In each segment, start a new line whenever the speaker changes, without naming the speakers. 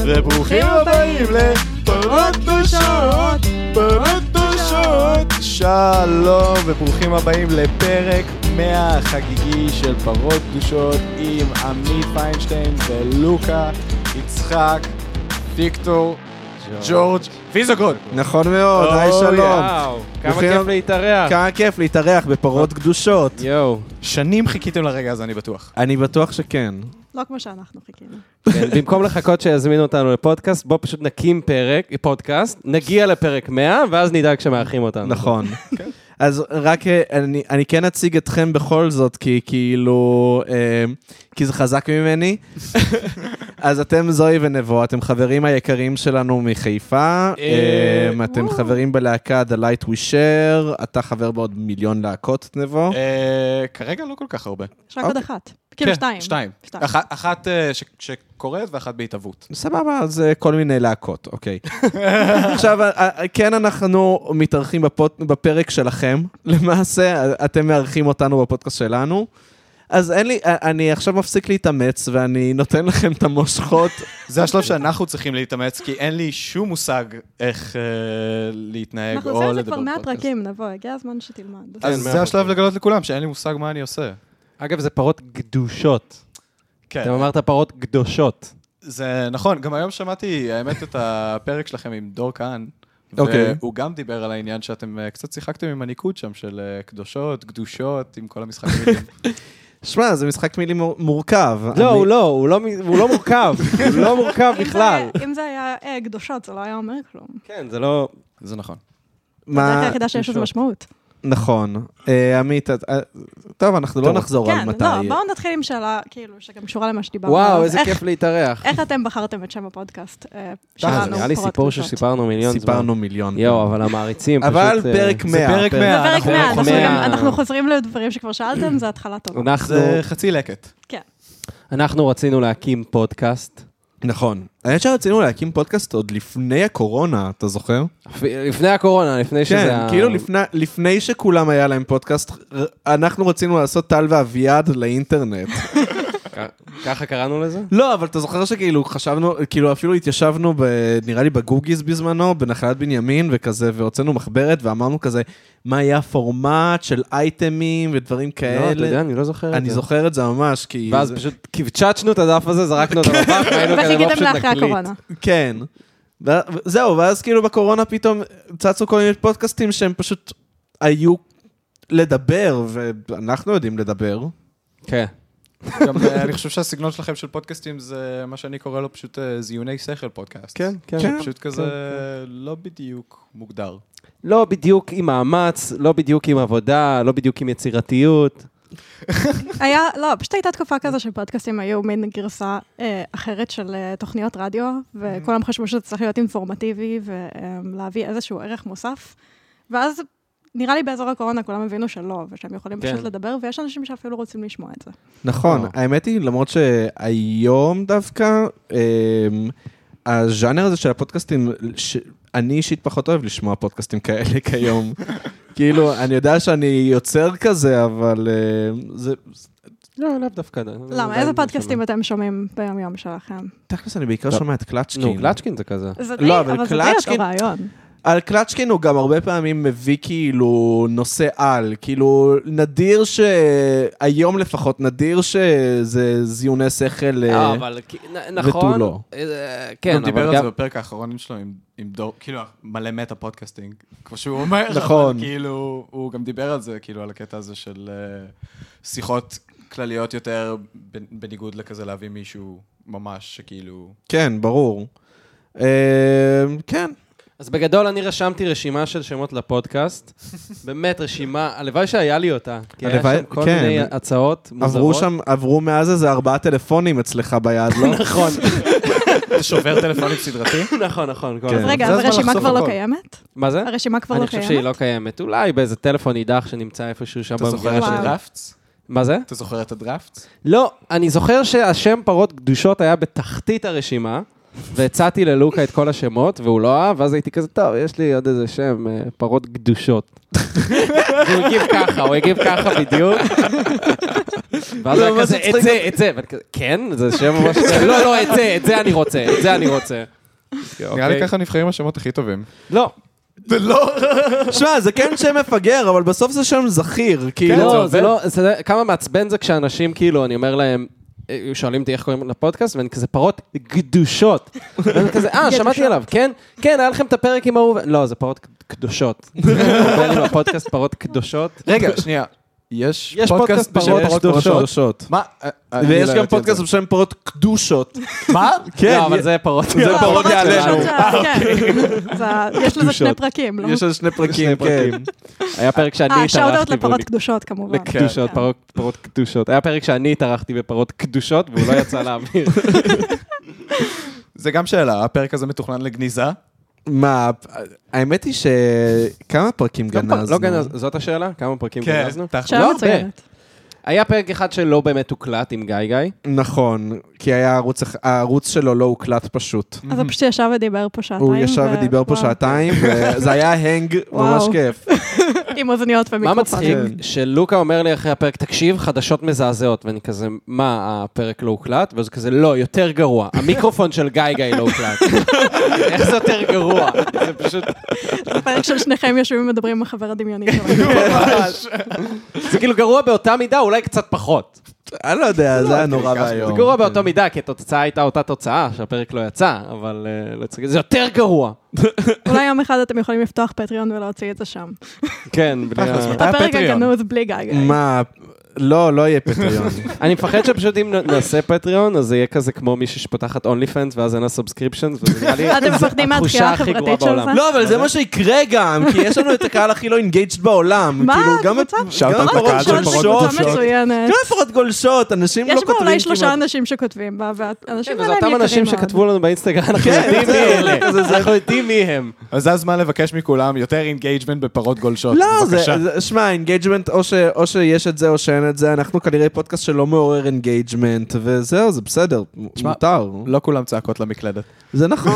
ברוכים הבאים לפרות קדושות, פרות קדושות. שלום וברוכים הבאים לפרק 100 החגיגי של פרות קדושות עם עמית פיינשטיין ולוקה, יצחק, ויקטור, ג'ורג' ויזוגרוד.
נכון מאוד, היי
אוי,
שלום.
וואו, כמה
ברוכים
כיף
הבא-
להתארח.
כמה כיף להתארח בפרות קדושות.
יואו,
שנים חיכיתם לרגע הזה, אני בטוח.
אני בטוח שכן.
לא כמו שאנחנו חיכינו.
כן, במקום לחכות שיזמינו אותנו לפודקאסט, בוא פשוט נקים פרק, פודקאסט, נגיע לפרק 100, ואז נדאג שמארחים אותנו.
נכון. אז רק אה, אני, אני כן אציג אתכם בכל זאת, כי כאילו, אה, כי זה חזק ממני. אז אתם זוהי ונבו, אתם חברים היקרים שלנו מחיפה,
אה,
אה, אתם
וואו.
חברים בלהקה The Light We Share, אתה חבר בעוד מיליון להקות, נבו.
אה, כרגע לא כל כך הרבה.
יש רק עוד
אוקיי.
אחת. כאילו
כן,
שתיים.
שתיים.
שתיים.
אחת- אחת אה, ש- שקורית ואחת בהתהוות.
סבבה, אז אה, כל מיני להקות, אוקיי. עכשיו, אה, אה, כן, אנחנו מתארחים בפוד- בפרק שלכם, למעשה, אה, אתם מארחים אותנו בפודקאסט שלנו. אז אין לי, אה, אני עכשיו מפסיק להתאמץ, ואני נותן לכם את המושכות.
זה השלב שאנחנו צריכים להתאמץ, כי אין לי שום מושג איך אה, להתנהג אה, או לדבר.
אנחנו עושים את זה כבר
בפודקאסט.
100 פרקים, נבוא, הגיע הזמן שתלמד.
אז
כן,
זה
מאה
השלב
אחוז.
לגלות לכולם שאין לי מושג מה אני עושה.
אגב, זה פרות קדושות.
כן,
אתם אמרת פרות קדושות.
זה נכון. גם היום שמעתי, האמת, את הפרק שלכם עם דור כהן.
אוקיי.
והוא גם דיבר על העניין שאתם אה, קצת שיחקתם עם הניקוד שם של אה, קדושות, קדושות, עם כל המשחקים.
שמע, זה משחק מילים מור- מורכב.
לא,
אני-
הוא לא, הוא לא מ- הוא לא מורכב, הוא לא מורכב
אם זה
בכלל.
היה- אם זה היה אה, קדושות, זה לא היה אומר כלום.
כן, זה לא...
זה נכון.
זה
מה-
הדרך היחידה שיש לזה
קדושות? לא,
משמעות.
נכון. אה, עמית, את- אה, טוב, אנחנו לא
טוב.
נחזור על
כן,
מתי.
לא, בואו נתחיל עם שאלה, כאילו, שגם קשורה למה שדיברנו.
וואו,
עליו.
איזה
איך-
כיף להתארח.
איך אתם בחרתם את שם הפודקאסט אה, שלנו?
אה, זה נראה לי
פרות
סיפור
קדושות?
שסיפרנו מיליון זמן.
סיפרנו מיליון.
יואו, אבל המעריצים פשוט...
אבל
אה,
פרק 100.
זה פרק 100.
בפרק
אנחנו
100, אנחנו
חוזרים.
גם- אנחנו חוזרים לדברים שכבר שאלתם, זה התחלה טובה. כן.
אנחנו-
זה חצי לקט.
אוקיי. אנחנו רצינו להקים פודקאסט.
נכון. האמת שרצינו להקים פודקאסט עוד לפני הקורונה, אתה זוכר?
אפ- לפני הקורונה, לפני שזה...
כן,
ה-
כאילו לפני, לפני שכולם היה להם פודקאסט, ר- אנחנו רצינו לעשות טל ואביעד לאינטרנט.
ככה קראנו לזה?
לא, אבל אתה זוכר שכאילו חשבנו, כאילו אפילו התיישבנו, ב, נראה לי בגוגיז בזמנו, בנחלת בנימין וכזה, והוצאנו מחברת ואמרנו כזה, מה יהיה הפורמט של אייטמים ודברים
לא, אתה
כאלה.
יודע, אני לא זוכר את זה.
אני זוכר את זה ממש, כי...
ואז
זה-
פשוט קבצ'צ'נו את הדף הזה, זרקנו אותו בפח, והיינו כזה, בוא
וחיכיתם
לא
פשוט
לאחרי
נקליט.
הקורונה.
כן. ו- זהו, ואז כאילו בקורונה פתאום צצו כל מיני פודקאסטים שהם פשוט היו לדבר, ואנחנו יודעים לדבר.
כן.
גם אה, אני חושב שהסגנון שלכם של פודקאסטים זה מה שאני קורא לו פשוט אה, זיוני שכל פודקאסט.
כן, כן.
זה פשוט כזה לא בדיוק מוגדר.
לא בדיוק עם מאמץ, לא בדיוק עם עבודה, לא בדיוק עם יצירתיות.
היה, לא, פשוט הייתה תקופה כזו שפודקאסטים היו מין גרסה אה, אחרת של אה, תוכניות רדיו, וכולם חשבו שזה צריך להיות אינפורמטיבי ולהביא איזשהו ערך מוסף. ואז נראה לי באזור הקורונה כולם הבינו שלא, ושהם יכולים
כן.
פשוט לדבר, ויש אנשים שאפילו רוצים לשמוע את זה.
נכון,
וואו.
האמת היא, למרות שהיום דווקא, אמ, הז'אנר הזה של הפודקאסטים, ש- אני אישית פחות אוהב לשמוע פודקאסטים כאלה כיום. כאילו, אני יודע שאני יוצר כזה, אבל אמ, זה...
לא, לאו דווקא. לא,
למה?
עדיין
איזה
לא
פודקאסטים
שומע.
אתם שומעים ביום-יום שלכם?
תכלס, אני בעיקר
טוב.
שומע את קלצ'קין.
נו, גלצ'קין זה כזה.
זה
לא,
די,
אבל
אבל זה די
קלצ'קין-
אותו רעיון.
על קלצ'קין הוא גם הרבה פעמים מביא כאילו נושא על, כאילו נדיר ש... היום לפחות, נדיר שזה זיוני שכל... אה,
אבל נכון,
ותו לא.
אה,
כן,
כן,
דיבר
אבל
על
גם...
זה בפרק האחרון שלו עם, עם דור, כאילו, מלא מטה פודקאסטינג, כמו שהוא אומר,
נכון.
אבל כאילו, הוא גם דיבר על זה, כאילו, על הקטע הזה של אה, שיחות כלליות יותר, בנ- בניגוד לכזה להביא מישהו ממש, שכאילו...
כן, ברור. אה, כן.
אז בגדול אני רשמתי רשימה של שמות לפודקאסט. באמת רשימה, הלוואי שהיה לי אותה. כי היה
הלוואי-
שם כל
כן.
מיני הצעות מוזרות.
עברו שם, עברו מאז איזה ארבעה טלפונים אצלך ביד, לא?
נכון,
אתה שובר טלפונים סדרתי?
נכון, נכון. כל
כן.
אז
הזמן.
רגע,
זה
אז
הזמן
הרשימה
לחשוף
כבר לא
הכל.
קיימת?
מה זה?
הרשימה כבר
אני
לא
חושב שהיא
קיימת?
לא קיימת. אולי באיזה טלפון נידח שנמצא איפשהו שם
אתה זוכר
במגירה
את
וואו.
שלי.
הדרפטס?
מה זה?
אתה זוכר את הדרפטס?
לא, אני זוכר שהשם פרות קדושות היה בתחתית הרשימה, והצעתי ללוקה את כל השמות, והוא לא אהב, ואז הייתי כזה, טוב, יש לי עוד איזה שם, אה, פרות קדושות. והוא הגיב ככה, הוא הגיב ככה בדיוק. ואז
לא,
היה
מה
כזה,
זה
את
מצחיק
זה, את זה, ואני כזה, כן? זה שם ממש... לא, לא, את זה, את זה אני רוצה, את זה אני רוצה.
נראה לי
אוקיי.
ככה נבחרים השמות הכי טובים.
לא,
זה לא...
שמע, זה כן שם מפגר, אבל בסוף זה שם זכיר,
כן,
כאילו.
לא, זה לא, זה- כמה מעצבן זה כשאנשים, כאילו, אני אומר להם, אה, שואלים אותי איך קוראים לפודקאסט, ואני כזה פרות גדושות. ואני כזה, אה, שמעתי עליו, כן? כן, היה לכם את הפרק עם אהוב... לא, זה פרות קד- קדושות. אומר לי בפודקאסט פרות קדושות.
רגע, שנייה. יש
יש
פודקאסט
פודקאסט
בשם פרות
פרות קדושות.
קדושות?
שלושות.
מה? אה, אני לא
ויש גם
ידעתי את
פודקאסט
זה.
בשם פרות קדושות.
מה?
כן,
לא, אבל זה פרות.
זה
לא,
פרודיה
פחות
עלינו.
קדושות זה- כן. זה- יש לזה שני
קדושות.
פרקים, לא?
יש על שני פרקים, כן.
פרקים. היה פרק שאני
אה,
התארחתי.
שאוט-אוט
והוא
לפרות קדושות כמובן.
לקדושות,
כן.
פרות- פרות קדושות. היה פרק שאני התארחתי בפרות קדושות, והוא לא יצא לאוויר.
זה גם שאלה, הפרק הזה מתוכנן לגניזה?
כן. מה, האמת היא שכמה פרקים
לא פר-
גנזנו?
לא גנז, זאת השאלה? כמה פרקים
כן,
גנזנו?
תח-
שאלה
לא הרבה.
מצוינת.
היה פרק אחד שלא באמת הוקלט עם גיא גיא.
נכון, כי היה ערוץ, אח- הערוץ שלו לא הוקלט פשוט.
אז הוא פשוט ישב ודיבר פה שעתיים.
הוא ישב
ו-
ודיבר פה
וואו.
שעתיים, וזה היה הנג
וואו.
ממש כיף.
עם אוזניות
מה
ומיקרופון.
מצחיק?
כן.
שלוקה אומר לי אחרי הפרק, תקשיב, חדשות מזעזעות. ואני כזה, מה, הפרק לא הוקלט? ואז הוא כזה, לא, יותר גרוע. המיקרופון של גיא גיא לא הוקלט. איך זה יותר גרוע? זה פשוט...
פרק של שניכם יושבים ומדברים עם החבר הדמיוני שלנו.
נכון.
זה כאילו גרוע באותה מידה, אולי קצת פחות.
אני לא יודע, זה היה נורא
זה
ואיום.
גרוע באותה מידה, כי התוצאה הייתה אותה תוצאה, שהפרק לא יצא, אבל אה, לא צריך... זה יותר גרוע.
אולי יום אחד אתם יכולים לפתוח פטריון ולהוציא את זה שם.
כן, בלי... ה-
תכלס, מתי
הפרק
הפטריון?
הגנוז בלי גיא. גיא.
מה, לא, לא יהיה פטריון.
אני מפחד שפשוט אם נ- נעשה פטריון, אז זה יהיה כזה כמו מישהי שפותחת אונלי פאנס, ואז אין לה סובסקריפשנס, וזה נראה לי
אתם מפחדים מהתחייה
התחושה הכי גרועה
החברתית של
בעולם.
זה?
לא, אבל זה מה שיקרה גם, כי יש לנו את הקהל הכי לא אינגייג'ד בעולם.
מה?
כאילו, גם
קבוצה?
שאוט אאוט
גם
לקהל
הפרות
של פרות
גולשות.
קבוצה מצוינת.
גם הפרות גולשות, אנשים לא
יש בה
כותבים
אולי שלושה
כמעט.
אנשים שכותבים בה, והאנשים
כן, וזה
האלה הם יקרים
אותם אנשים
מאוד.
שכתבו לנו באינסטגרם, אנחנו יודעים מי אלה, אנחנו יודעים מי הם.
לא. אז זה הזמן לבקש מכולם יותר אינגייג'מנט בפרות גולשות.
לא, זה,
בבקשה.
זה- שמע, אינגייג'מנט, או, ש- או שיש את זה או שאין את זה, אנחנו כנראה פודקאסט שלא מעורר אינגייג'מנט, וזהו, זה בסדר, מ-
שמע,
מותר.
לא כולם צעקות למקלדת.
זה נכון.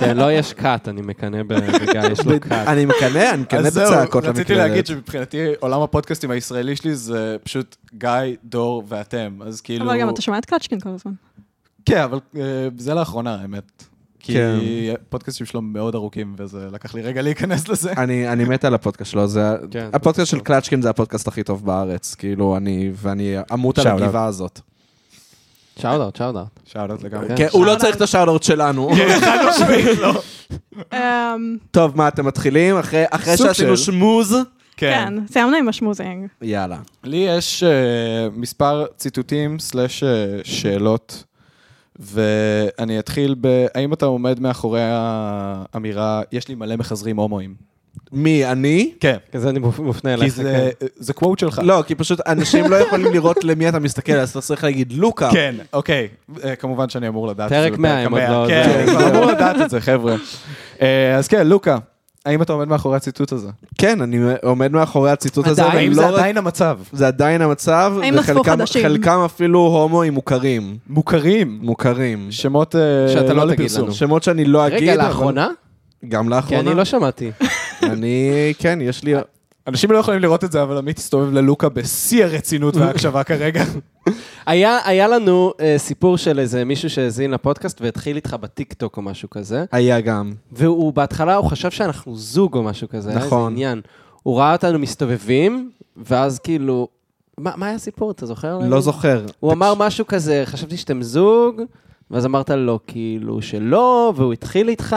כן, לא, יש קאט, אני מקנא בגיא, יש לו קאט.
אני מקנא, אני מקנא
אז זהו,
בצעקות
רציתי להגיד
כן, למקלדת.
שמבחינתי עולם הפודקאסטים הישראלי שלי זה פשוט גיא, דור ואתם. אז כאילו...
אבל גם אתה שומע את קלצ'קין כל הזמן.
כן, אבל אה, זה לאחרונה, האמת. כי
כן.
הפודקאסטים שלו מאוד ארוכים, וזה לקח לי רגע להיכנס לזה.
אני, אני מת על הפודקאסט שלו, זה, ה-
כן,
הפודקאסט של
טוב.
קלצ'קין זה הפודקאסט הכי טוב בארץ, כאילו, אני, ואני אמות על
שאוט-אאוט.
הגבעה הזאת.
שאוט-אאוט, שאוט-אאוט.
שאלות לגמרי.
כן.
כן, הוא לא
שאוט-אאוט.
צריך את השארדות שלנו.
כן.
כן.
אמ,
טוב, מה, אתם מתחילים? אחרי אחרי
סוג
שעשינו
של.
שמוז?
כן, סיימנו עם השמוזינג.
יאללה.
לי יש אה, מספר ציטוטים סלאש אה, שאלות, ואני אתחיל ב... האם אתה עומד מאחורי האמירה, יש לי מלא מחזרים הומואים?
מי, אני?
כן.
כזה אני מופ- מופנה
כי
אליך. כן.
זה- זה קוואט שלך.
לא, כי פשוט אנשים לא יכולים לראות למי אתה מסתכל, אז אתה צריך להגיד לוקה.
כן, אוקיי. אה, כמובן שאני אמור לדעת.
פרק
שזה
100, אם עוד
המאה.
לא-
כן,
זה-
אני כבר אמור לדעת את זה, חבר'ה. אה, אז כן, לוקה, האם אתה עומד מאחורי הציטוט הזה?
כן, אני עומד מאחורי הציטוט הזה,
עדיין,
ואני
האם
לא
זה
רק...
עדיין המצב?
זה עדיין המצב,
האם נוספו
וחלקם
חדשים?
חלקם אפילו הומואים מוכרים.
מוכרים.
מוכרים.
שמות אה,
שאתה לא תגיד
לפרסום.
לנו.
שמות שאני לא אגיד.
רגע,
אבל-
לאחרונה?
גם
כי
לאחרונה.
אני לא שמעתי.
אני, כן, יש לי...
אנשים לא יכולים לראות את זה, אבל עמית הסתובב ללוקה בשיא הרצינות וההקשבה כרגע.
היה היה לנו אה, סיפור של איזה מישהו שהאזין לפודקאסט והתחיל איתך בטיקטוק או משהו כזה,
היה גם.
והוא בהתחלה, הוא חשב שאנחנו זוג או משהו כזה, היה איזה
נכון.
עניין. הוא ראה אותנו מסתובבים, ואז כאילו... מה מה היה הסיפור, אתה זוכר?
לא זוכר.
הוא אמר משהו כזה, חשבתי שאתם זוג, ואז אמרת לו כאילו שלא, והוא התחיל איתך,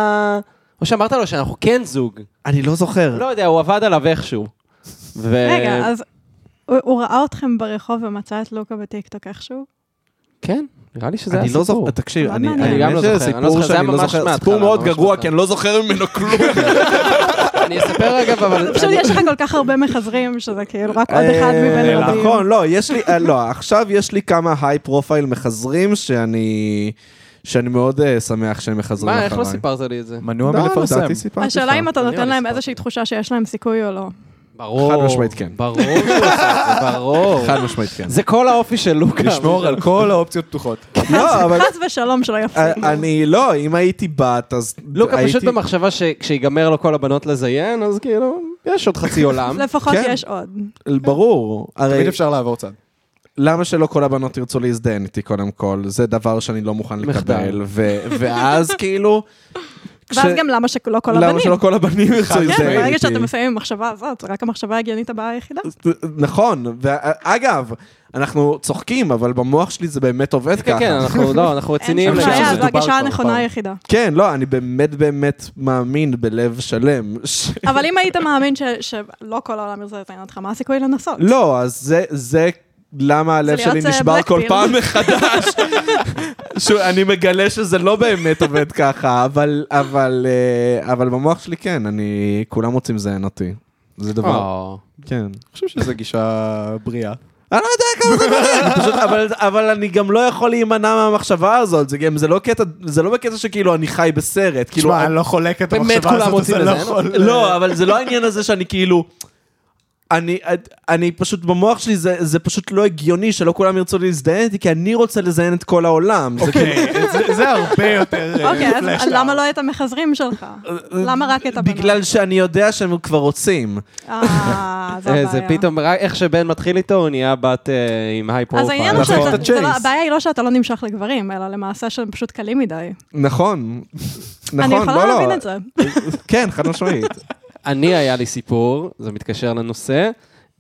או שאמרת לו שאנחנו כן זוג.
אני לא זוכר.
לא יודע, הוא עבד עליו איכשהו. ו...
רגע,
אה,
אז הוא הוא ראה אתכם ברחוב ומצא את לוקה בטיקטוק איכשהו?
כן, נראה לי שזה היה
אני לא
סיפור.
זוכר, תקשיב,
לא
אני
מעניין.
אני
אני
גם
האמת
לא
שזה
זוכר, אני לא
סיפור
זוכר, זה
שאני
היה
לא
ממש
זוכר,
מההתחלה,
סיפור מאוד
ממש
גרוע,
מההתחלה.
כי אני לא זוכר ממנו כלום.
אני אספר אגב, אבל...
פשוט
אני-
יש לך כל כך הרבה מחזרים, שזה כאילו רק עוד אחד מבין
אה,
רבים.
נכון, לא, יש לי, אה, לא, עכשיו יש לי כמה היי פרופייל מחזרים שאני... שאני מאוד אה, שמח שהם מחזרים
מה,
אחריי.
איך לא סיפרת לי את זה?
מנוע
לא,
מלפרסם.
לדעתי סיפרתי לך.
השאלה אם אתה
אני
נותן
לא
להם
הספקתי.
איזושהי תחושה שיש להם סיכוי או לא.
ברור.
חד משמעית כן.
ברור שהוא עושה את זה, ברור.
חד משמעית כן.
זה כל האופי של לוקה.
לשמור על כל האופציות פתוחות.
לא, אבל
חס ושלום שלא יפסיקו.
אה, אני לא, אם הייתי בת, אז
לוקה פשוט
הייתי-
במחשבה שכשיגמר לו כל הבנות לזיין, אז כאילו, יש עוד חצי עולם.
לפחות
כן.
יש עוד.
ברור. הרי
תמיד אפשר לעבור צד.
למה שלא כל הבנות ירצו להזדהן איתי קודם כל? זה דבר שאני לא מוכן
מחדל.
לקבל. ו- ואז כאילו...
ואז
כש-
גם למה שלא כל
למה
הבנים.
שלא כל הבנים ירצו
כן,
להזדהן
ברגע
איתי?
שאתם מסיימים עם המחשבה הזאת, רק המחשבה ההגיונית הבאה היחידה.
נכון, ואגב, אנחנו צוחקים, אבל במוח שלי זה באמת עובד
כן,
ככה.
כן, אנחנו לא, אנחנו רציניים.
אין
אני
שום
חושב
בעיה,
שזה
זו
דובר
הגישה
כבר
הנכונה
פעם.
היחידה.
כן, לא, אני באמת באמת מאמין בלב שלם. ש-
אבל אם היית מאמין ש- שלא כל העולם ירצה לציין אותך, מה הסיכוי לנסות?
לא, אז זה, זה למה הלב
להיות,
שלי
אה,
נשבר
black
כל
pill.
פעם מחדש. שאני מגלה שזה לא באמת עובד ככה, אבל, אבל, אה, אבל במוח שלי כן, אני, כולם רוצים לזיין אותי. זה דבר,
או.
כן.
אני חושב שזו גישה בריאה.
אני לא יודע כמה זה מעניין, פשוט, אבל, אבל אני גם לא יכול להימנע מהמחשבה הזאת, זה גם, זה לא קטע, זה לא בקטע שכאילו אני חי בסרט, כאילו,
תשמע, אני לא חולק את
באמת
המחשבה
כולם
הזאת,
רוצים
אתה לא
לזיין אותך?
יכול...
לא, אבל זה לא העניין הזה שאני כאילו... אני, אני פשוט, במוח שלי זה, זה פשוט לא הגיוני שלא כולם ירצו להזדיין איתי, כי אני רוצה לזיין את כל העולם. זה כאילו-
אוקיי, זה- זה הרבה יותר... אה,
אוקיי, אז
flash
למה
out.
לא את המחזרים שלך? למה רק את הבנות?
אה, בגלל שאני יודע שהם כבר רוצים.
אה, זו
אה, זה
הבעיה.
פתאום, רק איך שבן מתחיל איתו, הוא נהיה בת אה, עם היי פרופייל.
אז העניין הוא
נכון.
שאתה,
את
זה לא-
הצ'ייס.
הבעיה היא לא שאתה לא נמשך לגברים, אלא למעשה שהם פשוט קלים מדי.
נכון. נכון,
אני יכולה
לא, לא.
להבין את זה.
כן, חד משמעית.
אני, היה לי סיפור, זה מתקשר לנושא,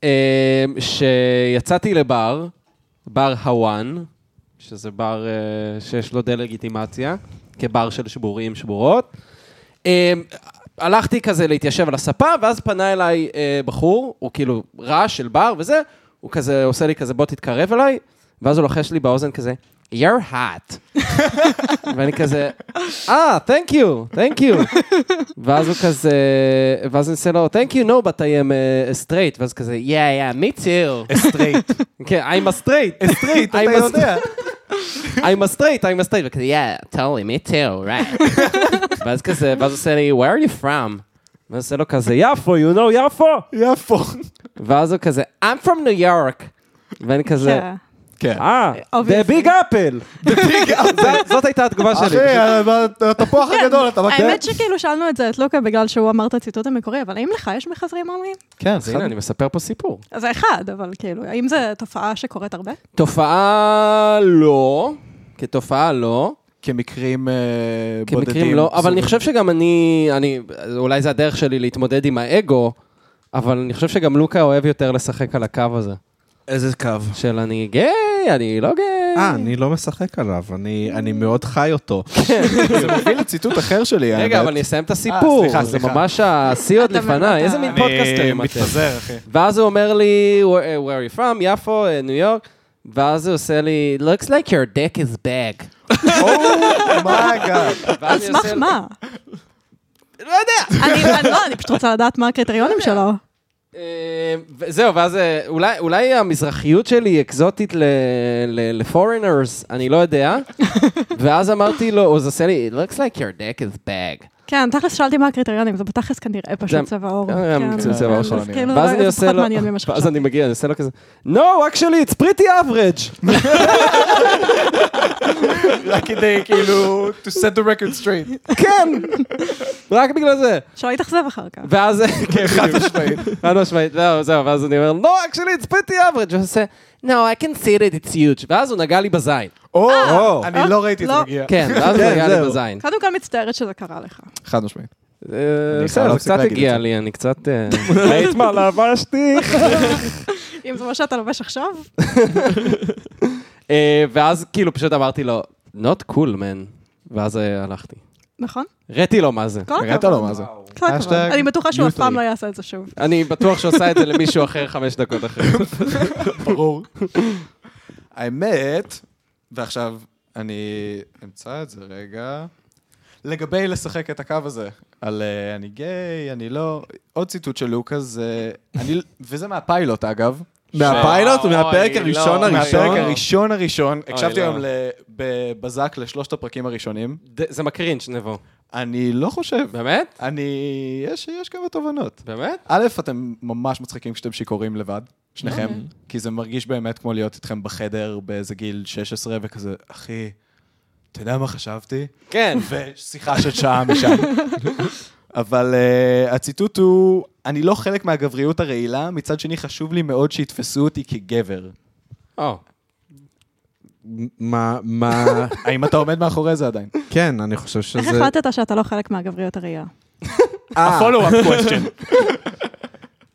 אה, שיצאתי לבר, בר הוואן, שזה בר אה, שיש לו דה-לגיטימציה, כבר של שבורים, שבורות. אה, הלכתי כזה להתיישב על הספה, ואז פנה אליי אה, בחור, הוא כאילו רעש של בר וזה, הוא כזה עושה לי כזה, בוא תתקרב אליי, ואז הוא לוחש לי באוזן כזה, you're hot. ואני כזה, אה, thank you, thank you. ואז הוא כזה, ואז אני עושה לו, thank you, no, but I am uh, straight, ואז כזה, yeah, yeah, me too.
סטרייט.
כן, I'm a straight.
סטרייט, אתה
I'm a-
יודע.
I'm a straight, I'm a straight, וכזה, yeah, totally, me too, right. ואז כזה, ואז הוא עושה לי, where are you from? ואז עושה לו כזה, יפו, you know יפו?
יפו.
ואז הוא כזה, I'm from New York. ואני כזה,
כן.
כן.
אה,
Obviously.
the big apple. זה- זאת הייתה התגובה שלי.
אחי, התפוח הגדול, אתה מכיר?
כן,
כן.
האמת שכאילו שאלנו את זה את לוקה בגלל שהוא אמר את הציטוט המקורי, אבל האם לך יש מחזרים הומואים?
כן,
אז הנה, אני מספר פה סיפור.
אז זה אחד, אבל כאילו, האם זו תופעה שקורית הרבה?
תופעה לא, כתופעה לא.
כמקרים אה, בודדים.
כמקרים לא, אבל
זוג-
אני חושב שגם אני, אני, אולי זה הדרך שלי להתמודד עם האגו, אבל אני חושב שגם לוקה אוהב יותר לשחק על הקו הזה,
איזה קו.
של אני גיי, אני לא גיי.
אה, אני לא משחק עליו, אני, אני מאוד חי אותו.
זה מוביל לציטוט אחר שלי, האמת.
רגע, אבל אני אסיים את
אה,
הסיפור,
סליחה,
זה
סליחה.
ממש השיא עוד
אתה מבין,
לפניי,
אתה-
איזה מין
אני
פודקאסטרים אתם.
מתפזר, אחי.
ואז הוא אומר לי, where אה, where are you from? יפו, אה, ניו יורק. ואז הוא עושה לי, looks like your dick is big.
מה גם?
ואז
על
אני
סמך
עושה-
מה?
לא יודע.
אני אני לא, אני פשוט רוצה לדעת מה הקריטריונים שלו.
אה, זהו, ואז אה, אולי, אולי המזרחיות שלי היא אקזוטית ל-foreigners, אני לא יודע. ואז אמרתי לו, הוא עושה לי, it looks like your dick is bag.
כן, תכלס שאלתי מה הקריטריונים, זה בתכלס כנראה פשוט
זה-
צבע עור.
אה,
כן,
זה צבע
כן,
עור
אז
שלו,
כאילו,
ואז
זה-
אני
זה
עושה
פחות
לו,
מעניין ממה שחשבתי.
ואז אני מגיע, אני עושה לו כזה, no, actually, it's pretty average.
רק כדי, כאילו, to set the record straight.
כן, רק בגלל זה.
שלא יתאכזב אחר כך.
ואז, כן,
חד
כאילו.
משמעית.
חד משמעית, זהו, זהו, ואז אני אומר, no, actually, it's pretty average. והוא עושה, no, I can see that it's huge. ואז הוא נגע לי בזין.
או,
אה,
או.
אני לא ראיתי את זה
לא.
מגיע.
כן, ואז הוא
כן,
נגע לי
זהו.
בזין.
קודם כל מצטערת שזה קרה לך.
חד משמעית.
אה,
אני חייב
בסדר, זה
להפסיק
קצת
להגיד את
הגיע
זה.
לי, אני קצת... אה, ראית מה לבשתי?
אם זה מה שאתה לובש עכשיו,
אה, ואז כאילו פשוט אמרתי לו, not cool man, ואז אה, הלכתי.
נכון?
הראתי לו מה זה.
כל הכבוד.
הראית לו מה זה.
כל הכבוד.
Hashtag
אני בטוחה שהוא אף
youthly.
פעם לא יעשה את זה שוב.
אני בטוח שעושה את זה למישהו אחר חמש דקות אחרי.
ברור. האמת, ועכשיו אני אמצא את זה רגע, לגבי לשחק את הקו הזה, על אה, אני גיי, אני לא... עוד ציטוט של לוקה זה... אני- וזה מהפיילוט, אגב.
מהפיילוט?
אוי,
מהפרק
לא,
הראשון
מהפרק
הראשון?
הראשון הראשון, הקשבתי
לא.
היום ל- בבזק לשלושת הפרקים הראשונים.
ד- זה מקרינץ' נבו.
אני לא חושב.
באמת?
אני... יש יש כמה תובנות.
באמת?
א', אתם ממש מצחיקים כשאתם שיכורים לבד, שניכם, כי זה מרגיש באמת כמו להיות איתכם בחדר באיזה גיל 16 וכזה, אחי, אתה יודע מה חשבתי?
כן.
ושיחה של שעה משם. אבל uh, הציטוט הוא, אני לא חלק מהגבריות הרעילה, מצד שני חשוב לי מאוד שיתפסו אותי כגבר.
או,
מה, מה...
האם אתה עומד מאחורי זה עדיין?
כן, אני חושב שזה...
איך החלטת שאתה לא חלק מהגבריות הראייה?
אה,
הפולו-אפ קוושטיין.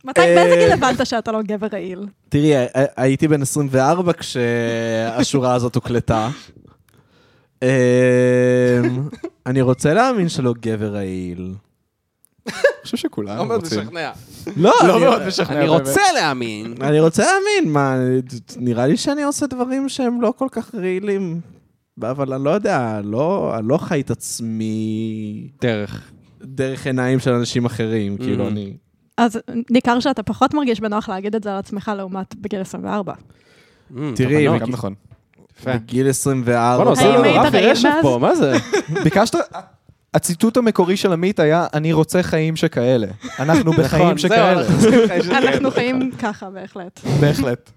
מתי,
אה,
באיזה גיל הבנת שאתה לא גבר רעיל?
תראי, הי- הייתי בן 24 כשהשורה הזאת הוקלטה. אמ, אני רוצה להאמין שלא גבר רעיל.
אני חושב
לא
שכולנו
מאוד
רוצים.
משכנע.
לא,
לא
אני-
מאוד משכנע.
אני
באמת.
רוצה להאמין.
אני רוצה להאמין, מה, נראה לי שאני עושה דברים שהם לא כל כך רעילים. אבל אני לא יודע, לא, אני לא חי את עצמי
דרך.
דרך עיניים של אנשים אחרים, כאילו
Mm.
אני...
אז ניכר שאתה פחות מרגיש בנוח להגיד את זה על עצמך לעומת בגיל 24.
תראי,
גם נכון.
יפה.
בגיל 24...
בוא'נה, עושה
לא, האם
לנו
היית
רפי
רעב
רשף
מאז?
פה, מה זה?
ביקשת... הציטוט המקורי של עמית היה, אני רוצה חיים שכאלה. אנחנו בחיים
נכון,
שכאלה.
זהו,
אנחנו חיים ככה, בהחלט.
בהחלט.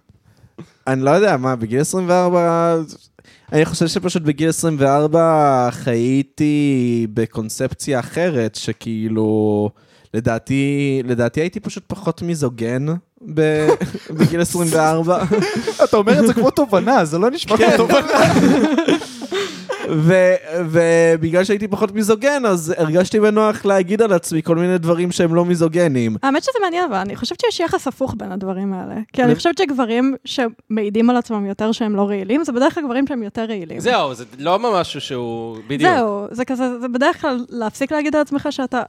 אני לא יודע, מה, בגיל 24... אני חושב שפשוט בגיל 24 חייתי בקונספציה אחרת, שכאילו... לדעתי, לדעתי הייתי פשוט פחות מיזוגן ב- בגיל 24,
אתה אומר את זה כמו תובנה, זה לא נשמע כמו תובנה.
ו- ובגלל שהייתי פחות מיזוגן, אז הרגשתי בנוח להגיד על עצמי כל מיני דברים שהם לא מיזוגנים.
האמת שזה מעניין, אבל אני חושבת שיש יחס הפוך בין הדברים האלה. כי אני חושבת שגברים שמעידים על עצמם יותר שהם לא רעילים, זה בדרך כלל גברים שהם יותר רעילים.
זהו, זה לא משהו שהוא... בדיוק.
זהו, זה כזה, זה בדרך כלל להפסיק להגיד על עצמך שאתה...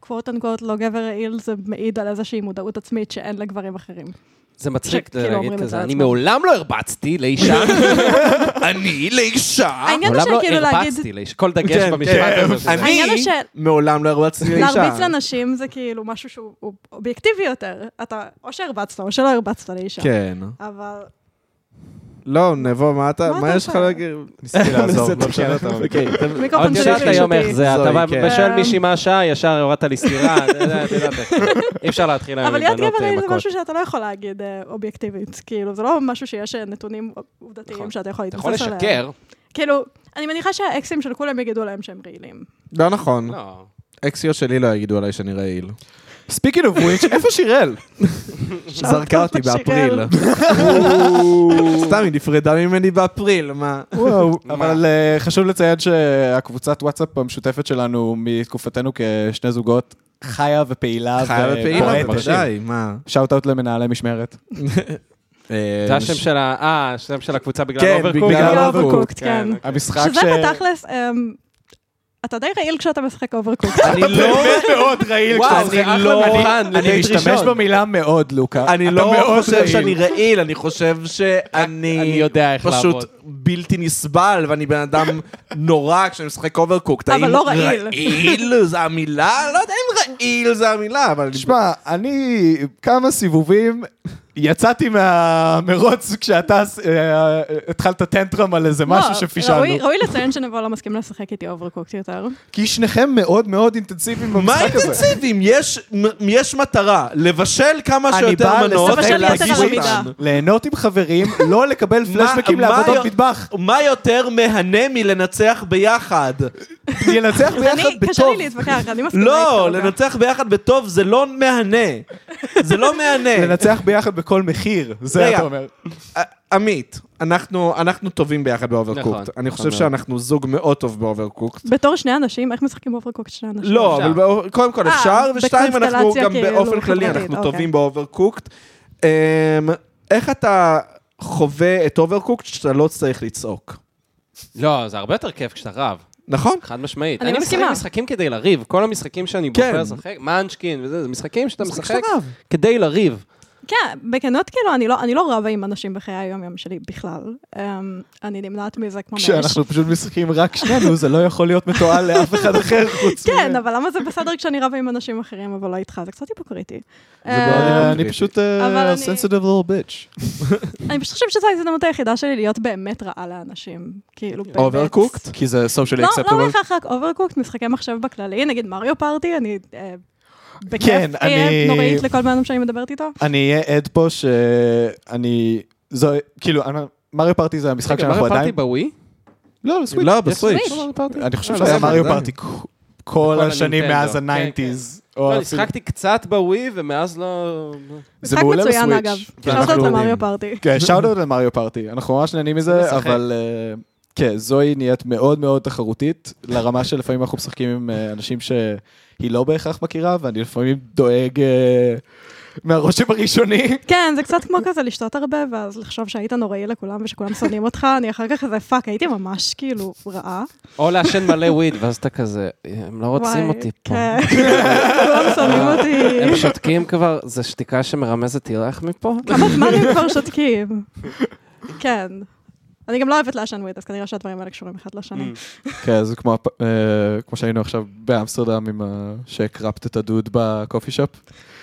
קוואט אנקוואט לא גבר רעיל, זה מעיד על איזושהי מודעות עצמית שאין לגברים אחרים.
זה מצחיק אה,
שכאילו
להגיד
אומרים את
כזה,
זה
אני
לעצמם.
מעולם לא הרבצתי לאישה. אני לאישה.
העניין הוא
מעולם
שכאילו
לא
להגיד-
הרבצתי לאישה. כל דגש
כן,
במשפט
כן.
הזה. שזה-
אני-
העניין הוא ש-
מעולם לא הרבצתי לאישה.
להרביץ לנשים זה כאילו משהו שהוא הוא אובייקטיבי יותר. אתה או שהרבצת או שלא הרבצת לאישה.
כן.
אבל
לא, נבו, מה אתה,
מה
מה
אתה
יש לך
עושה?
להגיד?
ניסיתי לעזור,
זה
לא משנה
כן.
אתה אומר.
אוקיי, אתה-
מכל
עוד
פעם
יודעת
שמישהו
היום איך
הרגיש אותי...
זה, אתה
זוהי,
בא
כן.
ושואל
אמ,
מישהי מה השעה, ישר הורדת לי סטירה, אתה יודע, אתה יודעת איך. אי אפשר להתחיל היום
אבל
עם
להיות
בנות
גבר
אה,
רעיל זה
מכות.
משהו שאתה לא יכול להגיד אה, אובייקטיבית. כאילו, זה לא משהו שיש אה, נתונים
נכון.
עובדתיים שאתה יכול
אתה יכול
להתבסס עליהם.
לשקר.
כאילו, אני מניחה שהאקסים של כולם יגידו להם שהם רעילים.
לא נכון.
לא.
אקסיות שלי לא יגידו עליי שאני רעיל.
Speaking of which, איפה שיראל?
זרקה אותי
שיראל.
באפריל. סתם, היא נפרדה ממני באפריל, מה? לא,
וואו. אבל אה, חשוב לציין שהקבוצת וואטסאפ המשותפת שלנו מתקופתנו כשני זוגות חיה ופעילה.
חיה
ו-
בפעילה,
פועלת.
בוודאי, מה?
שאוט אאוט למנהלי משמרת.
זה השם של ה... אה, השם של הקבוצה בגלל
כן,
אוברקוק?
בגלל
בגלל
אוברקוק,
אוברקוקט, כן.
אוקיי.
המשחק
שזה
ש...
בתכלס, אמ, אתה די רעיל כשאתה משחק אוברקוקט.
אני לא...
מאוד רעיל
וואו, זה לא מוכן
אני
לדייט
משתמש
ראשון.
במילה מאוד, לוקה.
אני
אתה
לא
מאוד
חושב
רעיל.
שאני רעיל, אני חושב שאני...
אני יודע איך לעבוד.
פשוט בלתי נסבל, ואני בן אדם נורא כשאני משחק אוברקוקט.
אבל
האם
לא רעיל.
רעיל זה המילה? לא יודע אם רעיל זה המילה, אבל...
תשמע, אני כמה סיבובים יצאתי מהמרוץ כשאתה אה, התחלת טנטרם על איזה משהו
לא,
שפישלנו.
ראוי- ראוי לציין שנבו לא מסכים לשחק איתי אוברקוקט יותר.
כי שניכם מאוד מאוד אינטנסיביים
מה
במשחק הזה.
אינטנסיביים? יש- מ- יש מטרה, לבשל כמה
אני
שיותר
בא
מנות
לשחק
ולהגיש
יתר על המידה.
אותן.
ליהנות עם חברים, לא לקבל פלשבקים
מה-
לעבודות
מה-
מטבח.
מה יותר מהנה מלנצח ביחד?
ינצח ביחד
אני, קשה
בטוב.
לי להתווכח, אני מסכימה
לא,
איתך, לוקה.
לנצח ביחד בטוב זה לא מהנה. זה לא מהנה.
לנצח ביחד בכל מחיר, זה
רגע.
אתה אומר.
א- עמית, אנחנו אנחנו טובים ביחד
נכון,
באוברקוקט. אני
נכון
חושב
מאוד.
שאנחנו זוג מאוד טוב באוברקוקט.
בתור שני אנשים, איך משחקים אוברקוקט שני אנשים?
לא,
אפשר.
אבל באו- קודם כל
אה,
אפשר, ושתיים, אנחנו
בקונסטלציה
גם
כאילו
באופן כללי,
חברתית,
אנחנו
אוקיי.
טובים באוברקוקט. אמ, איך אתה חווה את אוברקוקט שאתה לא צריך לצעוק?
לא, זה הרבה יותר כיף כשאתה רב.
נכון?
חד משמעית.
אני
משחק
מסכימה.
משחקים כדי לריב. כל המשחקים שאני
כן.
בוחר לשחק, מאנצ'קין וזה, זה משחקים שאתה משחק
שרב.
כדי לריב.
כן, בכנות, כאילו, אני לא- אני לא רבה עם אנשים בחיי היום-יום שלי בכלל. אמ, אני נמנעת מזה כמו מאש.
כשאנחנו פשוט משחקים רק שנינו, זה לא יכול להיות מתועל לאף אחד אחר חוץ מ...
כן, אבל למה זה בסדר כשאני רבה עם אנשים אחרים, אבל לא איתך? זה קצת היפוקריטי.
אה,
אמ,
אני פשוט
אבל אני-
סנסיטיב little bitch.
אני פשוט חושבת שזו ההזדמנות היחידה שלי להיות באמת רעה לאנשים. כאילו, באמת.
אוברקוקט?
כי זה socially
לא, לא
acceptable.
בהכרח רק אוברקוקט, משחקי מחשב בכללי, נגיד מריו פארטי, אני אה,
כן,
בכיף אהיה
אני-
נוראית לכל בן אדם שאני מדברת איתו.
אני אהיה עד פה שאני... זו... כאילו, אני- מריו פארטי זה המשחק שאנחנו
אוקיי, מריו פארטי
עדיין...
בווי?
לא, בסוויץ'.
לא, בסוויץ'.
סוויץ'.
אני חושב
לא,
שהיה
בסדר,
מריו
עדיין.
פארטי כ- כל
כל
השנים
הנינטנדו.
מאז
כן,
הניינטיז. או
לא, אני
אפילו-
שיחקתי קצת בווי, ומאז לא...
זה
משחק
מעולה
מצוין,
בסוויץ'.
אגב.
ואנחנו-
שאלת אותה מריו פארטי.
כן, שאוט-אוט למריו פארטי. אנחנו ממש נהנים מזה,
משחק.
אבל... אה, כן, זוהי נהיית מאוד מאוד תחרותית, לרמה שלפעמים אנחנו משחקים עם אה, אנשים שהיא לא בהכרח מכירה, ואני לפעמים דואג אה, מהרושם הראשוני.
כן, זה קצת כמו כזה לשתות הרבה, ואז לחשוב שהיית נוראי לכולם ושכולם שונאים אותך, אני אחר כך כזה, פאק, הייתי ממש כאילו רעה.
או לעשן מלא וויד, ואז אתה כזה, הם לא רוצים
וואי,
אותי פה.
כן. כולם שונאים אותי.
הם שותקים כבר, זו שתיקה שמרמזת תלך מפה?
כמה זמן הם כבר שותקים? כן. אני גם לא אוהבת לעשן וויד, אז כנראה שהדברים האלה קשורים אחד לשני.
כן, זה כמו, הפ- אה, כמו שהיינו עכשיו באמסטרדם עם ה... שהקרפת את הדוד בקופי שופ.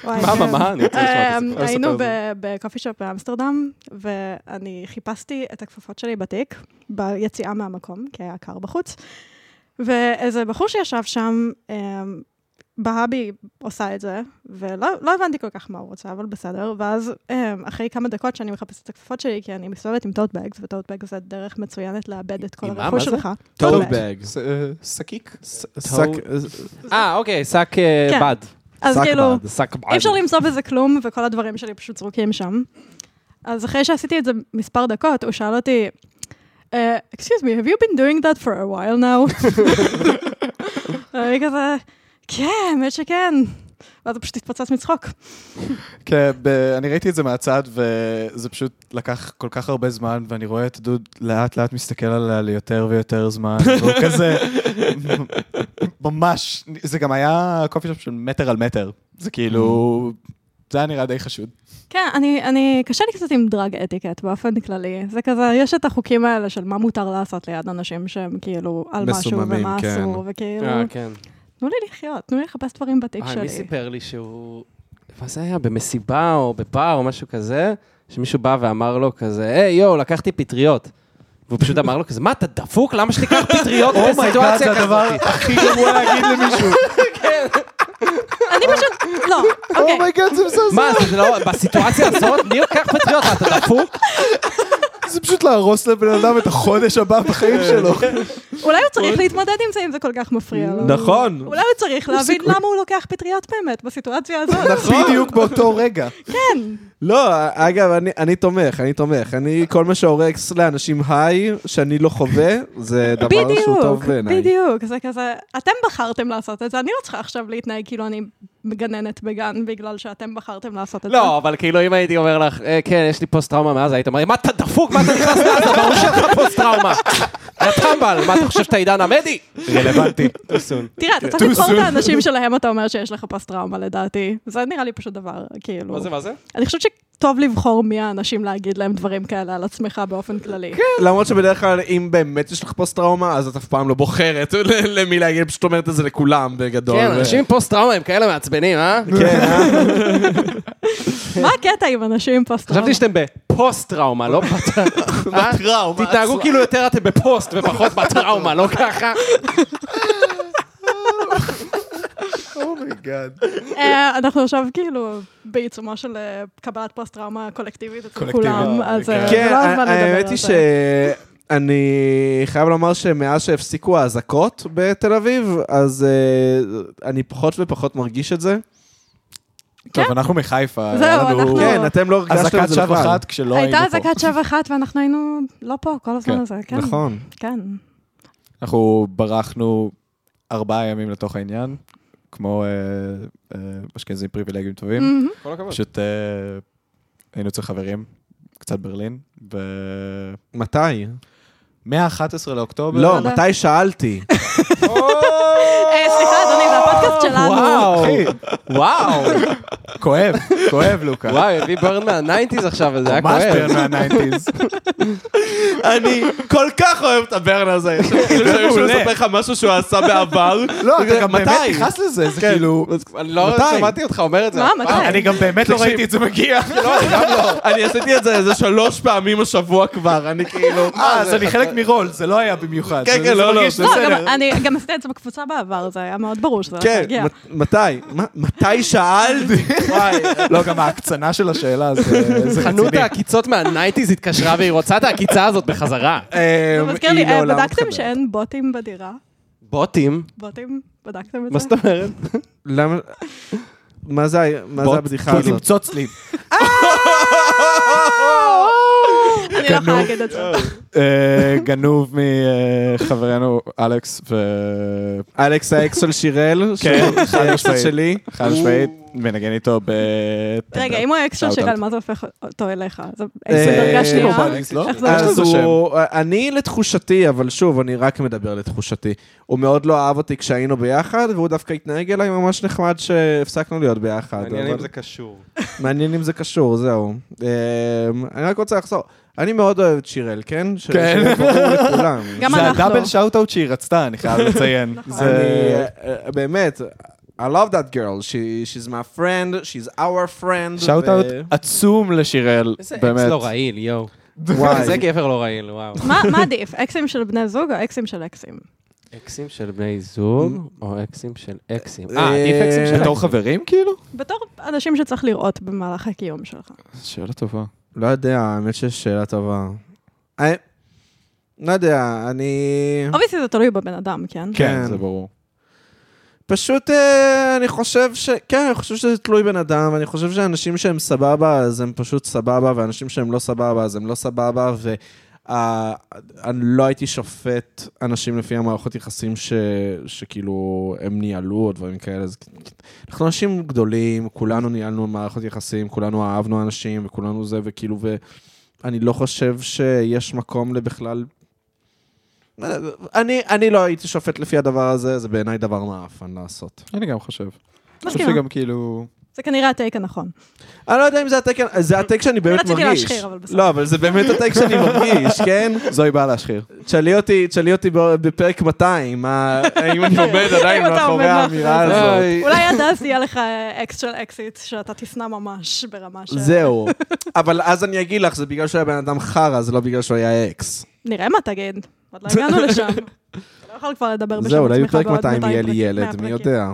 וואי,
מה, מה,
כן.
מה? אני רוצה לשמוע את הסיפור.
אה, היינו
הסיפור
ב- בקופי שופ באמסטרדם, ואני חיפשתי את הכפפות שלי בתיק, ביציאה מהמקום, כי היה קר בחוץ. ואיזה בחור שישב שם, אה, בהאבי עושה את זה, ולא לא הבנתי כל כך מה הוא רוצה, אבל בסדר. ואז אה, אחרי כמה דקות שאני מחפשת את הכפפות שלי, כי אני מסתובבת עם טוט בגס, וטוט בגס זה דרך מצוינת לאבד את כל
עם מה?
הרכוש
מה זה?
שלך.
טוב
Tote bag.
בג.
ס- אה, שקיק?
אה, אוקיי, שק אה,
כן.
בד.
אז כאילו,
שק בד.
אי אפשר למצוא בזה כלום, וכל הדברים שלי פשוט זרוקים שם. אז אחרי שעשיתי את זה מספר דקות, הוא שאל אותי, "אה, excuse me, have you been doing that for a while now? אני כזה, כן, האמת שכן. ואז הוא פשוט התפוצץ מצחוק.
כן, ב- אני ראיתי את זה מהצד, וזה פשוט לקח כל כך הרבה זמן, ואני רואה את דוד לאט לאט מסתכל עליה ליותר ויותר זמן, והוא כזה, ממש, זה גם היה קופי שופ של מטר על מטר. זה כאילו, זה היה נראה די חשוד.
כן, אני, אני, קשה לי קצת עם דרג אתיקט באופן כללי. זה כזה, יש את החוקים האלה של מה מותר לעשות ליד אנשים שהם כאילו על משהו
מסוממים,
ומה
כן.
אסור, וכאילו,
אה, כן.
תנו לי לחיות, תנו לי לחפש דברים בתיק
אה,
שלי.
מי סיפר לי שהוא... מה זה היה? במסיבה או בבר או משהו כזה? שמישהו בא ואמר לו כזה, היי, יואו, לקחתי פטריות. והוא פשוט אמר לו כזה, מה, אתה דפוק? למה שתיקח פטריות
אומייגאד,
בסיטואציה
זה הדבר
כזאת?
הכי גרוע להגיד למישהו.
אני פשוט, לא,
Oh
אוקיי.
אומייגאד, Oh זה מזעזע.
מה, זה לא, בסיטואציה הזאת, מי לוקח פטריות? מה, אתה דפוק?
זה פשוט להרוס לבן אדם את החודש הבא
אה,
בחיים שלו.
אולי הוא צריך להתמודד עם זה אם זה כל כך מפריע לו.
נכון.
אולי הוא צריך להבין למה הוא לוקח פטריות באמת בסיטואציה
נכון,
הזאת.
בדיוק באותו רגע.
כן.
לא, אגב, אני- אני תומך, אני תומך. אני, כל מה שהורקס לאנשים היי, שאני לא חווה, זה דבר שהוא
בדיוק,
טוב בעיניי.
בדיוק. זה כזה, אתם בחרתם לעשות את זה, אני לא צריכה עכשיו להתנהג כאילו אני גננת בגן בגלל שאתם בחרתם לעשות את זה.
לא, אבל כאילו, אם הייתי אומר לך, "אה, כן, יש לי פוסט-טראומה מאז, היית אומר, מה, אתה דפוק? מה, אתה נכנס לעזה? ברור שאתה פוסט-טראומה. אתה טמבל, מה, אתה חושב שאתה עידן עמדי?
רלוונטי.
תראה, אתה צריך
too
לבחור את
soon.
האנשים שלהם אתה אומר שיש לך פוסט טראומה לדעתי. זה נראה לי פשוט דבר, כאילו.
מה זה, מה זה?
אני חושבת שטוב לבחור מי האנשים להגיד להם דברים כאלה על עצמך באופן כללי.
למרות שבדרך כלל, אם באמת יש לך פוסט-טראומה, אז את אף פעם לא בוחרת ל- למי להגיד, פשוט אומרת את זה לכולם בגדול.
כן,
ו-
אנשים עם פוסט-טראומה הם כאלה מעצבנים, אה?
כן, אה?
מה הקטע עם אנשים עם פוסט טראומה?
חשבתי שאתם בפוסט-טראומה, לא
אה,
בטראומה.
בטראומה.
תתנהגו כאילו יותר אתם בפוסט ופחות בטראומה, לא ככה?
Oh אומייגאד.
אה, אנחנו עכשיו כאילו בעיצומו של אה, קבלת פוסט-טראומה קולקטיבית אצל
קולקטיבית,
כולם, אז אה,
כן,
זה לא הזמן לדבר על זה.
האמת היא שאני חייב לומר שמאז שהפסיקו האזעקות בתל אביב, אז אה, אני פחות ופחות מרגיש את זה.
טוב, אנחנו מחיפה.
זהו,
היה לנו
אנחנו-
כן, אתם לא הרגשתם את
אזעקת
זה
שווא
בכלל.
אחת כשלא היינו
הייתה
פה.
אזעקת שווא אחת ואנחנו היינו לא פה כל הזמן
כן,
הזה, כן.
נכון.
כן.
אנחנו ברחנו ארבעה ימים לתוך העניין, כמו אה, אה, אשכנזים פריבילגיים טובים.
מהמם.
כל הכבוד.
פשוט אה, היינו אצל חברים, קצת ברלין, ו...
מתי?
מה-11 לאוקטובר.
לא,
יודע.
מתי שאלתי?
אה, סליחה, אדוני, זה הפודקאסט שלנו.
וואו,
אחי,
וואו,
כואב, כואב, לוקה.
וואו, הביא ברן מהניינטיז עכשיו, וזה היה
ממש
כואב.
ברן מהניינטיז.
אני כל כך אוהב את הברן הזה. כאילו, שמישהו
מעולה.
מספר לך משהו שהוא עשה בעבר.
לא, אתה גם באמת
מתי? כן.
נכנס לזה, זה כאילו...
אני לא
מתי?
שמעתי אותך אומר את זה.
מה,
אף פעם.
מתי?
אני גם באמת לא ראיתי את זה מגיע.
לא, אני עשיתי את זה איזה שלוש פעמים השבוע כבר, אני כאילו...
אה, אז אני חלק מרול, זה לא היה במיוחד.
כן,
זה-
כן,
זה
לא, לא,
מרגיש
זה
לא,
בסדר.
גם- אני גם עשיתי את זה בקבוצה בעבר, זה היה מאוד ברור שזה
כן,
הגיע.
מת- מתי? מה- מתי שאלתי?
לא, גם ההקצנה של השאלה זה זה
חנות
רציני.
העקיצות מהנייטיז התקשרה והיא רוצה את העקיצה הזאת בחזרה.
אה,
זה מזכיר
היא
לי, אה,
לעולם
בדקתם
מתחברת.
שאין בוטים בדירה?
בוטים?
בוטים? בדקתם את
מה
זה?
זאת אומרת?
למה... מה זה ה- מה זה
בוא,
הבדיחה
בוא
הזאת?
תמצוץ לי.
אני לא יכולה להגיד את זה.
אה, גנוב מחברנו אלכס ו-
אלכס האקס של אה, שיראל,
כן,
חד משמעית. שלי.
חד משמעית, מנגן איתו ב...
רגע, אם הוא האקס של
שאוט-אאוט.
שירל, מה זה הופך אותו אליך? זה
אה,
איזה דרגה שנייה?
קורבנית, לא?
איך זה
יש
אז
לזה שם.
הוא, אני לתחושתי, אבל שוב, אני רק מדבר לתחושתי. הוא מאוד לא אהב אותי כשהיינו ביחד, והוא דווקא התנהג אליי ממש נחמד שהפסקנו להיות ביחד. אבל-
קשור.
מעניין אם זה קשור, זהו. אמ, אני רק רוצה לחזור. אני מאוד אוהב את שיראל, כן? ש-
כן.
שיראל ברור לכולם.
גם
זה
אנחנו.
הדאבל שאוט-אאוט שהיא רצתה, אני חייב לציין.
נכון.
אני,
זה...
אה, באמת, I love that girl. She- She's my friend, she's our friend.
שאוט-אאוט
ו-
עצום לשיראל,
איזה אקס
באמת.
לא רעיל, יואו.
וואי.
איזה גבר לא רעיל, וואו.
מה מה עדיף, אקסים של בני זוג או אקסים של אקסים?
אקסים של בני זוג, או אקסים של אקסים?
אה,
אה, עדיף אקסים של
בתור
אקסים.
חברים, כאילו?
בתור אנשים שצריך לראות במהלך הקיום שלך.
כן.
שאלה טובה.
לא יודע, האמת שיש שאלה טובה. אה, לא יודע, אני...
אובייסי זה תלוי בבן אדם, כן?
כן, זה ברור.
פשוט אה, אני חושב ש... כן, אני חושב שזה תלוי בן אדם, ואני חושב שאנשים שהם סבבה, אז הם פשוט סבבה, ואנשים שהם לא סבבה, אז הם לא סבבה, ו... אה, אני לא הייתי שופט אנשים לפי המערכות יחסים ש, שכאילו הם ניהלו או דברים כאלה. אז אנחנו אנשים גדולים, כולנו ניהלנו מערכות יחסים, כולנו אהבנו אנשים וכולנו זה, וכאילו, ואני לא חושב שיש מקום לבכלל... אה, אני, אני לא הייתי שופט לפי הדבר הזה, זה בעיניי דבר מעפן לעשות.
אני גם חושב. אני חושב
מסכימה.
שגם כאילו...
זה כנראה הטייק הנכון.
אני לא יודע אם זה הטייק, זה הטייק שאני באמת
רציתי
מרגיש.
להשחיר, אבל בסדר.
לא, אבל זה באמת הטייק שאני מרגיש, כן?
זוהי באה להשחיר.
תשאלי אותי, תשאלי אותי ב- בפרק 200, מה- האם אה, אני עומד עדיין לא.
אם אתה
מאחורי
עומד
האמירה
מאחורי
הזאת.
אולי עד אז יהיה לך אקס של אקסיט, שאתה תשנא ממש ברמה ש...
זהו. אבל אז אני אגיד לך, זה בגלל שהוא היה בן אדם חרא, זה לא בגלל שהוא היה אקס.
נראה מה תגיד, עוד לא הגענו לשם. אתה לא יכול כבר לדבר בשם
זהו, אולי
עצמך
בפרק
בעוד
200 יהיה לי
פרק- מאה
ילד, מי
פרקים.
יודע.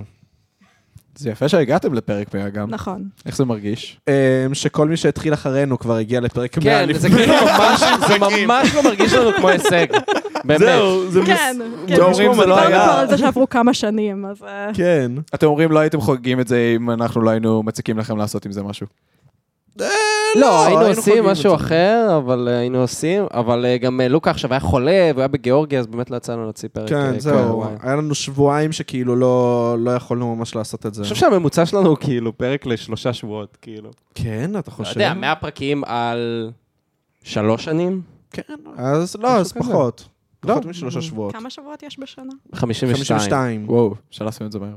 זה יפה שהגעתם לפרק 100 גם.
נכון.
איך זה מרגיש?
אמ, שכל מי שהתחיל אחרינו כבר הגיע לפרק 100
כן, זה כאילו ממש, זה ממש לא מרגיש לנו כמו הישג. באמת.
זהו, זה
כן, כן.
אומרים, זה לא
דיברנו
היה.
כבר על זה שעברו כמה שנים, אז... אה,
כן.
אתם אומרים לא הייתם חוגגים את זה אם אנחנו לא היינו מציקים לכם לעשות עם זה משהו.
לא, היינו
חוגגים
עושים
את
משהו
זה.
אחר, אבל אה, היינו עושים, אבל אה, גם אה, לוקה עכשיו היה חולה, והוא היה בגיאורגיה, אז באמת לא יצא לנו להוציא פרק. אה,
כן,
כל
זהו,
יומיים.
היה לנו שבועיים שכאילו לא לא יכולנו ממש לעשות את זה.
אני חושב שהממוצע שלנו הוא כאילו פרק לשלושה שבועות, כאילו.
כן, אתה
אתה
חושב?
יודע, 100 פרקים על שלוש שנים?
כן, אז לא, אז
משהו כזה.
פחות.
לא.
פחות משלושה שבועות.
כמה שבועות יש בשנה?
52.
52.
וואו, שלסנו את זה מהר.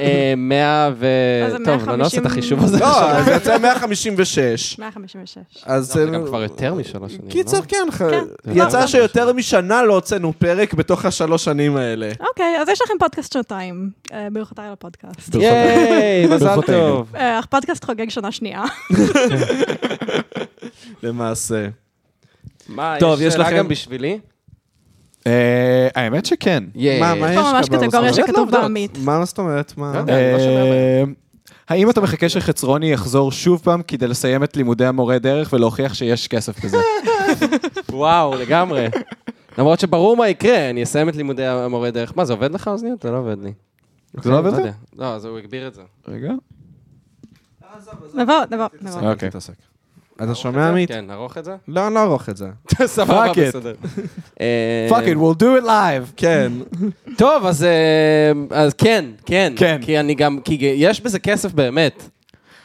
אה, 100 ו...
אז זה
טוב, אני לא עושה את
150.
החישוב הזה.
לא, אז יצא 156.
156.
אז...
לא, זה גם
אה,
כבר יותר משלוש שנים, לא?
קיצר, כן, ח-
כן.
יצא שיותר משנה לא הוצאנו פרק בתוך השלוש שנים האלה.
אוקיי, אז יש לכם פודקאסט שנתיים. אה, ברכותיי לפודקאסט.
ייי, מזל
ברכותינו.
טוב.
אה, אך פודקאסט חוגג שנה שנייה.
למעשה.
מה,
טוב,
יש
יש
שאלה
לכם-
גם בשבילי?
אה, האמת שכן.
ייי.
מה, מה
יש
יש?
פה ממש
לך בראש?
קטגוריה
אבל-
שכתוב בעמית.
מה זאת אומרת?
לא
מה?
יודע. אני לא שומע
אה, האם אתה מחכה שחצרוני יחזור שוב פעם כדי לסיים את לימודי המורה דרך ולהוכיח שיש כסף בזה?
וואו, לגמרי. למרות שברור מה יקרה, אני אסיים את לימודי המורה דרך. מה, זה עובד לך אוזניות? זה לא עובד לי.
זה לא עובד לך?
יודע. לא, אז הוא הגביר את זה.
רגע.
נבוא, נבוא, נבוא.
אה.
אל
אוקיי.
תתעסק. אתה שומע, עמית?
כן, נערוך את זה?
לא, אני לא אערוך את זה.
סבבה,
Fuck it. אה,
בסדר. אה,
fuck it, we'll do it live.
כן.
טוב, אז, אה, אז כן, כן.
כן.
כי אני גם, כי יש בזה כסף באמת.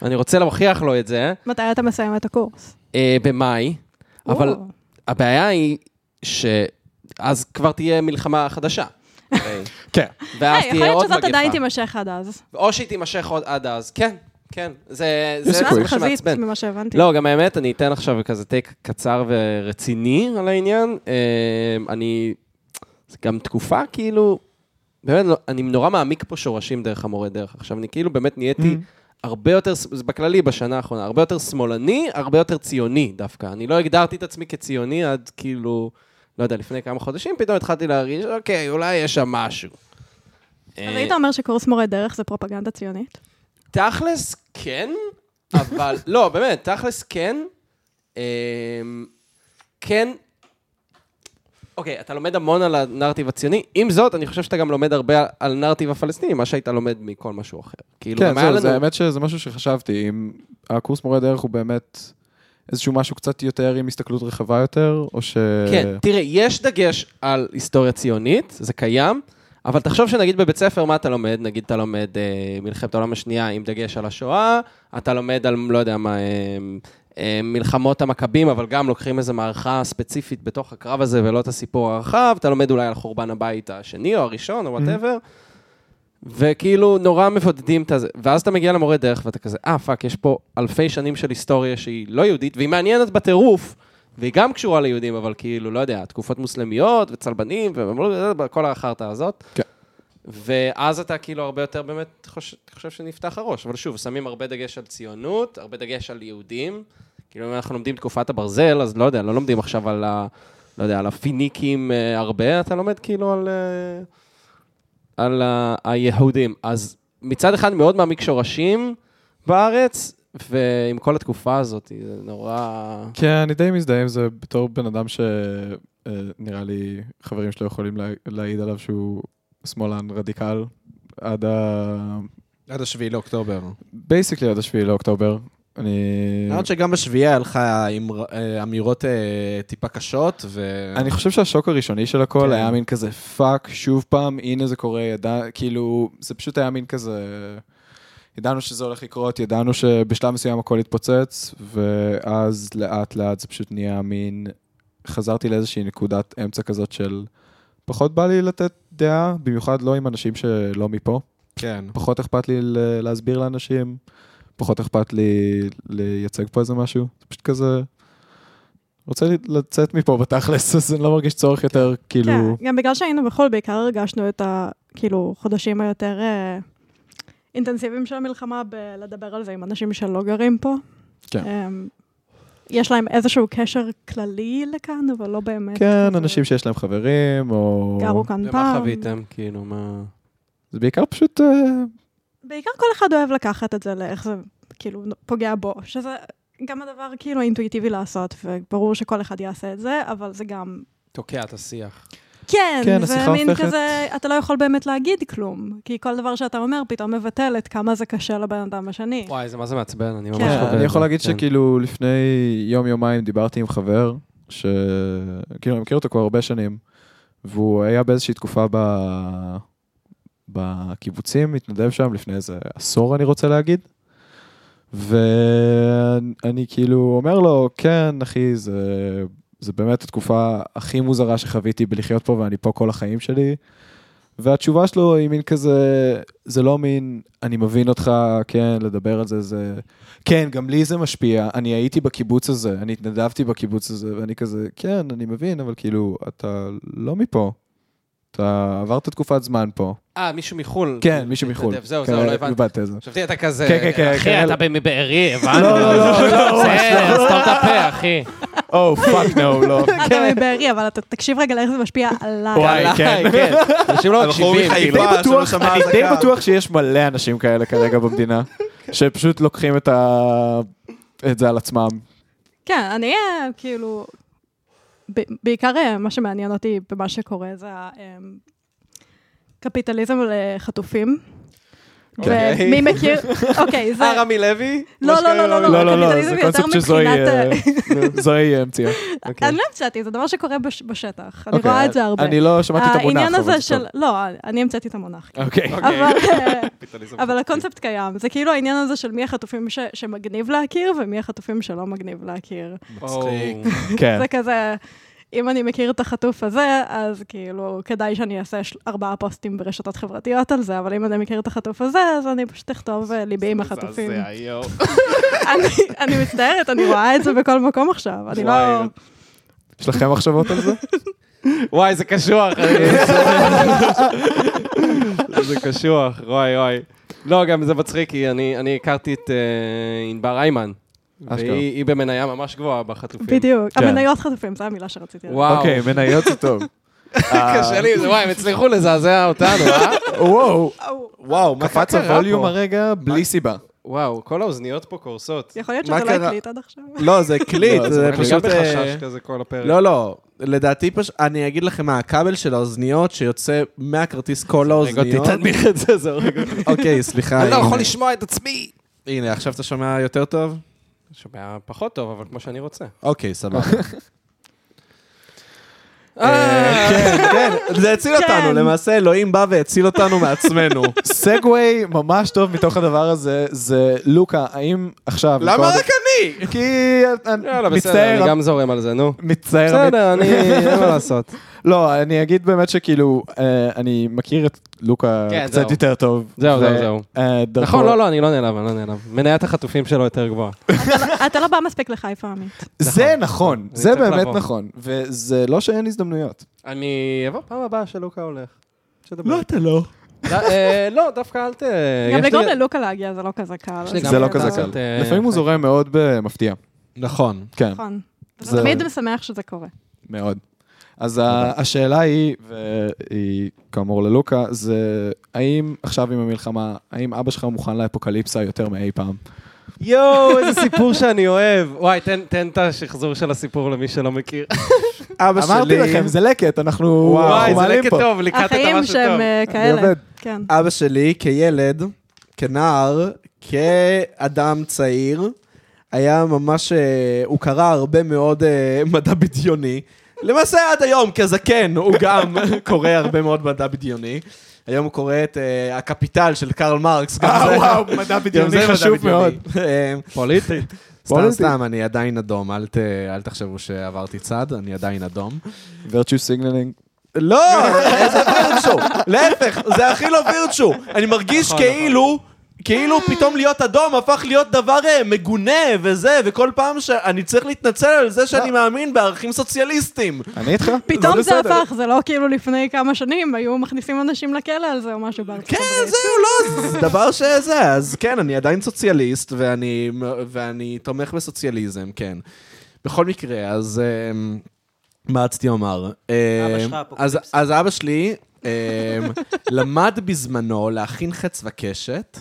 אני רוצה להוכיח לו את זה
מתי אתה מסיים את הקורס?
אה, במאי, אבל
או.
הבעיה היא שאז כבר תהיה מלחמה חדשה. אוקיי?
כן.
ואז
היי, יכול
תהיה
להיות
עוד
שזאת עדיין
מגפה.
תימשך עד אז.
או שהיא תימשך עוד עד אז. כן, כן. זה זה- זה
שנה
מה
חזית,
שמעצבן.
ממה שהבנתי.
לא, גם האמת, אני אתן עכשיו כזה טייק קצר ורציני על העניין. אה, אני... זה גם תקופה, כאילו... באמת, לא- אני נורא מעמיק פה שורשים דרך המורה דרך. עכשיו, אני כאילו באמת נהייתי הרבה יותר, ס- זה בכללי בשנה האחרונה, הרבה יותר שמאלני, הרבה יותר ציוני דווקא. אני לא הגדרתי את עצמי כציוני עד כאילו, לא יודע, לפני כמה חודשים, פתאום התחלתי להרגיש, אוקיי, אולי יש שם משהו.
אז
אה,
היית אומר שקורס מורה דרך זה פרופגנדה ציונית?
תכלס כן, אבל... לא, אה, באמת, תכלס כן. אמ, כן. אוקיי, אתה לומד המון על הנרטיב הציוני. עם זאת, אני חושב שאתה גם לומד הרבה על- על נרטיב הפלסטיני, מה שהיית לומד מכל משהו אחר. כאילו,
כן,
גם היה
זהו, זה
לנו-
האמת שזה משהו שחשבתי, אם הקורס מורה דרך הוא באמת איזשהו משהו קצת יותר עם הסתכלות רחבה יותר, או ש...
כן, תראה, יש דגש על היסטוריה ציונית, זה קיים, אבל תחשוב שנגיד בבית ספר, מה אתה לומד? נגיד אתה לומד אה, מלחמת העולם השנייה עם דגש על השואה, אתה לומד על, לא יודע מה, אה, אה, מלחמות המכבים, אבל גם לוקחים איזו מערכה ספציפית בתוך הקרב הזה ולא את הסיפור הרחב, אתה לומד אולי על חורבן הבית השני או הראשון או וואטאבר. וכאילו נורא מבודדים את זה, ואז אתה מגיע למורה דרך ואתה כזה, אה פאק, יש פה אלפי שנים של היסטוריה שהיא לא יהודית, והיא מעניינת בטירוף, והיא גם קשורה ליהודים, אבל כאילו, לא יודע, תקופות מוסלמיות וצלבנים וכל החרטא הזאת.
כן.
ואז אתה כאילו הרבה יותר באמת חושב, חושב שנפתח הראש. אבל שוב, שמים הרבה דגש על ציונות, הרבה דגש על יהודים. כאילו, אם אנחנו לומדים תקופת הברזל, אז לא יודע, לא לומדים עכשיו על ה... לא יודע, על הפיניקים אה, הרבה, אתה לומד כאילו על... אה, על ה- היהודים. אז מצד אחד מאוד מעמיק שורשים בארץ, ועם כל התקופה הזאת, זה נורא...
כן, אני די מזדהה עם זה בתור בן אדם שנראה לי חברים שלו יכולים לה- להעיד עליו שהוא שמאלן רדיקל עד ה...
עד השביעי לאוקטובר.
בייסיקלי עד השביעי לאוקטובר. אני...
למרות שגם בשביעי היה לך אמר- אה, אמירות אה, טיפה קשות, ו...
אני חושב שהשוק הראשוני של הכל
כן.
היה מין כזה פאק, שוב פעם, הנה זה קורה, ידע, כאילו, זה פשוט היה מין כזה... ידענו שזה הולך לקרות, ידענו שבשלב מסוים הכל יתפוצץ, ואז לאט לאט זה פשוט נהיה מין... חזרתי לאיזושהי נקודת אמצע כזאת של פחות בא לי לתת דעה, במיוחד לא עם אנשים שלא מפה.
כן.
פחות אכפת לי ל- להסביר לאנשים, פחות אכפת לי לייצג פה איזה משהו, זה פשוט כזה... רוצה לי- לצאת מפה בתכלס, אז אני לא מרגיש צורך יותר, כאילו...
כן, גם בגלל שהיינו בחו"ל, בעיקר הרגשנו את החודשים היותר אה, אינטנסיביים של המלחמה בלדבר על זה עם אנשים שלא גרים פה.
כן.
אה, יש להם איזשהו קשר כללי לכאן, אבל לא באמת.
כן,
כזה,
אנשים שיש להם חברים, או...
גרו כאן
ומה
פעם.
חוויתם? כאילו, מה...
זה בעיקר פשוט... אה,
בעיקר כל אחד אוהב לקחת את זה לאיך זה כאילו פוגע בו, שזה גם הדבר כאילו האינטואיטיבי לעשות, וברור שכל אחד יעשה את זה, אבל זה גם...
תוקע את השיח.
כן,
כן,
זה
השיחה
מין
הופכת-
כזה, אתה לא יכול באמת להגיד כלום, כי כל דבר שאתה אומר פתאום מבטל את כמה זה קשה לבן אדם השני.
וואי, זה מה זה מעצבן, אני ממש
כן.
חווה את זה.
כן. אני יכול להגיד
כן.
שכאילו לפני יום-יומיים דיברתי עם חבר, שכאילו אני מכיר אותו כבר הרבה שנים, והוא היה באיזושהי תקופה ב... בקיבוצים, התנדב שם לפני איזה עשור אני רוצה להגיד. ואני כאילו אומר לו, כן, אחי, זה, זה באמת התקופה הכי מוזרה שחוויתי בלחיות פה, ואני פה כל החיים שלי. והתשובה שלו היא מין כזה, זה לא מין, אני מבין אותך, כן, לדבר על זה, זה... כן, גם לי זה משפיע, אני הייתי בקיבוץ הזה, אני התנדבתי בקיבוץ הזה, ואני כזה, כן, אני מבין, אבל כאילו, אתה לא מפה. אתה עברת תקופת זמן פה.
אה, מישהו מחו"ל.
כן, מישהו מחו"ל.
מתנדב, זהו,
כן,
זהו, לא הבנתי.
איבדת את זה.
חשבתי אתה כזה,
כן, כן, כן,
אחי,
כן.
אתה מבארי, הבנו.
לא, לא, לא, לא, ממש
בסדר, סתום את הפה, אחי.
או, פאק נו, לא.
אתה אה, מבארי, אבל אתה תקשיב רגע לאיך זה משפיע עליי.
וואי, כן.
כן. אנשים לא מקשיבים,
אני
כאילו.
די בטוח, אני די בטוח שיש מלא אנשים כאלה כרגע במדינה, שפשוט לוקחים את ה... את זה על עצמם.
כן, אני אה, כאילו... ב- בעיקר אה, מה שמעניין אותי במה שקורה זה הקפיטליזם לחטופים.
אוקיי.
ומי מכיר, אוקיי, זה...
אה, רמי לוי?
לא,
מה
לא, לא,
שקרה
לא,
לא, לא,
עם רמי
לא,
לא,
הקפיטליזם
זה
יותר
קונספט שזוהי
מבחינת,
אה, זוהי המציאה.
אוקיי.
אני לא המצאתי, זה דבר שקורה בש- בשטח. אני
אוקיי,
רואה את זה הרבה.
אני לא שמעתי את המונח.
העניין
אבל
הזה
זה
של...
טוב.
לא, אני המצאתי את המונח. כן.
אוקיי.
אבל, אה, אבל הקונספט קיים, זה כאילו העניין הזה של מי החטופים ש- שמגניב להכיר ומי החטופים שלא מגניב להכיר.
מצחיק.
כן.
זה כזה, אם אני מכיר את החטוף הזה, אז כאילו, כדאי שאני אעשה של- ארבעה פוסטים ברשתות חברתיות על זה, אבל אם אני מכיר את החטוף הזה, אז אני פשוט אכתוב אה, ליבי עם החטופים. אני- אני מצטערת, אני רואה את זה בכל מקום עכשיו, אני לא...
וואי,
יש לכם מחשבות על זה?
וואי, זה קשוח.
לא.
זה קשוח, וואי וואי. לא, גם זה מצחיק, כי אני אני הכרתי את אה, ענבר איימן.
אשכרה.
והיא היא במניה ממש גבוהה בחטופים.
בדיוק,
כן.
המניות חטופים, זו המילה שרציתי להגיד.
וואו,
אוקיי, מניות זה טוב.
קשה לי, זה- וואי, הם הצליחו לזעזע אותנו, אה?
וואו,
וואו, מה
קפץ
קרה
הווליום
פה?
הרגע בלי סיבה.
וואו, כל האוזניות פה קורסות.
יכול להיות
מה
שזה לא
קרה?
הקליט עד עכשיו.
לא, זה הקליט,
לא, זה
זה
מקליט.
אני גם
פשוט... אה,
בחשש כזה כל הפרק.
לא, לא, לדעתי פשוט, אני אגיד לכם מה, הכבל של האוזניות שיוצא מהכרטיס כל האוזניות.
תנמיך את זה, זה הורג אותי.
אוקיי, סליחה.
אני לא
הנה.
יכול לשמוע את עצמי.
הנה, עכשיו אתה שומע יותר טוב?
שומע פחות טוב, אבל כמו שאני רוצה.
אוקיי, סבבה.
אה,
כן, כן, זה הציל אותנו,
כן.
למעשה אלוהים בא והציל אותנו מעצמנו.
סגווי ממש טוב מתוך הדבר הזה, זה לוקה, האם עכשיו...
למה
לקרוא-
רק אני?
כי...
יאללה, בסדר,
מצטער,
אני גם זורם על זה, נו.
מצטער. אני-
בסדר, אני... אין מה לעשות.
לא, אני אגיד באמת שכאילו, אה, אני מכיר את לוקה
כן, זהו.
קצת יותר טוב.
זהו, זהו,
ו-
זהו.
אה, דרכו-
נכון, לא, לא, אני לא נעלב, אני לא נעלב. מניית החטופים שלו יותר גבוהה.
אתה לא בא מספיק לחיפה, עמית.
זה נכון,
אני
זה
צריך
באמת
לבוא.
נכון, וזה לא שאין הזדמנויות.
אני אבוא פעם הבאה שלוקה הולך. שתדבר.
אתה לא.
ד- אה, לא, דווקא אל ת...
גם
אה, יש לי-
לגרום ללוקה להגיע זה לא כזה קל.
יש לי
אז
גם
זה לא
אתה
כזה
קצת,
קל.
אה,
לפעמים הוא
חי.
זורם מאוד במפתיע.
נכון.
כן,
נכון. וזה
זה-
תמיד משמח שזה קורה.
מאוד. אז ה- השאלה היא, והיא כאמור ללוקה, זה האם עכשיו עם המלחמה, האם אבא שלך מוכן לאפוקליפסה יותר מאי פעם?
יואו, איזה סיפור שאני אוהב. וואי, תן- תן את השחזור של הסיפור למי שלא מכיר.
אבא
אמרתי לכם,
שלי,
זה לקט, אנחנו
וואי,
אנחנו
זה
מעלים
לקט
פה.
טוב, ליקטת
החיים
משהו
שהם
טוב.
אה,
עובד.
כאלה. כן.
אה,
אבא שלי כילד, כנער, כאדם צעיר, היה ממש, אה, הוא קרא הרבה מאוד אה, מדע בדיוני. למעשה עד היום, כזקן, הוא גם קורא הרבה מאוד מדע בדיוני. היום הוא קורא את אה, הקפיטל של קרל מרקס. גם זה-
אה, מדע
גם זה מדע
חשוב
בדיוני.
מאוד.
אה,
פוליטית.
סתם,
פוליטי.
סתם, אני עדיין אדום, אל ת- אל תחשבו שעברתי צד, אני עדיין אדום.
virtue signaling.
לא, איזה וירצ'ו. להפך, זה הכי לא וירצ'ו. אני מרגיש
נכון,
כאילו, כאילו פתאום להיות אדום הפך להיות דבר אה, מגונה וזה, וכל פעם שאני צריך להתנצל על זה
לא.
שאני מאמין בערכים סוציאליסטיים.
אני איתך?
פתאום זה
בסדר.
הפך, זה לא כאילו לפני כמה שנים היו מכניסים אנשים לכלא על זה או משהו בארצות
כן,
הברית.
זהו, לא, זה דבר שזה. אז כן, אני עדיין סוציאליסט, ואני, ואני תומך בסוציאליזם, כן. בכל מקרה, אז... אמ, מה רציתי לומר? אמ,
שלך
אז,
אפוקליפסה.
אז אבא שלי אמ, למד בזמנו להכין חץ וקשת,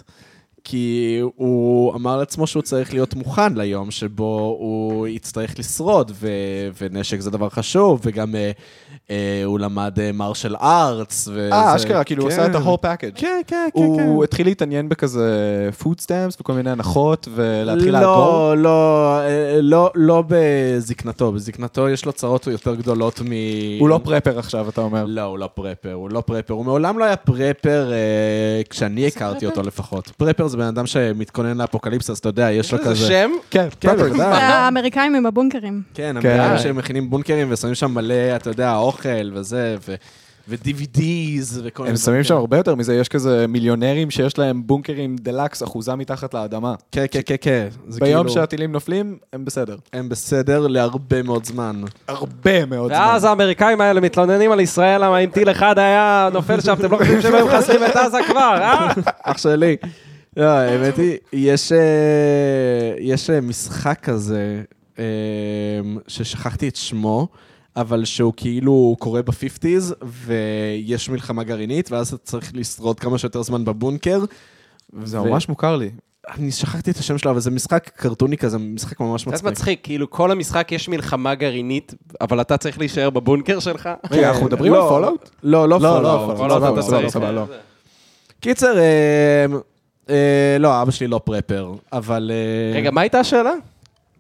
כי הוא אמר לעצמו שהוא צריך להיות מוכן ליום שבו הוא יצטרך לשרוד, ו, ונשק זה דבר חשוב, וגם אה, אה, הוא למד מרשל ארטס.
אה, אשכרה, כאילו הוא עשה את ה-whole package.
כן, כן, כן.
הוא התחיל להתעניין בכזה food stamps וכל מיני הנחות ולהתחיל לאגור.
לא, לא, אה, לא, לא בזקנתו. בזקנתו יש לו צרות יותר גדולות מ...
הוא לא פרפר עכשיו, אתה אומר.
לא, הוא לא פרפר, הוא לא פרפר. הוא מעולם לא היה פרפר אה, כשאני הכרתי אותו לפחות. פרפר זה בן אדם שמתכונן לאפוקליפסה, אז אתה יודע, יש לו
יש לזה
כזה...
שם?
כן, כן,
פרפר,
בוודאי.
זה האמריקאים עם הבונקרים.
כן, הם
כן.
נראה שהם מכינים בונקרים ושמים שם מלא, אתה יודע, אוכל וזה, ו... ו-DVDs וכל מיני...
הם שמים
דברים.
שם הרבה יותר מזה, יש כזה מיליונרים שיש להם בונקרים דלקס אחוזה מתחת לאדמה.
כן, כן, כן, כן. זה
ביום
כאילו-
שהטילים נופלים, הם בסדר.
הם בסדר להרבה מאוד זמן.
הרבה מאוד זמן.
ואז האמריקאים האלה מתלוננים על ישראל, למה אם טיל אחד היה נופל שם, אתם לא חושבים שהם היו מחסלים את עזה כבר, אה?
אח שלי. לא, האמת היא, יש, אה, יש אה, משחק כזה, אה, ששכחתי את שמו, אבל שהוא כאילו קורה בפיפטיז, ויש מלחמה גרעינית, ואז אתה צריך לשרוד כמה שיותר זמן בבונקר.
זה
ו-
ממש מוכר לי.
אני שכחתי את השם שלו, אבל זה משחק קרטוני כזה, משחק ממש
זה
מצחיק.
מצחיק, כאילו כל המשחק יש מלחמה גרעינית, אבל אתה צריך להישאר בבונקר שלך.
רגע, אנחנו מדברים על
לא,
פולאאוט?
לא, לא
לא,
פולאאוט.
לא,
כל עוד
סבבה,
אתה
סבבה,
צריך-
סבבה, לא.
קיצר, אה, אה, לא, אבא שלי לא פרפר, אבל... אה,
רגע, מה הייתה השאלה?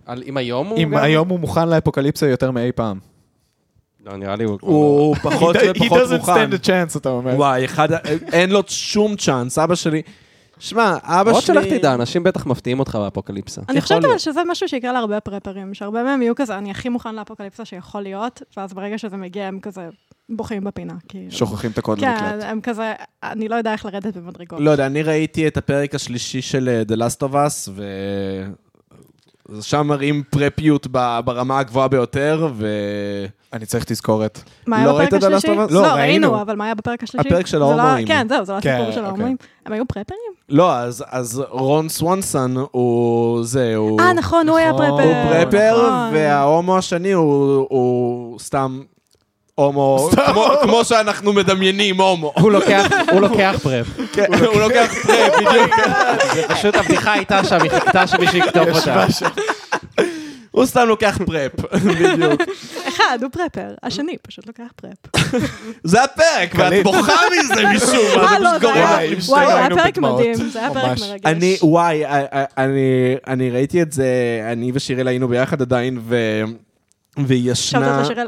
על אם היום הוא...
אם
גם-
היום הוא מוכן לאפוקליפסה יותר מאי פעם.
לא, נראה לי הוא... כבר לא-
הוא פחות ופחות מוכן.
chance, אתה אומר.
וואי, אחד, ה- אין לו שום צ'אנס, אבא שלי. שמע, אבא שלי...
עוד שלך תדע, אנשים בטח מפתיעים אותך באפוקליפסה.
אני חושבת אבל
להיות.
שזה משהו שיקרה להרבה פרפרים, שהרבה מהם יהיו כזה, אני הכי מוכן לאפוקליפסה שיכול להיות, ואז ברגע שזה מגיע הם כזה בוכים בפינה. כאילו.
שוכחים את הקוד
כן,
למקלט.
הם כזה, אני לא יודע איך לרדת במדרגות.
לא יודע, אני ראיתי את הפרק השלישי של אה, The Last of Us, ו... אז שם מראים פרפיות ב- ברמה הגבוהה ביותר, ו...
אני צריך תזכורת.
מה היה
לא ראית
בפרק
את The Last
השלישי?
of Us?
לא,
לא,
ראינו.
ראינו, אבל מה היה בפרק השלישי?
הפרק של
זה לא-
ההומואים.
כן, זהו, זה לא
כן,
הסיפור של
אוקיי.
ההומואים. הם היו פרפרים?
לא, אז, אז רון סוונסון הוא זה, הוא...
אה, נכון, הוא היה
נכון.
פרפר.
הוא פרפר,
נכון.
וההומו השני הוא, הוא סתם הומו, כמו, כמו שאנחנו מדמיינים הומו.
הוא לוקח, הוא לוקח פרפ.
כן, הוא לוקח פרפ, בדיוק.
פשוט הבדיחה הייתה שם, היא חיכתה שמישהו יכתוב אותה.
הוא סתם לוקח פרפ, בדיוק.
אחד, הוא פרפר, השני פשוט לוקח פרפ.
זה הפרק, ואת
קליט.
בוכה מזה משום מה.
אה,
זה
לא,
פשוט
זה
גורם
וואי,
היה
עם שתינו
וואי, זה היה
היינו
פרק
בדמעות.
מדהים, זה היה פרק
ממש.
מרגש.
אני, וואי, א- א- אני, אני ראיתי את זה, אני ושיראל היינו ביחד עדיין, ו... והיא
עכשיו
ישנה...
לשרל,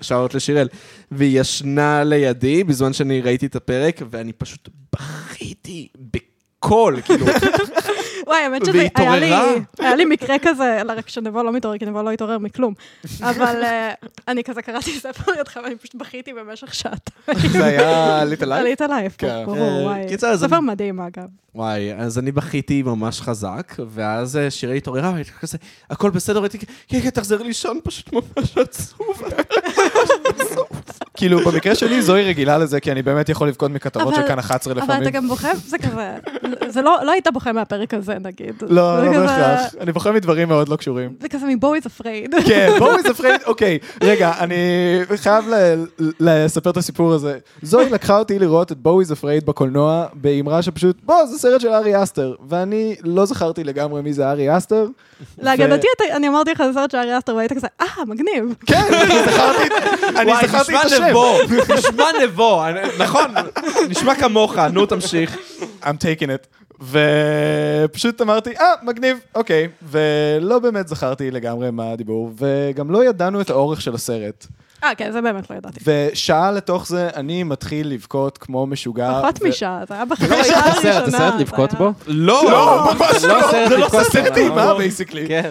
שעות לשיראל. והיא ישנה לידי בזמן שאני ראיתי את הפרק, ואני פשוט בכיתי בקול, כאילו,
וואי, האמת שזה
והיא
היה לי,
התעוררה.
היה לי מקרה כזה, אלא רק שנבו לא מתעורר, כי נבו לא התעורר מכלום. אבל אה, אני כזה קראתי ספר לידך, ואני פשוט בכיתי במשך שעתיים.
זה היה ליטל לייב?
עלית לייף,
כן.
אה,
ברור, וואי.
קיצר, אז
ספר
אני-
מדהים, אגב.
וואי, אז אני בכיתי ממש חזק, ואז אה, שיראל התעוררה, והייתי כזה, הכל בסדר, הייתי כזה, כן, כן, תחזרי לישון, פשוט ממש עצוב.
כאילו, במקרה שלי זוהי רגילה לזה, כי אני באמת יכול לבכות מכתבות של
אבל-
כאן 11
אבל אתה
לפעמים.
גם בוכה, זה כזה, זה לא לא היית בוכה מהפרק הזה, נגיד.
לא,
זה
לא
כזה-
בהכרח. אני בוחר מדברים מאוד לא קשורים.
זה כזה מבויז אפרייד.
כן, בואו נזפרד, אוקיי, רגע, אני חייב ל- ל- לספר את הסיפור הזה. זוהי לקחה אותי לראות את בואו is afraid בקולנוע, באמרה שפשוט, בוא, זה סרט של ארי אסטר. ואני לא זכרתי לגמרי מי זה ארי אסטר.
להגנתי, אתה- אני אמרתי לך זה סרט של ארי אסטר, והיית כזה, אה, מגניב.
כן, אני זכרתי, אני זכרתי את השם.
נשמע נבו, נכון, נשמע כמוך, נו, תמשיך.
I'm taking it. ופשוט אמרתי, אה, מגניב, אוקיי. ולא באמת זכרתי לגמרי מה הדיבור, וגם לא ידענו את האורך של הסרט.
אה, כן, זה באמת לא ידעתי.
ושעה לתוך זה, אני מתחיל לבכות כמו משוגע.
פחות
ו-
משעה, זה היה בחצי
לא ראית
שעה
את
הראשונה.
הסרט, זה סרט לבכות
זה היה-
בו?
לא,
ממש
לא סרט
זה לא
לבכות
סרט
בו,
אימה,
אבל-
basically.
כן.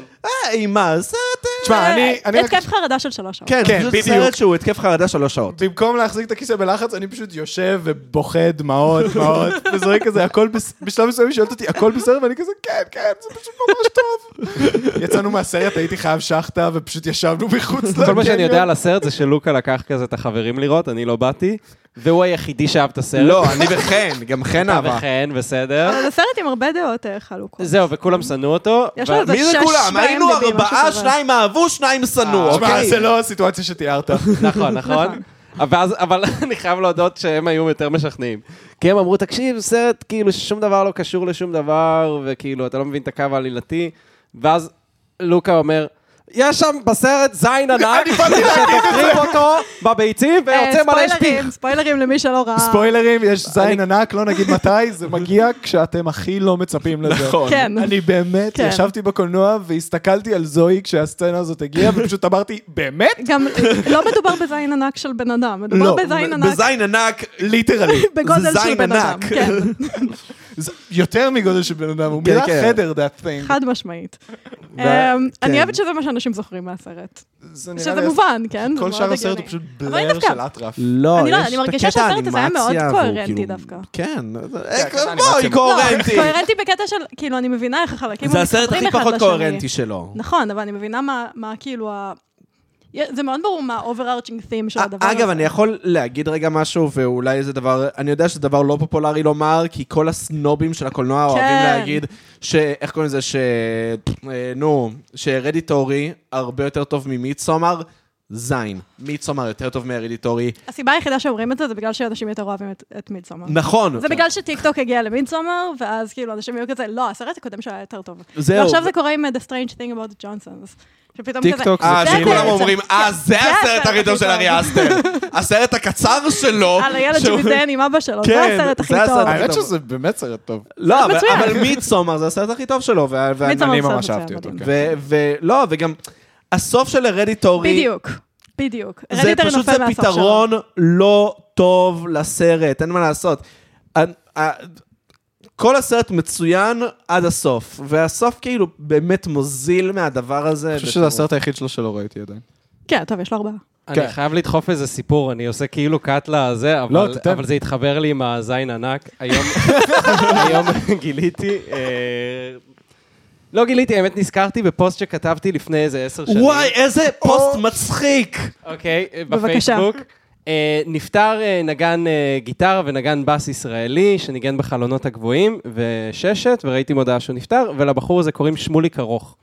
היי, מה, סרט... אה,
תשמע, אני... אני רק-
התקף כן, חרדה של שלוש שעות.
כן,
כן,
זה פשוט
בדיוק.
סרט שהוא התקף חרדה שלוש שעות.
במקום להחזיק את הכיסא בלחץ, אני פשוט יושב ובוכה דמעות, דמעות, וזורק כזה, הכל בס... בשלב מסוים היא שואלת אותי, הכל בסדר? ואני כזה, כן, כן, זה פשוט ממש טוב. יצאנו מהסרט, הייתי חייב שחטה, ופשוט ישבנו מחוץ לקניון.
כל מה שאני יודע על הסרט זה שלוקה לקח כזה את החברים לראות, אני לא באתי, והוא היחידי שאהב את הסרט.
לא, אני וחן, גם חן
אתה וחן, בסדר.
אבל זה סרט עם הרבה דעות אה, חלוקות.
זהו, וכולם שנאו אותו.
יש
ו-
לו איזה
מי זה
שש
כולם? היינו
ב-IMDb,
ארבעה,
משהו כזה.
שניים אהבו, שניים שנאו,
אה,
תשמע,
אוקיי?
זה לא הסיטואציה שתיארת.
נכון, נכון.
נכון.
ואז, אבל אני חייב להודות שהם היו יותר משכנעים. כי הם אמרו, תקשיב, סרט כאילו ששום דבר לא קשור לשום דבר, וכאילו, אתה לא מבין את הקו העלילתי. ואז לוקה אומר, יש שם בסרט זין ענק, שתקריב אותו בביצים
אה,
ויוצא מלא שפיך.
ספוילרים, ספוילרים למי שלא ראה.
אה, ספוילרים, יש זין ענק, לא נגיד מתי, זה מגיע כשאתם הכי לא מצפים לזה. נכון.
כן.
אני באמת
כן.
ישבתי בקולנוע והסתכלתי על זוהי כשהסצנה הזאת הגיעה, ופשוט אמרתי, באמת?
גם לא מדובר בזין ענק של בן אדם, מדובר
לא,
בזין ענק
בזין ענק,
ליטרלי.
בגודל
זה
של
זין
בן אדם.
ענק.
כן,
זה יותר מגודל של בן אדם, הוא
כן,
מילא
כן.
חדר, that thing.
חד משמעית.
ו-
אמ,
כן.
אני אוהבת שזה מה שאנשים זוכרים מהסרט.
זה נראה
שזה
לי-
מובן, כן? זה
כל
מאוד
שאר הסרט
הגיוני.
הוא פשוט
אבל
בלר
דווקא-
של אטרף.
לא,
אני לא,
יש
אני
את
מרגישה
הקטע
שהסרט הזה היה מאוד
האנימציה, והוא
קוהרנטי
כאילו-
דווקא. לא,
כן, אה,
הקטע
בואי,
האנימציה.
קוהרנטי.
קוהרנטי בקטע של, כאילו, אני מבינה איך החלקים
זה הסרט
מתחברים
הכי
אחד
פחות
לשני.
קוהרנטי שלו.
נכון, אבל אני מבינה מה- מה כאילו ה... זה מאוד ברור מה ה-overarching theme של
א-
הדבר הזה.
אה, אגב, אני יכול להגיד רגע משהו, ואולי זה דבר, אני יודע שזה דבר לא פופולרי לומר, כי כל הסנובים של
כן.
הקולנוע אוהבים להגיד, ש... איך קוראים לזה? ש... אה, נו, שרדיטורי הרבה יותר טוב ממיצומר, זין. מיצומר יותר טוב מהרדיטורי.
הסיבה היחידה שאומרים את זה, זה בגלל שאנשים יותר אוהבים את- את מידסומר.
נכון.
זה בגלל שטיקטוק הגיע למידסומר, ואז כאילו אנשים היו כזה, לא, הסרט הקודם שלה היה יותר טוב.
זהו.
ועכשיו זה קורה עם The Strange Thing About the Johnsons. שפתאום כזה...
טיקטוק
אה,
זה
שכולם
בעצם-
אומרים, אה, זה
כן, זה
הסרט הכי טוב של ארי אסטר. הסרט הקצר שלו.
על הילד
שהוא-
שמזדיין עם אבא שלו,
כן,
זה הסרט הכי
זה
טוב.
הסרט
האמת
טוב.
שזה באמת סרט טוב.
לא, אבל-
מצוין.
אבל מידסומר זה הסרט הכי טוב שלו, וה- וה-
מידסומר
אני
הוא סרט
ממש
מצוין,
אהבתי אותו,
מדהים.
כן.
ו- ולא, וגם הסוף של הרדיטורי,
בדיוק, בדיוק.
זה
רדיטר
פשוט
נופל
זה
מהסוף שלו.
פתרון לא טוב לסרט, אין מה לעשות. אה, ה- ה- כל הסרט מצוין עד הסוף, והסוף כאילו באמת מוזיל מהדבר הזה.
אני חושב שזה הסרט היחיד שלו שלא ראיתי עדיין.
כן, טוב, יש לו ארבעה.
אני
כן.
חייב לדחוף איזה סיפור, אני עושה כאילו קאט לזה, אבל-
לא, תתן.
אבל זה התחבר לי עם הזין ענק. היום היום גיליתי... אה, לא גיליתי, האמת נזכרתי בפוסט שכתבתי לפני איזה עשר שנים.
וואי, איזה פוסט מצחיק!
אוקיי, אה,
בבקשה.
בפייסבוק. אה, נפטר אה, נגן אה, גיטרה ונגן בס ישראלי שניגן בחלונות הגבוהים וששת, וראיתי מודעה שהוא נפטר, ולבחור הזה קוראים שמוליק ארוך.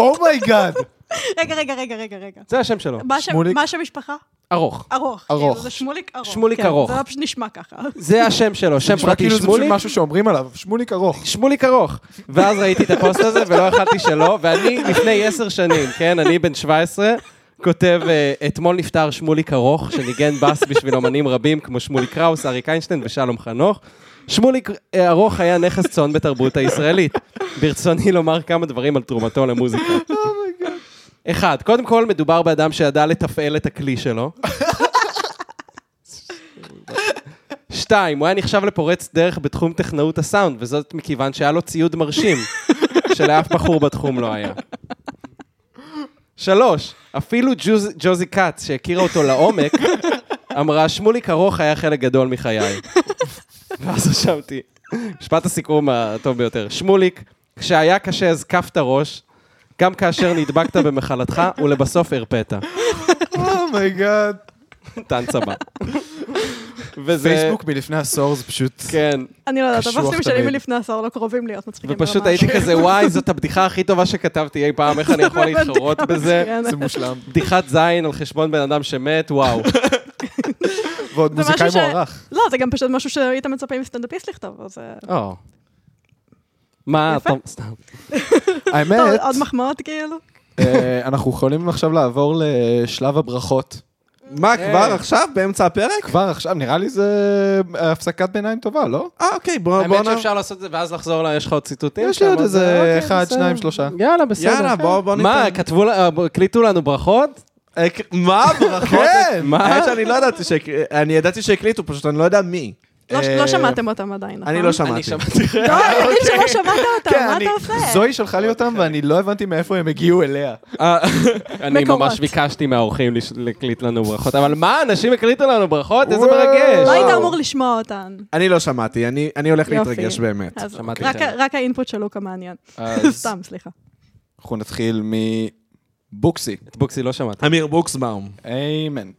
אומייגאד.
רגע, רגע, רגע, רגע, רגע.
זה השם שלו,
מה ש-
שמוליק?
מה שמשפחה?
ארוך.
ארוך.
ארוך.
כאילו, זה שמוליק ארוך.
שמוליק
כן,
ארוך.
זה לא פשוט נשמע ככה.
זה השם שלו, שם
נשמע
פרטי
כאילו זה פשוט
שמוליק.
משהו שאומרים עליו, שמוליק ארוך.
שמוליק ארוך. ואז ראיתי את הפוסט הזה ולא יכלתי שלא, ואני לפני עשר שנים, כן, אני בן 17, כותב, אה, אתמול נפטר שמוליק ארוך, שניגן בס בשביל אומנים רבים כמו שמוליק קראוס, אריק איינשטיין ושלום חנוך. שמוליק אה, ארוך היה נכס צאן בתרבות הישראלית. ברצוני לומר כמה דברים על תרומתו למוזיקה. אחד, קודם כל מדובר באדם שידע לתפעל את הכלי שלו. שתיים, הוא היה נחשב לפורץ דרך בתחום טכנאות הסאונד, וזאת מכיוון שהיה לו ציוד מרשים, שלאף בחור בתחום לא היה. שלוש, אפילו ג'וז, ג'וזי כץ, שהכירה אותו לעומק, אמרה, שמוליק ארוך היה חלק גדול מחיי. ואז רשמתי, משפט הסיכום הטוב ביותר. שמוליק, כשהיה קשה הזקפת ראש, גם כאשר נדבקת במחלתך, ולבסוף הרפאת.
אומייגאד.
טן צבא. וזה...
פייסבוק מלפני עשור זה פשוט...
כן.
אני לא יודעת,
קשוח
הפוסטים שלי
תמיד.
מלפני עשור לא קרובים להיות מצחיקים.
ופשוט
ברמה
הייתי
הזאת.
כזה, וואי, זאת הבדיחה הכי טובה שכתבתי אי פעם, איך אני יכול להתחרות בזה?
מצוין.
זה מושלם.
בדיחת זין על חשבון בן אדם שמת, וואו.
ועוד
זה
מוזיקאי
משהו ש-
מוערך.
לא, זה גם פשוט משהו שהיית מצפה מסטנדאפיסט לכתוב, אז... אה,
או. מה,
יפה.
אתה- סתם.
טוב,
האמת,
עוד מחמאות כאילו?
אה, אנחנו יכולים עכשיו לעבור לשלב הברכות.
אה.
מה, כבר עכשיו? באמצע הפרק?
כבר עכשיו, נראה לי זה אה, הפסקת ביניים טובה, לא?
אה, כן, אוקיי, בוא בוא
האמת
נע...
שאפשר לעשות את זה ואז לחזור ל... יש לך עוד ציטוטים?
יש לי עוד
שם?
איזה
אוקיי,
אחד,
בסדר.
שניים, שלושה.
יאללה, בסדר.
יאללה, בוא בוא ניתן...
מה, כתבו, ל- אה, הקליטו לנו ברכות?
אה, כ- מה, ברכות?
כן.
מה?
האמת שאני לא ידעתי שהקליטו, אני ידעתי שהקליטו, פשוט אני לא יודע מי.
לא
אה,
לא שמעתם אותם עדיין, נכון?
אני לא
אני
שמעתי.
שמעתי.
לא, אני מבין שלא שמעת אותם,
אוקיי. כן,
מה
אני-
אתה עושה?
זוהי שלחה לי
אוקיי.
אותם ואני לא הבנתי מאיפה הם הגיעו אליה.
אה, אני
מקורות.
ממש ביקשתי מהאורחים לש- להקליט לנו ברכות, אבל מה, אנשים הקליטו לנו ברכות? איזה
וואו.
מרגש.
לא היית
וואו.
אמור לשמוע אותן.
אני לא שמעתי, אני- אני הולך
יופי.
להתרגש באמת.
אז
שמעתי
רק-
שאני-
רק האינפוט שלו כמעניין.
אז
סתם, סליחה.
אנחנו נתחיל מבוקסי.
את בוקסי לא שמעת.
אמיר בוקסבאום.
איימן.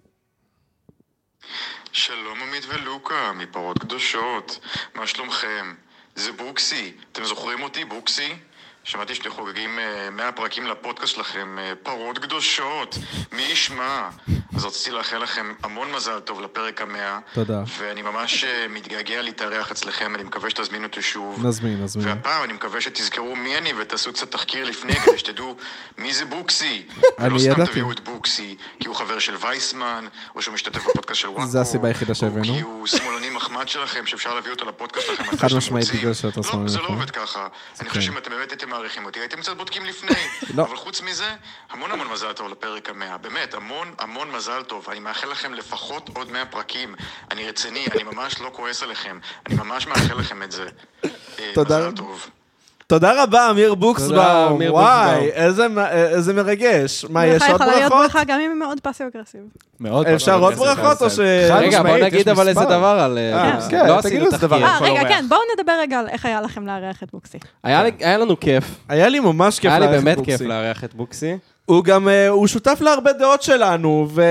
שלום עמית ולוקה, מפרות קדושות. מה שלומכם? זה בוקסי. אתם זוכרים אותי, בוקסי? שמעתי שאתם חוגגים אה, 100 פרקים לפודקאסט שלכם, אה, פרות קדושות. מי ישמע? אז רציתי לאחל לכם המון מזל טוב לפרק המאה.
תודה.
ואני ממש אה, מתגעגע להתארח אצלכם, אני מקווה שתזמינו אותי שוב.
נזמין, נזמין.
והפעם אני מקווה שתזכרו מי אני ותעשו קצת תחקיר לפני כדי שתדעו מי זה בוקסי.
אני
ולא סתם
ידעתי.
תביאו את בוקסי כי הוא חבר של וייסמן, או שהוא משתתף בפודקאסט של וואקו.
זה הסיבה היחידה
או
שהבאנו.
כי הוא שמאלני מחמד שלכם, שאפשר להביא אותו לפודקאסט שלכם. מתי
חד
שאתם
משמעית
רוצים.
בגלל שאתה שמאלני
לא, זה לא
מחמד.
עובד ככה. אני חושב שאם אתם באמת הייתם מעריכים אותי, הייתם קצת בודקים לפני.
לא.
אבל חוץ מזה, המון המון מזל טוב לפרק המאה. באמת, המון המון מזל טוב. אני מאחל לכם לפחות עוד 100 פרקים. אני רציני, אני ממש לא כועס עליכם. אני ממש מאחל לכם את זה. אה,
תודה.
מזל טוב.
תודה רבה, אמיר בוקסבאום.
אמיר
וואי,
בוקסבאום.
איזה מ- אה, איזה מרגש. מה, יש
לך
עוד
יכולה להיות
ברכות?
ברכה גם אם היא מאוד פאסיב אגרסיב.
מאוד
אפשר
פחות
עוד
כסף
ברכות או
לעשות.
ש...
חד
רגע, בוא
משמעית, יש
נגיד אבל איזה
מספר.
דבר על... אה,
אה,
בוקסי.
כן,
לא
תגידו
עשינו
איזה דבר.
תחקיר.
אה,
יכול
רגע,
לאורח.
כן, בואו נדבר רגע על איך היה לכם לארח את בוקסי.
היה לי- היה לנו כיף.
היה לי ממש כיף
היה לי
לארח את
באמת
בוקסי.
כיף לארח את בוקסי.
הוא גם, אה, הוא שותף להרבה דעות שלנו, ו...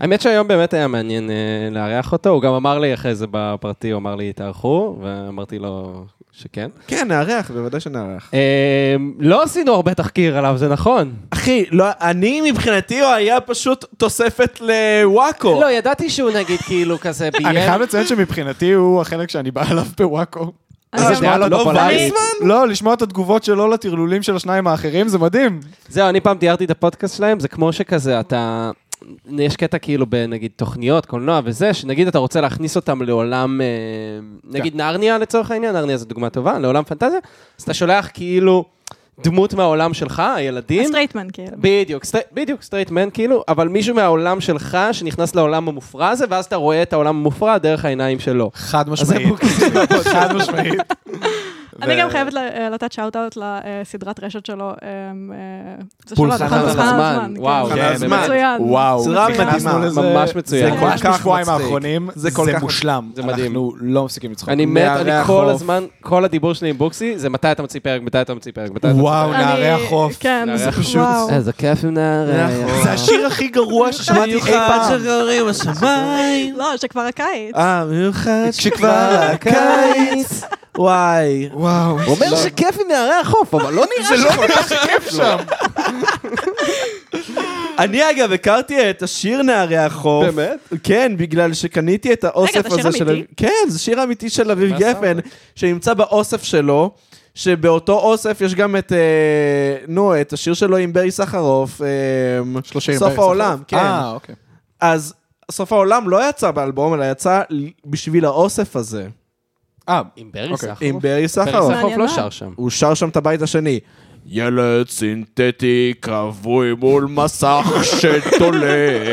האמת שהיום באמת היה מעניין אה, לארח אותו, הוא גם אמר לי אחרי זה בפרטי, הוא אמר לי, תארחו, ואמרתי לו שכן.
כן, נארח, בוודאי שנארח.
אה, לא עשינו הרבה תחקיר עליו, זה נכון.
אחי, לא, אני מבחינתי הוא היה פשוט תוספת לוואקו.
לא, ידעתי שהוא נגיד כאילו כזה
אני חייב
ביים.
לציין שמבחינתי הוא החלק שאני בא אליו בוואקו.
אני
זה
גם-
דעה לא
לא
פופולרית.
וייסמן? לא, לשמוע את התגובות שלו לטרלולים של השניים האחרים, זה מדהים.
זהו, אני פעם תיארתי את הפודקאסט שלהם, זה כמו שכזה, אתה... יש קטע כאילו בנגיד תוכניות, קולנוע וזה, שנגיד אתה רוצה להכניס אותם לעולם, אה, נגיד
כן.
נרניה לצורך העניין, נרניה זו דוגמה טובה, לעולם פנטזיה, אז אתה שולח כאילו דמות מהעולם שלך, הילדים.
הסטרייטמן כאילו.
בדיוק, סטרי- בדיוק, סטרייט מן כאילו, אבל מישהו מהעולם שלך שנכנס לעולם המופרע הזה, ואז אתה רואה את העולם המופרע דרך העיניים שלו.
חד
אז זה
משמעית. חד משמעית.
אני גם חייבת ל- אה, לתת שאוט-אאוט לסדרת רשת שלו. אמ, אה, זה
פולחן
שלו,
על
נכון? פולחן על
הזמן.
הזמן, כן.
וואו,
כן, באמת.
מצוין.
וואו,
סדרה
נכנסנו
מדהימה,
לזה.
ממש מצוין.
זה כל
ממש
כך
בשבועיים
מצחיק.
האחרונים,
זה כל כך-
מושלם.
זה מדהים.
אנחנו לא מפסיקים לצחוק.
אני מת, אני
נערי
כל
החוף.
הזמן, כל הדיבור שלי עם בוקסי, זה מתי אתה מוציא פרק, מתי אתה מוציא פרק, מתי אתה מוציא
וואו,
אני-
נערי החוף.
כן,
נערי
זה
החוף.
פשוט... וואו.
איזה כיף עם נער.
זה השיר הכי גרוע ששמעתי אי פעם.
שגרים השמיים.
לא, שכבר הקיץ.
אה, מיוחד
כשכבר
הקיץ. וואי.
וואו. לא
הוא אומר שכיף עם נערי החוף, אבל לא נראה
זה לא כל כך כיף שם.
אני אגב הכרתי את השיר נערי החוף.
באמת?
כן, בגלל שקניתי את האוסף
רגע, זה שיר
הזה של...
אמיתי?
כן, זה שיר אמיתי של אביב
מה
גפן,
סבבה?
שנמצא באוסף שלו, שבאותו אוסף יש גם את, אה, נו, את השיר שלו עם ברי סחרוף, אה, סוף העולם, כן.
אה, אוקיי.
אז סוף העולם לא יצא באלבום, אלא יצא ל- בשביל האוסף הזה,
אה,
עם ברי סחרוף.
עם ברי סחרוף.
סחרוף לא
מעניין
שר
מאוד.
שם.
הוא שר שם את הבית השני. ילד סינתטי כבוי מול מסך שתולה.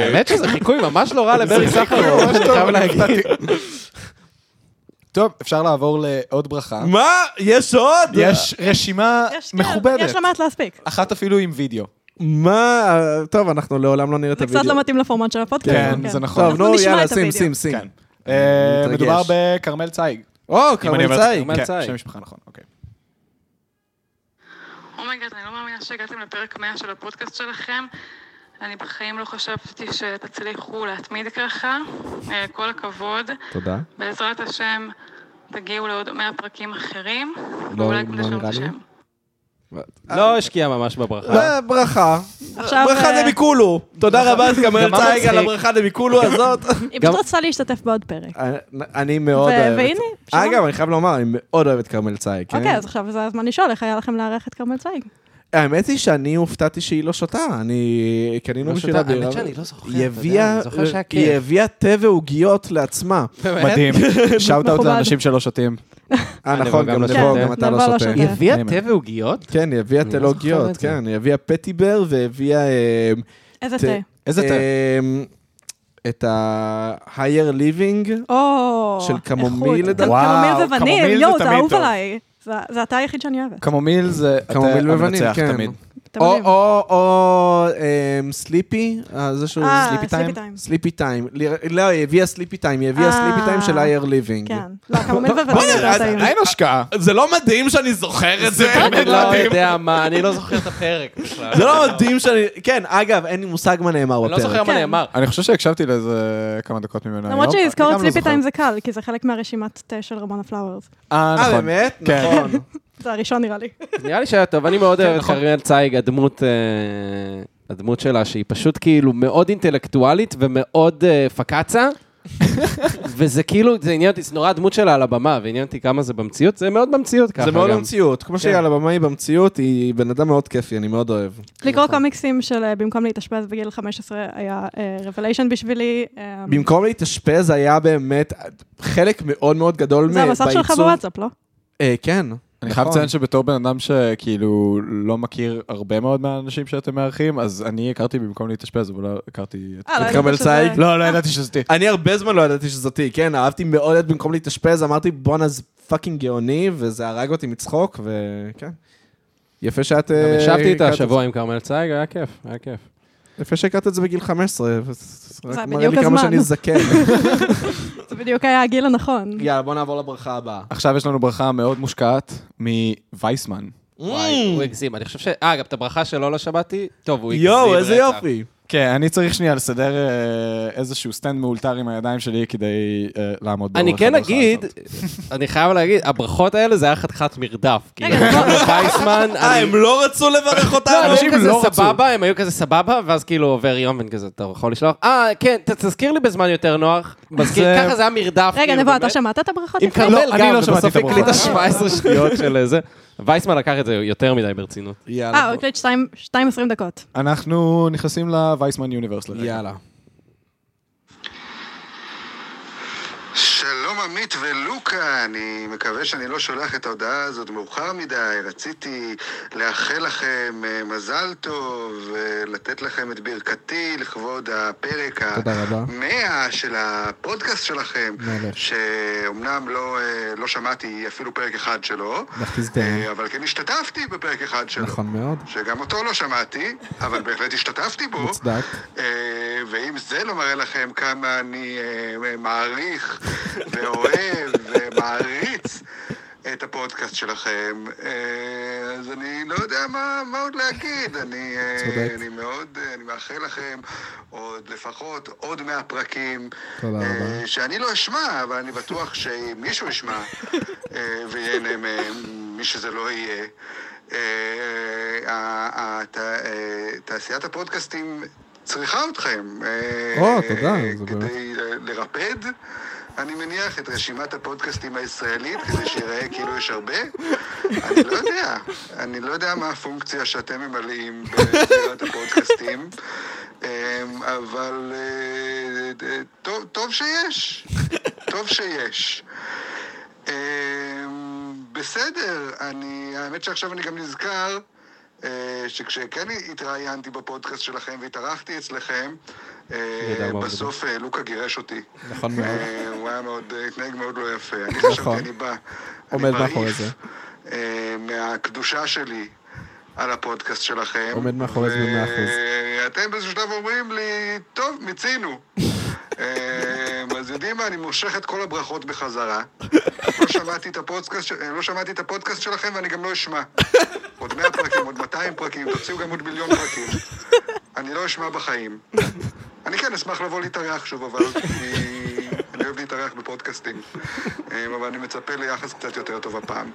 האמת שזה חיקוי ממש לא רע לברי סחרוף, אני חייב להגיד.
טוב, אפשר לעבור לעוד ברכה.
מה? יש עוד?
יש רשימה
יש, כן,
מכובדת.
יש לה מעט להספיק.
אחת אפילו עם וידאו.
מה? טוב, אנחנו לעולם לא נראה את
זה
הוידאו.
קצת לא מתאים לפורמט של הפודקאסט.
כן,
אבל
זה נכון.
טוב,
אנחנו
נו,
נשמע
יאללה,
את
שים,
הוידאו.
שים, שים.
כן. אה,
מתרגש.
מדובר בכרמל צייג.
או,
אם אני
כרמל
אומר-
צייג.
כן,
צייג.
שם משפחה נכון, אוקיי.
אומייגאד, אני לא מאמינה שהגעתם לפרק 100 של הפודקאסט שלכם. אני בחיים לא חשבתי שתצליחו להתמיד ככה. אה, כל הכבוד.
תודה.
בעזרת השם, תגיעו לעוד 100 פרקים אחרים.
לא-
ואולי
לא
גם תשאלו את
נראה לי.
השם.
לא השקיע ממש בברכה.
אה, ברכה.
עכשיו,
ברכה
אה,
דמיקולו. תודה רבה, כרמל
גם מה
צייג,
מצחיק?
על הברכה דמיקולו הזאת.
היא
גם-
פשוט רצתה להשתתף בעוד פרק.
אני מאוד
ו-
אוהב.
והנה,
את-
שלום.
אגב, אני חייב לומר, אני מאוד אוהב את כרמל צייג. אה, כן?
אוקיי, אז עכשיו זה הזמן לשאול איך היה לכם לארח את כרמל צייג.
האמת היא שאני הופתעתי שהיא לא שותה, אני קנינו
לא
בשבילה
שותה,
בירה.
האמת שאני לא זוכר,
היא
אתה יודע,
הביאה-
אני זוכר שהיה כיף.
היא הביאה תה ועוגיות לעצמה.
מדהים. שאוט אאוט
מכובד.
לאנשים שלא שותים.
אה,
אני
נכון,
גם
גם
לא
נבו,
שותה.
גם אתה
נבו
לא
לא
שותה.
שותה.
היא הביאה
אני-
תה ועוגיות?
כן, היא הביאה
אני
תה
לא זוכר את
לעוגיות,
זה.
כן, היא הביאה פטיבר והביאה... אה,
איזה
תה.
תה.
איזה תה?
אמ, את ה-higher living.
או,
של קמומיל,
איכות.
לדעתי.
וואו,
קמומיל
קמומיל
ווניל,
זה
יואו, זה
תמיד
אהוב
טוב.
עליי. זה- זה התא היחיד שאני אוהבת.
קמומיל זה
קמומיל
אתה
בבנים,
המנצח
כן.
תמיד.
אתם
או,
יודעים.
או, או, אה, סליפי, זה שהוא...
אה, Sleepy Time? Sleepy Time.
סליפי טיים. לא, היא הביאה סליפי טיים, היא הביאה
אה.
סליפי טיים של higher living.
כן. לא, קמומיל ווניל
בוא'נה,
זה
אוקיי. אז
הטעים.
עדיין השקעה.
זה לא מדהים שאני זוכר את זה,
אני לא יודע מה, אני לא זוכר את הפרק בכלל.
זה לא מדהים שאני... כן, אגב, אין לי מושג מה נאמר
אני לא זוכר
כן.
בפרק.
מה נאמר.
אני חושב שהקשבתי לאיזה כמה דקות ממנו היום.
למרות שלזכור
אני
את
גם לא
סליפי
זוכר.
טיים זה קל, כי זה חלק מהרשימת תה של רמונה פלאוורס.
אה,
אה,
נכון.
באמת?
כן.
נכון.
זה הראשון נראה לי.
נראה לי שהיה טוב, אני
כן,
מאוד אוהב את חריאל צייג, הדמות... אה, הדמות שלה, שהיא פשוט כאילו מאוד אינטלקטואלית ומאוד אה, פקצה, וזה כאילו, זה עניין אותי, זה נורא הדמות שלה על הבמה, ועניין אותי כמה זה במציאות, זה מאוד במציאות ככה
זה מאוד
גם. כן.
במציאות. כמו שהיא על הבמה היא במציאות, היא בן אדם מאוד כיפי, אני מאוד אוהב.
לקרוא קומיקסים של אה, במקום להתאשפז בגיל 15 היה רבליישן בשבילי. אה,
במקום להתאשפז היה באמת חלק מאוד מאוד גדול
זה המסך שלך
בעיצוב-
בוואטסאפ, לא?
אה, כן.
אני חייב
נכון.
לציין שבתור בן אדם שכאילו לא מכיר הרבה מאוד מהאנשים שאתם מארחים, אז אני הכרתי במקום להתאשפז, אבל לא הכרתי את...
אה, לא
את
ידעתי
כרמל
שזה-
צייג?
לא, לא ידעתי שזאתי.
אני הרבה זמן לא ידעתי שזאתי, כן, אהבתי מאוד את במקום להתאשפז, אמרתי בואנה זה פאקינג גאוני, וזה הרג אותי מצחוק, וכן. יפה שאת...
גם
אה, Mm.
ישבתי איתה
הכרת-
השבוע עם כרמל צייג, היה כיף, היה כיף.
יפה שהכרת את זה בגיל 15, וזה
זה
רק מראה
בדיוק
לי כמה
הזמן.
שאני זקן.
זה בדיוק היה הגיל הנכון.
יאללה, בוא נעבור לברכה הבאה.
עכשיו יש לנו ברכה מאוד מושקעת מווייסמן.
וואי, הוא הגזים, אני חושב ש... אה, גם את הברכה שלו לא שמעתי? טוב, הוא הגזים.
יואו, איזה
רצח.
יופי.
כן, אני צריך שנייה לסדר אה, איזשהו סטנד מאולתר עם הידיים שלי כדי אה, לעמוד באורך
אני כן
הברכה
אגיד,
הזאת.
אני חייב להגיד, הברכות האלה זה היה חתיכת מרדף.
רגע,
כאילו,
בוא-
וייסמן,
אה,
אני-
הם לא רצו לברך
הם
אותנו?
היו כזה
לא רצו.
סבבה, הם היו כזה סבבה, ואז כאילו עובר יום ואני כזה, אתה יכול לשלוח? אה, כן, ת- תזכיר לי בזמן יותר נוח. מזכיר,
זה-
ככה זה היה מרדף.
רגע,
כאילו,
נבו, אתה
באמת.
שמעת את הברכות?
עם
לפני?
כרמל
לא, אני
גם,
לא שמעתי את
ובסוף הקליטה
הברכות.
17 שניות של אה, זה. וייסמן לקח את זה יותר מדי ברצינות.
אה,
יאללה.
הוא הקליט 2.20 דקות.
אנחנו נכנסים לווייסמן יוניברס לרגע.
יאללה.
שלום עמית ולוקה, אני מקווה שאני לא שולח את ההודעה הזאת מאוחר מדי. רציתי לאחל לכם אה, מזל טוב, ולתת לכם את ברכתי לכבוד הפרק
תודה רבה.
המאה של הפודקאסט שלכם,
מלך.
שאומנם לא, אה, לא שמעתי אפילו פרק אחד שלו, אה, אבל כן השתתפתי בפרק אחד שלו.
נכון מאוד.
שגם אותו לא שמעתי, אבל בהחלט השתתפתי בו.
מוצדק.
אה, ואם זה לא מראה לכם כמה אני אה, מעריך ואוהב ומעריץ את הפודקאסט שלכם, אה, אז אני לא יודע מה, מה עוד להגיד. אני, אה,
צודק.
אני מאוד, אה, אני מאחל לכם עוד לפחות עוד 100 פרקים.
תודה
אה,
רבה.
שאני לא אשמע, אבל אני בטוח שאם מישהו ישמע אה, וייהנה מהם, מי שזה לא יהיה, אה, אה, ת- אה, תעשיית הפודקאסטים צריכה אתכם. אה,
או, תודה, זה
כדי ל- לרפד, אני מניח, את רשימת הפודקאסטים הישראלית, כדי שיראה כאילו יש הרבה. אני לא יודע, אני לא יודע מה הפונקציה שאתם ממלאים בזירת הפודקאסטים, אה, אבל אה, אה, טוב- טוב שיש, טוב שיש. אמ, בסדר, אני, האמת שעכשיו אני גם נזכר אה, שכשכן התראיינתי בפודקאסט שלכם והתארחתי אצלכם, אה,
יודע מה הוא
בסוף אה, לוקה גירש אותי.
נכון מאוד. נכון.
אה, הוא היה מאוד, אה, התנהג מאוד לא יפה. אני חשבתי, אני בא.
עומד
אני
מאחורי
ברעיף,
זה.
אה, מהקדושה שלי על הפודקאסט שלכם.
עומד מאחורי זה במאה אחוז.
ואתם באיזשהו שלב אומרים לי, טוב, מיצינו. אה, אז יודעים מה, אני מושך את כל הברכות בחזרה. לא שמעתי את הפודקאסט, של- לא שמעתי את הפודקאסט שלכם ואני גם לא אשמע. עוד 100 פרקים, עוד 200 פרקים, תוציאו גם עוד מיליון פרקים. אני לא אשמע בחיים. אני כן אשמח לבוא להתארח שוב, אבל כי אני אוהב להתארח בפודקאסטים. אה, אבל אני מצפה ליחס קצת יותר טוב הפעם.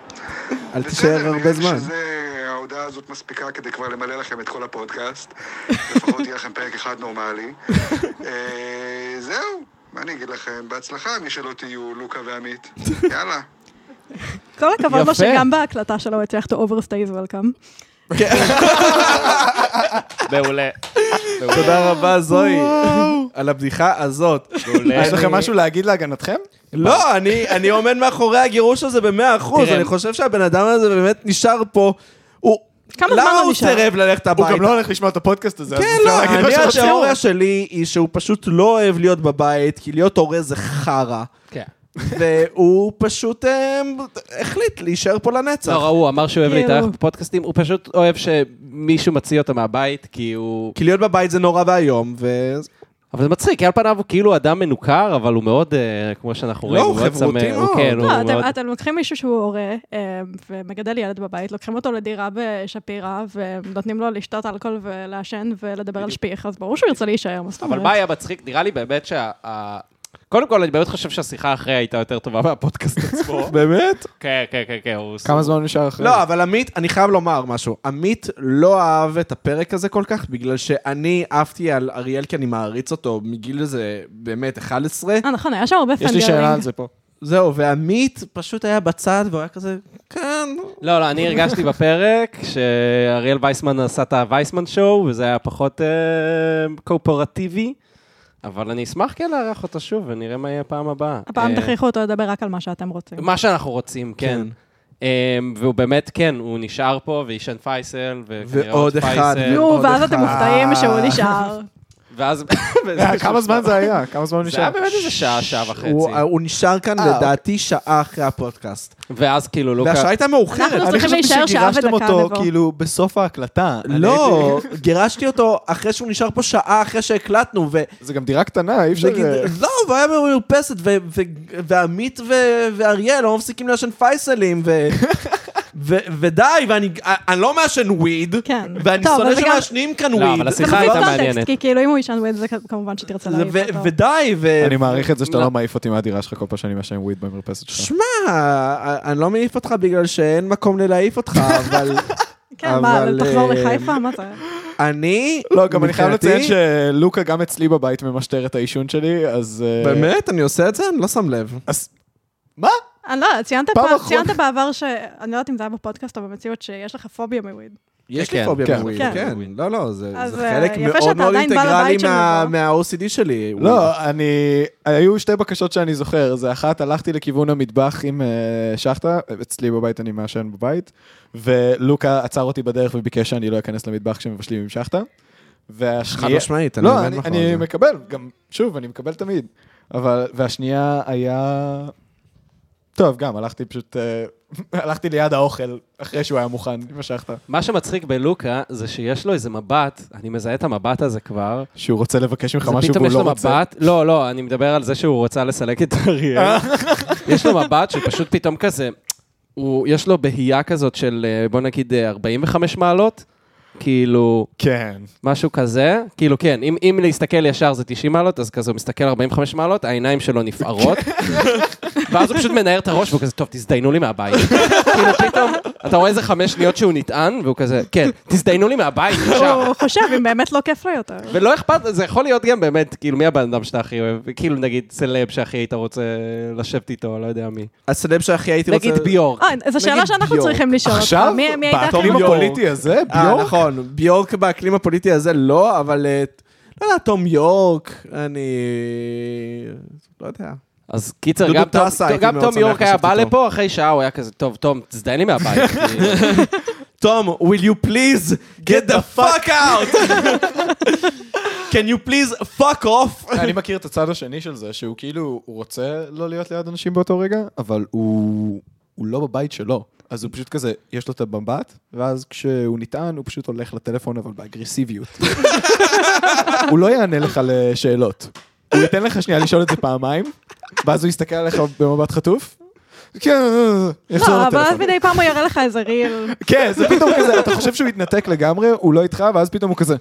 אל תישאר הרבה
בסדר,
זמן.
נראה לי שזה- ההודעה הזאת מספיקה כדי כבר למלא לכם את כל הפודקאסט. לפחות יהיה לכם פרק אחד נורמלי. אה, זהו, מה אני אגיד לכם? בהצלחה, מי שלא תהיו, לוקה ועמית. יאללה.
כל הכבוד
יפה.
לו שגם בהקלטה שלו הוא הצליח to overstay is welcome.
מעולה.
תודה רבה, זוהי, על הבדיחה הזאת.
מעולה.
יש לכם משהו להגיד להגנתכם?
לא, אני, אני עומד מאחורי הגירוש הזה במאה אחוז,
תראה.
אני חושב שהבן אדם הזה באמת נשאר פה. הוא...
כמה זמן
למה
הוא
הוא
נשאר?
סירב ללכת
הוא
הביתה?
גם לא הולך לשמוע את הפודקאסט הזה, אז
כן,
אפשר
לא,
להגיד מה
אני
שרוצים.
התיאוריה שלי היא שהוא פשוט לא אוהב להיות בבית, כי להיות הורה זה חרא.
כן.
והוא פשוט אה, החליט להישאר פה לנצח.
לא, הוא אמר שהוא אוהב
כאילו.
להתארח בפודקאסטים, הוא פשוט אוהב שמישהו מציא אותו מהבית, כי הוא...
כי להיות בבית זה נורא ואיום, ו...
אבל זה מצחיק, כי על פניו הוא כאילו אדם מנוכר, אבל הוא מאוד, אה, כמו שאנחנו
לא,
רואים,
הוא
הוא מאוד
חברותי
צמא.
מאוד.
הוא כן, הוא
לא,
מאוד...
אתם- אתם לוקחים מישהו שהוא הורה אה, ומגדל ילד בבית, לוקחים אותו לדירה בשפירא, ונותנים לו לשתות אלכוהול ולעשן ולדבר על שפיך, אז ברור שהוא ירצה להישאר, מה זאת
אבל מה
אומרת?
היה מצחיק? נראה לי באמת שה... ה- קודם כל, אני באמת חושב שהשיחה אחרי הייתה יותר טובה מהפודקאסט עצמו.
באמת?
כן, כן, כן, כן, הוא...
כמה זמן נשאר אחרי?
לא, אבל עמית, אני חייב לומר משהו. עמית לא אהב את הפרק הזה כל כך, בגלל שאני עפתי על אריאל כי אני מעריץ אותו מגיל איזה, באמת, 11.
אה, נכון, היה שם הרבה
יש לי שאלה על
פנגרינג.
זה פה.
זהו, ועמית פשוט היה בצד, והוא היה כזה, כן.
לא, לא, אני הרגשתי בפרק שאריאל וייסמן עשה את הווייסמן שואו, וזה היה פחות אה, קואופרטיבי, אבל אני אשמח כן לארח אותו שוב, ונראה מה יהיה הפעם הבאה.
הפעם
אה,
תכריחו אותו לדבר רק על מה שאתם רוצים.
מה שאנחנו רוצים, כן. אה, והוא באמת, כן, הוא נשאר פה, ועישן פייסל, וכנראה
ועוד אחד.
פייסל.
נו,
עוד
ואז
אחד.
אתם מופתעים שהוא נשאר.
ואז...
אה, כמה זמן זה היה? כמה זמן
זה היה
נשאר?
באמת איזה שעה, שעה
הוא,
וחצי.
הוא נשאר כאן לדעתי שעה אחרי הפודקאסט.
ואז כאילו לוקה...
והשעה הייתה מאוחרת.
אנחנו
אני
צריכים
חשבתי
להישאר שעה
שגירשתם
ודקה,
אותו,
נבוא.
כאילו, בסוף ההקלטה. אני
לא, גירשתי אותו אחרי שהוא נשאר פה שעה אחרי שהקלטנו, ו...
הייתי- זה גם דירה קטנה, אי אפשר... אה,
וגיד, לא, הוא היה במרפסת, ו- ו- ועמית ו- ואריאל לא מפסיקים לעשן פייסלים, ו... ו- ודי, ואני אני לא מעשן וויד,
כן.
ואני
טוב,
שונא
אבל זה גם-
שמעשנים כאן
לא,
וויד.
אבל השיחה
זה מוסיף
הייתה
קונטקסט,
מעניינת.
כי כאילו אם הוא ישן וויד זה כמובן שתרצה להעיף
ו-
אותו.
ודי, ו...
אני מעריך את זה שאתה
לא.
לא מעיף אותי מהדירה שלך כל פעם שאני מעשן וויד במרפסת שלך.
שמע, אני לא מעיף אותך בגלל שאין מקום ללהעיף אותך, אבל
כן, מה,
אבל,
תחזור
אה,
לחיפה? מה זה?
אני...
לא, גם אני חייב
מבחינתי-
לציין שלוקה גם אצלי בבית ממשטר את העישון שלי, אז... אה,
באמת? אני עושה את זה? אני לא שם לב.
אז... מה?
אני לא, יודעת, ציינת
פעם
פעם-
אחרונה-
ציינת בעבר ש... אני לא יודעת אם זה היה בפודקאסט או במציאות שיש לך פוביה מוויד.
יש
כן,
לי פוביה
כן.
מוויד,
כן.
כן. לא, לא, זה
אז,
זה חלק
אה, יפה
מאוד
שאתה
מאוד
עדיין בעל
אינטגרלי
הבית של
מה-
מבוא.
מה-OCD שלי.
לא, אני... היו שתי בקשות שאני זוכר. זה אחת, הלכתי לכיוון המטבח עם אה, שחטה, אצלי בבית אני מעשן בבית, ולוקה עצר אותי בדרך וביקש שאני לא אכנס למטבח כשמבשלים עם שחטה.
חד
והשנייה...
משמעית, אני
לא,
עומד
אני,
מאחורי
אני
זה.
מקבל, גם, שוב, אני מקבל תמיד. אבל, והשנייה היה... טוב, גם, הלכתי פשוט... אה, הלכתי ליד האוכל, אחרי שהוא היה מוכן, אם משכת.
מה שמצחיק בלוקה זה שיש לו איזה מבט, אני מזהה את המבט הזה כבר.
שהוא רוצה לבקש ממך
זה
משהו
פתאום
והוא
יש
לא
לו
רוצה.
מבט, לא, לא, אני מדבר על זה שהוא רצה לסלק את
אה.
אריאל. יש לו מבט שהוא פשוט פתאום כזה, הוא, יש לו בהייה כזאת של, אה, בוא נגיד, אה, 45 מעלות. כאילו,
כן.
משהו כזה. כאילו, כן, אם, אם להסתכל ישר זה 90 מעלות, אז כזה הוא מסתכל 45 מעלות, העיניים שלו נפערות, ואז הוא פשוט מנער את הראש, והוא כזה, טוב, תזדיינו לי מהבית. כאילו, פתאום, אתה רואה איזה חמש שניות שהוא נטען, והוא כזה, כן, תזדיינו לי מהבית, עכשיו.
הוא חושב אם באמת לא כיף לו יותר.
ולא אכפת, זה יכול להיות גם באמת, כאילו, מי הבן אדם שאתה הכי אוהב? כאילו, נגיד, סלב שהכי היית רוצה לשבת איתו, לא יודע מי.
הסלב שהכי הייתי רוצה...
נגיד ביורק.
אה, זו שאלה
נגיד
שאנחנו
ביורק.
צריכים לשאול אותך.
עכשיו?
מי מי הייתה הכי
באקלים
יורק.
הפוליטי הזה?
אה,
ביורק?
נכון, ביורק באקלים הפוליטי הזה לא, אבל... אה, לא יודע, תום יורק, אני... לא יודע.
אז קיצר,
דודו
גם תום-
טסה, הייתי
גם
מאוד
תום
שמח
יורק היה
לשבת
בא
איתו.
לפה, אחרי שעה הוא היה כזה, טוב, תום, תזדיין לי מהבית. כאילו.
תום, will you please get the fuck out? Can you please fuck off?
אני מכיר את הצד השני של זה, שהוא כאילו, הוא רוצה לא להיות ליד אנשים באותו רגע, אבל הוא הוא לא בבית שלו. אז הוא פשוט כזה, יש לו את המבט, ואז כשהוא נטען, הוא פשוט הולך לטלפון, אבל באגרסיביות. הוא לא יענה לך לשאלות. הוא ייתן לך שנייה לשאול את זה פעמיים, ואז הוא יסתכל עליך במבט חטוף. כן, יחזור
לא, אבל אז
לטלפון.
מדי פעם הוא יראה לך איזה ריל.
כן, זה פתאום כזה, אתה חושב שהוא התנתק לגמרי, הוא לא איתך, ואז פתאום הוא כזה,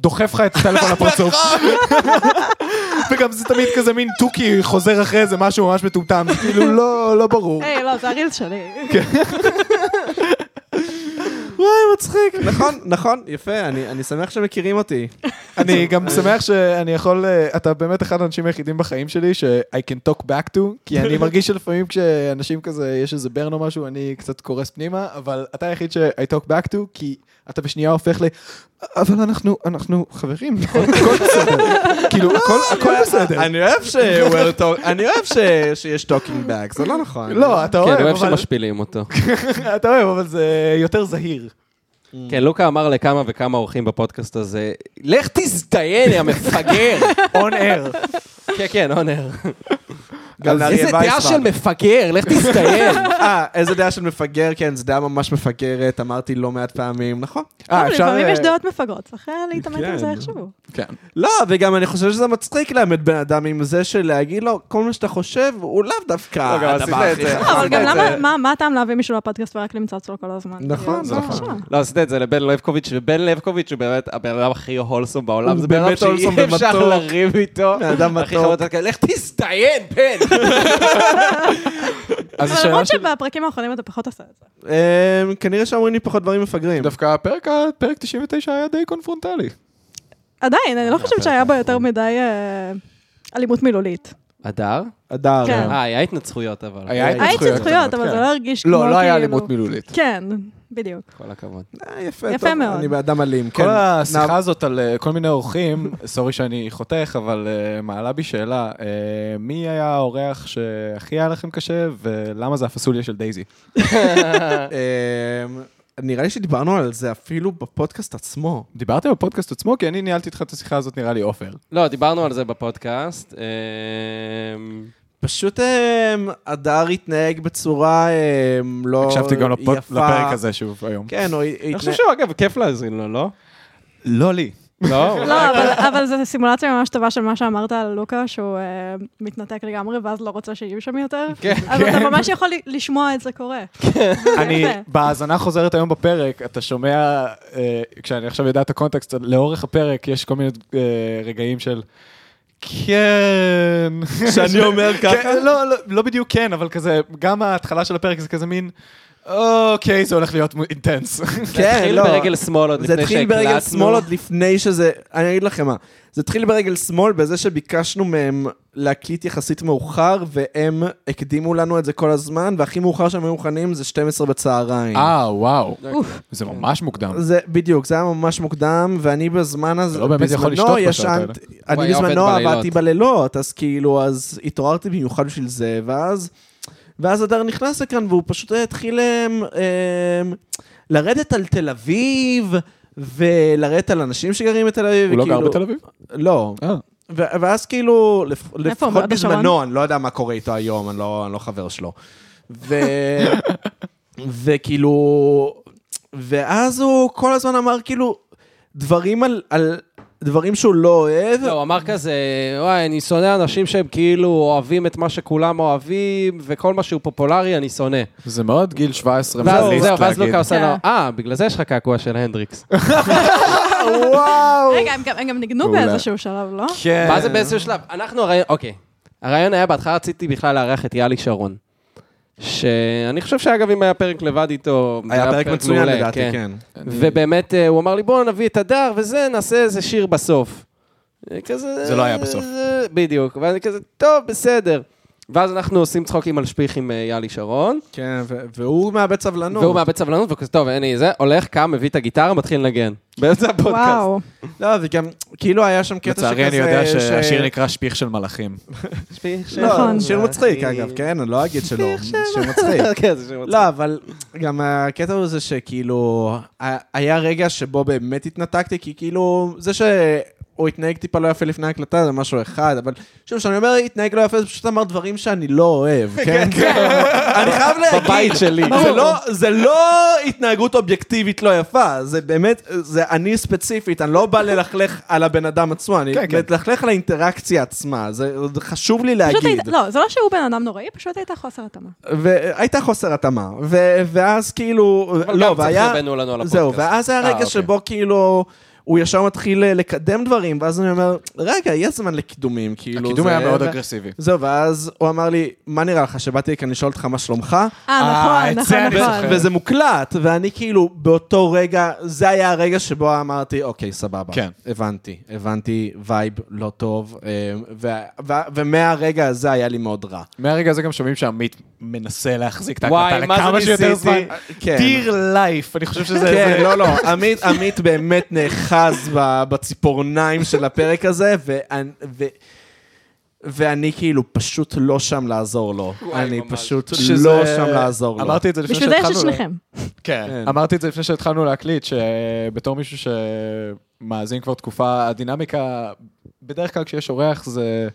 דוחף לך את הטלפון לפרצוף. וגם זה תמיד כזה מין תוכי חוזר אחרי איזה משהו ממש מטומטם, זה כאילו לא, לא ברור.
היי, לא, זה הרילס שלי.
וואי, מצחיק. נכון, נכון, יפה, אני אני שמח שמכירים אותי.
אני גם שמח שאני יכול, אה, אתה באמת אחד האנשים היחידים בחיים שלי ש-I can talk back to, כי אני מרגיש שלפעמים כשאנשים כזה, יש איזה ברן או משהו, אני קצת קורס פנימה, אבל אתה היחיד ש-I talk back to, כי אתה בשנייה הופך ל... אבל אנחנו, אנחנו חברים, נכון? הכל בסדר. כאילו, הכל- הכל בסדר.
אני אוהב ש... we're talk- אני אוהב ש- שיש טוקינג באק, זה לא נכון.
לא, אתה
כן, הוא
אוהב,
אוהב
אבל...
שמשפילים אותו.
אתה אוהב, אבל זה יותר זהיר.
כן, לוקה אמר לכמה וכמה אורחים בפודקאסט הזה, לך תזדיין, יא מפגר.
און אר.
כן, כן, אונר.
גם לאריה
איזה דעה
וייסמן.
של מפגר, לך תזדיין.
אה, איזה דעה של מפגר, כן, זו דעה ממש מפגרת, אמרתי לא מעט פעמים, נכון.
אבל לפעמים יש דעות מפגרות, צריך היה להתעמת
כן.
עם זה איכשהו.
כן.
לא, וגם אני חושב שזה מצחיק לאמת בן אדם עם זה של להגיד לו, כל מה שאתה חושב הוא לאו דווקא
לא, גם עשית את זה.
לא, אבל גם
זה-
למה, מה- מה הטעם להביא מישהו לפודקאסט ורק למצוא אצלו כל הזמן?
נכון,
זה
זה
לא
נכון.
שם.
לא, עשית את זה לבן לבקוביץ', ובן לבקוביץ' הוא באמת הבן אדם הכי הולסום בעולם.
הוא
זה בן אדם
באמת הולסום
שאי אפשר
ומתוק.
לריב איתו.
בן אדם
הכי
מתוק.
חמוד, אתה כזה, לך תזדיין, בן.
אז
אבל
השאלה
למרות
של...
שבפרקים האחרונים אתה פחות עושה את זה.
אמ, כנראה שאומרים לי פחות דברים מפגרים.
דווקא הפרק, הפרק 99 היה די קונפרונטלי.
עדיין, אני לא חושבת שהיה בו יותר מדי אה, אלימות מילולית.
הדר?
אדר.
כן.
אה, היה התנצחויות אבל.
היה
היה
התנצחויות
התנצחויות,
קטנות,
אבל זה
אה, כן.
לא הרגיש כמו
לא, לא היה
כאילו-
אלימות מילולית.
כן, בדיוק.
כל הכבוד.
אה, יפה,
יפה
טוב,
מאוד.
אני אדם אלים, כן.
כל השיחה
נע-
הזאת על אה, כל מיני אורחים, סורי שאני חותך, אבל אה, מעלה בי שאלה, אה, מי היה האורח שהכי היה לכם קשה, ולמה זה הפסוליה של דייזי?
אמ, נראה לי שדיברנו על זה אפילו בפודקאסט עצמו.
דיברתם בפודקאסט עצמו? כי אני ניהלתי איתך את השיחה הזאת, נראה לי עופר.
לא, דיברנו על זה בפודקאסט. אמ,
פשוט אמ, הדר התנהג בצורה אמ, לא יפה.
הקשבתי גם לפוד- לפרק הזה שוב היום.
כן, הוא
אני חושב
התנהג...
שהוא, אגב, כיף להאזין לו, לא?
לא לי.
לא?
לא, אבל- אבל זו סימולציה ממש טובה של מה שאמרת על לוקה, שהוא אה, מתנתק לגמרי ואז לא רוצה שיהיו שם יותר.
כן,
אבל אתה ממש יכול ל- לשמוע את זה קורה.
אני,
יפה.
בהאזנה חוזרת היום בפרק, אתה שומע, אה, כשאני עכשיו יודע את הקונטקסט, לאורך הפרק יש כל מיני אה, רגעים של... כן.
שאני אומר ככה?
כן, לא, לא, לא בדיוק כן, אבל כזה, גם ההתחלה של הפרק זה כזה מין, אוקיי, זה הולך להיות מ- אינטנס.
זה התחיל ברגל שמאל עוד
כן, לא. זה
לפני
התחיל ברגל שמאל
שהקלטנו.
עוד לפני שזה, אני אגיד לכם מה, זה התחיל ברגל שמאל בזה שביקשנו מהם להקליט יחסית מאוחר, והם הקדימו לנו את זה כל הזמן, והכי מאוחר שהם היו מוכנים זה 12 בצהריים. אוקיי.
אה, וואו. זה ממש מוקדם.
זה בדיוק, זה היה ממש מוקדם, ואני בזמן הזה,
אתה לא באמת יכול לשתות בשעות האלה.
הוא
אני
היה עובד
בזמנו
בלילות.
עבדתי בלילות, אז כאילו, אז התעוררתי במיוחד בשביל זה, ואז, ואז הדר נכנס לכאן, והוא פשוט התחיל אמ, אמ, לרדת על תל אביב, ולרדת על אנשים שגרים בתל אביב,
הוא לא
וכאילו-
גר בתל אביב?
לא.
אה.
ו- ואז כאילו, לפ-
הוא
לפחות
גר? בשרון?
בזמנו, אני לא יודע מה קורה איתו היום, אני לא, אני לא חבר שלו. ו... וכאילו, ואז הוא כל הזמן אמר כאילו דברים על, על, דברים שהוא לא אוהב.
לא, הוא אמר כזה, וואי, אני שונא אנשים שהם כאילו אוהבים את מה שכולם אוהבים, וכל מה שהוא פופולרי אני שונא.
זה מאוד גיל 17
ואז זהו,
מטליסט
ואז
להגיד.
לוקה עושה לו,
כן.
אה, בגלל זה יש לך קעקוע של הנדריקס.
וואו!
רגע, הם גם- הם גם ניגנו
מעולה.
באיזשהו שלב, לא?
כן.
מה זה באיזשהו שלב? אנחנו הרעיון, אוקיי. הרעיון היה, בהתחלה רציתי בכלל לארח את יאלי שרון. שאני חושב שאגב, אם היה פרק לבד איתו, זה
היה פרק מצוין
מעולה,
לדעתי, כן.
ובאמת, אה, הוא אמר לי, בואו נביא את הדר וזה, נעשה איזה שיר בסוף. אה, כזה...
זה לא היה בסוף.
אה, בדיוק. ואני כזה, טוב, בסדר. ואז אנחנו עושים צחוקים על שפיך עם אה, יאלי שרון,
כן, ו- והוא מאבד סבלנות.
והוא מאבד סבלנות, וכזה, טוב, אין לי זה, הולך, קם, מביא את הגיטרה, מתחיל לנגן. באמצע הפודקאסט.
וואו.
לא, זה גם, כאילו היה שם קטע שכזה...
לצערי אני יודע
ש-
שהשיר נקרא שפיך של מלאכים.
שפיך של-
לא,
נכון.
שיר מצחיק, אגב, כן, אני לא אגיד שלא, שיר מצחיק.
כן, זה שיר מצחיק.
לא, אבל גם הקטע הוא זה שכאילו, ה- היה רגע שבו באמת התנתקתי, כי כאילו, זה שהוא התנהג טיפה לא יפה לפני ההקלטה זה משהו אחד, אבל שוב, כשאני אומר התנהג לא יפה, זה פשוט אמר דברים שאני לא אוהב, כן? אני חייב להגיד.
בבית שלי.
זה לא- זה לא התנהגות אובייקטיבית לא יפה, זה באמת, זה אני ספציפית, אני לא בא ללכלך על הבן אדם עצמו, אני
כן, כן.
ללכלך על האינטראקציה עצמה, זה זה חשוב לי
פשוט
להגיד.
היית- לא, זה לא שהוא בן אדם נוראי, פשוט הייתה חוסר התאמה. אה,
והייתה חוסר התאמה, ו- ואז כאילו,
אבל
לא,
גם צריך
והיה,
לרבנו לנו על הפודקאסט.
זהו, ואז היה
אה,
רגע
אוקיי.
שבו כאילו, הוא ישר מתחיל אה, לקדם דברים, ואז אני אומר, רגע, יש זמן לקידומים, כאילו,
הקידום
זה-
היה מאוד
ו-
אגרסיבי.
זהו, ואז הוא אמר לי, מה נראה לך, שבאתי כאן לשאול אותך מה שלומך?
אה,
אה, את
נכון,
זה
נכון,
אני
נכון.
זוכר.
וזה מוקלט, ואני כאילו, באותו רגע, זה היה הרגע שבו אמרתי, אוקיי, סבבה.
כן.
הבנתי, הבנתי וייב לא טוב, אה, ו- ו- ומהרגע הזה היה לי מאוד רע.
מהרגע הזה גם שומעים שעמית מנסה להחזיק את
וואי,
ההקלטה
מה זה
לכמה שיותר
ניסיתי?
זמן.
כן.
דיר לייף, אני חושב שזה...
כן,
זה-
לא, לא, עמית, עמית באמת נאחז ב- בציפורניים של הפרק הזה, ואני, ו, ואני כאילו פשוט לא שם לעזור לו.
וואי,
אני
ממש.
פשוט
שזה-
לא שם לעזור לו.
אמרתי את זה לפני
בשביל זה
שהתחלנו...
יש את
לה-
שניכם.
כן.
כן.
אמרתי את זה לפני שהתחלנו להקליט, שבתור מישהו שמאזין כבר תקופה, הדינמיקה, בדרך כלל כשיש אורח זה...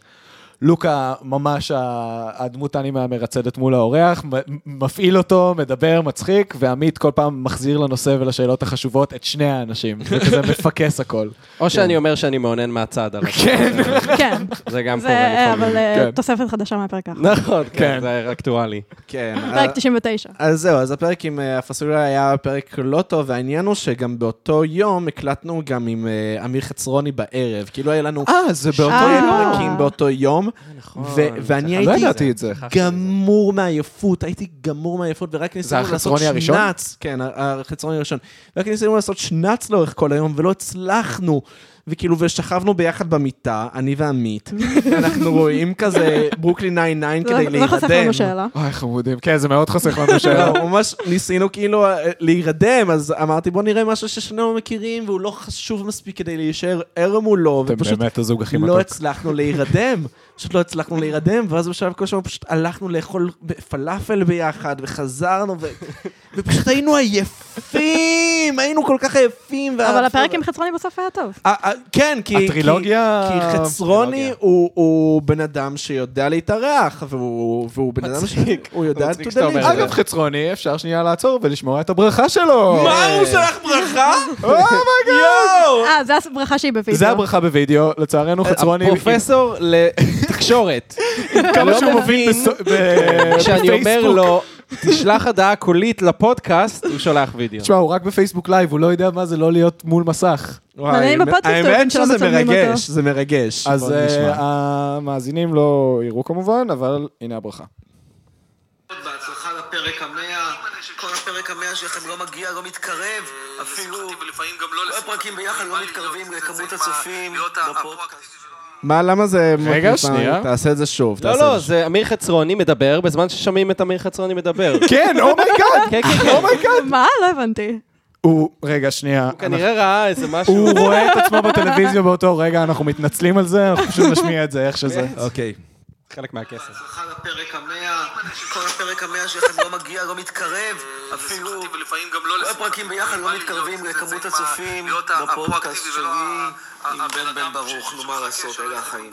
לוקה ממש ה- הדמות האנימה המרצדת מול האורח, מ- מפעיל אותו, מדבר, מצחיק, ועמית כל פעם מחזיר לנושא ולשאלות החשובות את שני האנשים, וכזה מפקס הכל.
או שאני אומר שאני מאונן מהצד על הפודקאסט.
כן.
זה גם
זה,
קורה
אבל
לפעמים.
אה,
כן.
תוספת חדשה מהפרק האחרון.
נכון, כן,
כן.
זה אקטואלי.
כן.
פרק 99.
אז זהו, אז הפרק עם אה, הפסוליה היה פרק לא טוב, והעניין הוא שגם באותו יום הקלטנו גם עם אה, אמיר חצרוני בערב. כאילו היה לנו
אה, זה
שני
באותו
אה.
יום.
פרקים באותו יום, ו- ואני
לא
הייתי
ידעתי את זה.
גמור מעייפות, הייתי גמור מעייפות, ורק ניסינו לעשות
החצרוני הראשון?
שנץ. כן, החצרוני הראשון. רק ניסינו לעשות שנץ לאורך כל היום, ולא הצלחנו. וכאילו, ושכבנו ביחד במיטה, אני ועמית, ואנחנו רואים כזה ברוקלין 99
זה
כדי
לא- זה לא חסך
להירדם.
לנו שאלה.
אוי, חמודים. כן, זה מאוד חוסך לנו שאלה.
לא, ממש ניסינו כאילו אה, להירדם, אז אמרתי, בוא נראה משהו ששנינו מכירים, והוא לא חשוב מספיק כדי להישאר ער מולו,
אתם
ופשוט
באמת הזוג הכי
לא
מתוק.
הצלחנו להירדם, פשוט לא הצלחנו להירדם, ואז בשלב כלשהו פשוט הלכנו לאכול פלאפל ביחד, וחזרנו, ו... ופשוט היינו עייפים, היינו כל כך עייפים. וה-
אבל הפרק עם חצרוני בסוף היה טוב.
אה, אה, כן, כי... כי-
הטרילוגיה-
כי חצרוני
הטרילוגיה.
הוא- הוא בן אדם שיודע להתארח, והוא והוא בן אדם ש...
מצחיק.
הוא יודע
מצחיק
to
שאתה אומר
deliver.
את זה.
אגב, חצרוני, אפשר שנייה לעצור ולשמוע את הברכה שלו.
אה. מה, הוא שלח ברכה?
Oh
יואו!
אה, זו הברכה שהיא בווידאו.
זה הברכה בווידאו, לצערנו
אה,
חצרוני,
פרופסור לתקשורת,
עם כמה
לא
שהוא
מבין
מוביל בס-
אה,
ב-
כשאני אומר
בפייסבוק.
לו, תשלח הודעה קולית לפודקאסט, הוא שולח וידאו.
תשמע, הוא רק בפייסבוק לייב, הוא לא יודע מה זה לא להיות מול מסך.
וואי,
מעניין אם בפודקאסט אוהבים
האמת
שלא
שזה
מצלמים אותו.
מרגש, זה מרגש.
אז
בוא
אה,
נשמע.
המאזינים לא יראו כמובן, אבל הנה הברכה.
בהצלחה לפרק המאה, כל הפרק המאה שלכם לא מגיע, לא מתקרב, אפילו כל הפרקים ביחד לא מתקרבים לכמות הצופים בפודקאסט.
מה, למה זה...
רגע,
מוטיבציה?
שנייה.
תעשה את זה שוב.
לא,
תעשה את
לא,
שוב.
זה אמיר חצרוני מדבר בזמן ששומעים את אמיר חצרוני מדבר.
כן, אומייגאד!
כן, כן, כן.
מה? לא הבנתי.
הוא, רגע, שנייה.
הוא כנראה ראה איזה משהו.
הוא רואה את עצמו בטלוויזיה באותו רגע, אנחנו מתנצלים על זה, אנחנו פשוט נשמיע את זה איך שזה.
אוקיי.
חלק מהכסף.
בהצלחה לפרק המאה, כל הפרק המאה שלכם לא מגיע, לא מתקרב, אפילו כל הפרקים ביחד לא מתקרבים לכמות הצופים בפודקאסט שלי עם בן בן ברוך, נו מה לעשות, אלה החיים.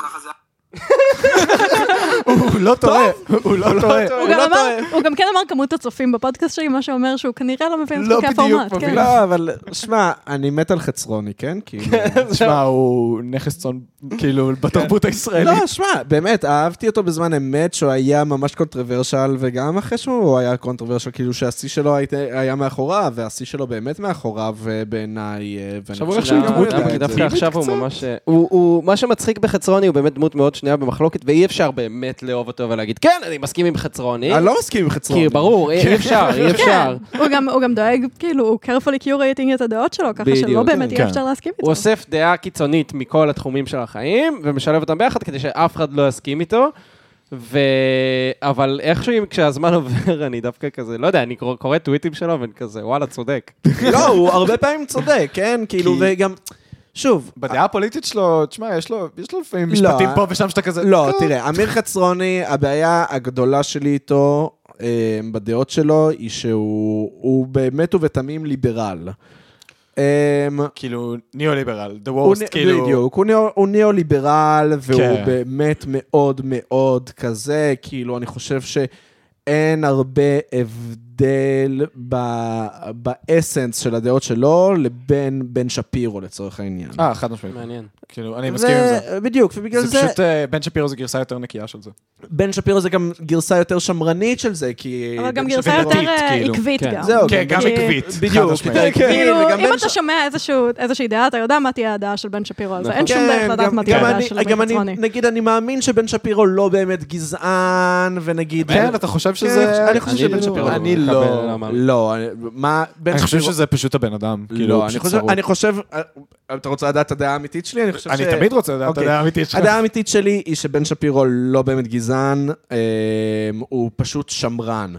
הוא לא טועה, הוא לא טועה.
הוא גם אמר- הוא גם כן אמר כמות הצופים בפודקאסט שלי, מה שאומר שהוא כנראה לא מבין את
לא
חוקי
בדיוק
הפורמט.
מבין.
כן.
לא, אבל, שמע, אני מת על חצרוני, כן? כאילו...
שמע, הוא נכס צאן, כאילו, בתרבות הישראלית.
לא, שמע, באמת, אהבתי אותו בזמן אמת, שהוא היה ממש קונטרוברשל, וגם אחרי שהוא היה קונטרוברשל, כאילו שהשיא שלו היית- היה מאחוריו, והשיא שלו באמת מאחוריו אה, בעיניי. אה, ואני
עכשיו הוא
חושב
איכשהו
שהוא
התמודד
יודע
עם
את
זה.
זה.
לא, דווקא עכשיו הוא ממש... אה, הוא- הוא- מה שמצחיק בחצרוני הוא באמת דמות מאוד שנויה במחלוקת, ואי אפשר באמת לאהוב אותו ולהגיד, כן, אני מסכים עם חצרוני. כן.
אני לא מסכים עם חצרוני.
כי ברור, אי אי אפשר, אי אפשר.
הוא גם- הוא גם דואג, כאילו, הוא carefully curating את הדעות שלו, ככה שלא
בדיוק,
באמת
כן.
יהיה אפשר להסכים
הוא
איתו.
אוסף דעה קיצונית מכל התחומים של החיים, ומשלב אותם ביחד כדי שאף אחד לא יסכים איתו. ו... אבל איכשהו אם כשהזמן עובר, אני דווקא כזה, לא יודע, אני קורא, קורא טוויטים שלו ואני כזה, וואלה, צודק.
לא, הוא הרבה פעמים צודק, כן? כאילו,
כי-
וגם... שוב,
בדעה הפוליטית שלו, תשמע, יש לו יש לו לפעמים
לא.
משפטים פה ושם שאתה כזה...
לא,
"כן,
תראה, אמיר חצרוני, הבעיה הגדולה שלי איתו, אה, בדעות שלו, היא שהוא הוא באמת ובתמים ליברל. אמ,
כאילו, ניאו-ליברל, the
הוא
worst,
נ-
כאילו...
בדיוק, הוא ניאו- הוא ניאו-ליברל, והוא
כן.
באמת מאוד מאוד כזה, כאילו, אני חושב שאין הרבה הבדל ב- באסנס של הדעות שלו לבין בן שפירו, לצורך העניין.
אה, חד משמעית.
מעניין.
כאילו, אני מסכים עם זה.
אה, בדיוק, ובגלל
זה
זה...
פשוט, אה, בן שפירו זה גרסה יותר נקייה של זה.
בן שפירו זה גם גרסה יותר שמרנית של זה, כי...
אבל גם
בן
גרסה
שפירו-
יותר אה,
כאילו.
עקבית
כן.
גם.
זהו,
כן, גם
כי-
עקבית.
בדיוק, כן,
חד משמעית.
יותר עקבית,
כאילו,
וגם
אם
בן
אתה
ש-
שומע איזשהו- איזושהי דעה, אתה יודע מה תהיה הדעה של בן שפירו על זה. אין שום
כן,
דרך לדעת
גם-
מה תהיה
גם
הדעה
אני-
של
גם
בן
אני,
חצרוני.
נגיד, אני מאמין שבן שפירו לא באמת גזען, ונגיד...
כן, אתה חושב שזה...
אני חושב
אני
שבן
לא-
שפירו-
אני
מקבל,
לא...
אמר.
לא, אני- מה... בן
אני חושב
שפירו-
שזה פשוט הבן אדם. כאילו, הוא
לא, אני
פשוט
חושב...
שרוד.
אני חושב... אתה רוצה לדעת את הדעה האמיתית שלי? אני חושב ש...
אני תמיד רוצה לדעת את
אוקיי.
הדעה האמיתית שלך.
הדעה האמיתית שלי היא שבן שפירו לא באמת גזען, אה, הוא פשוט שמרן.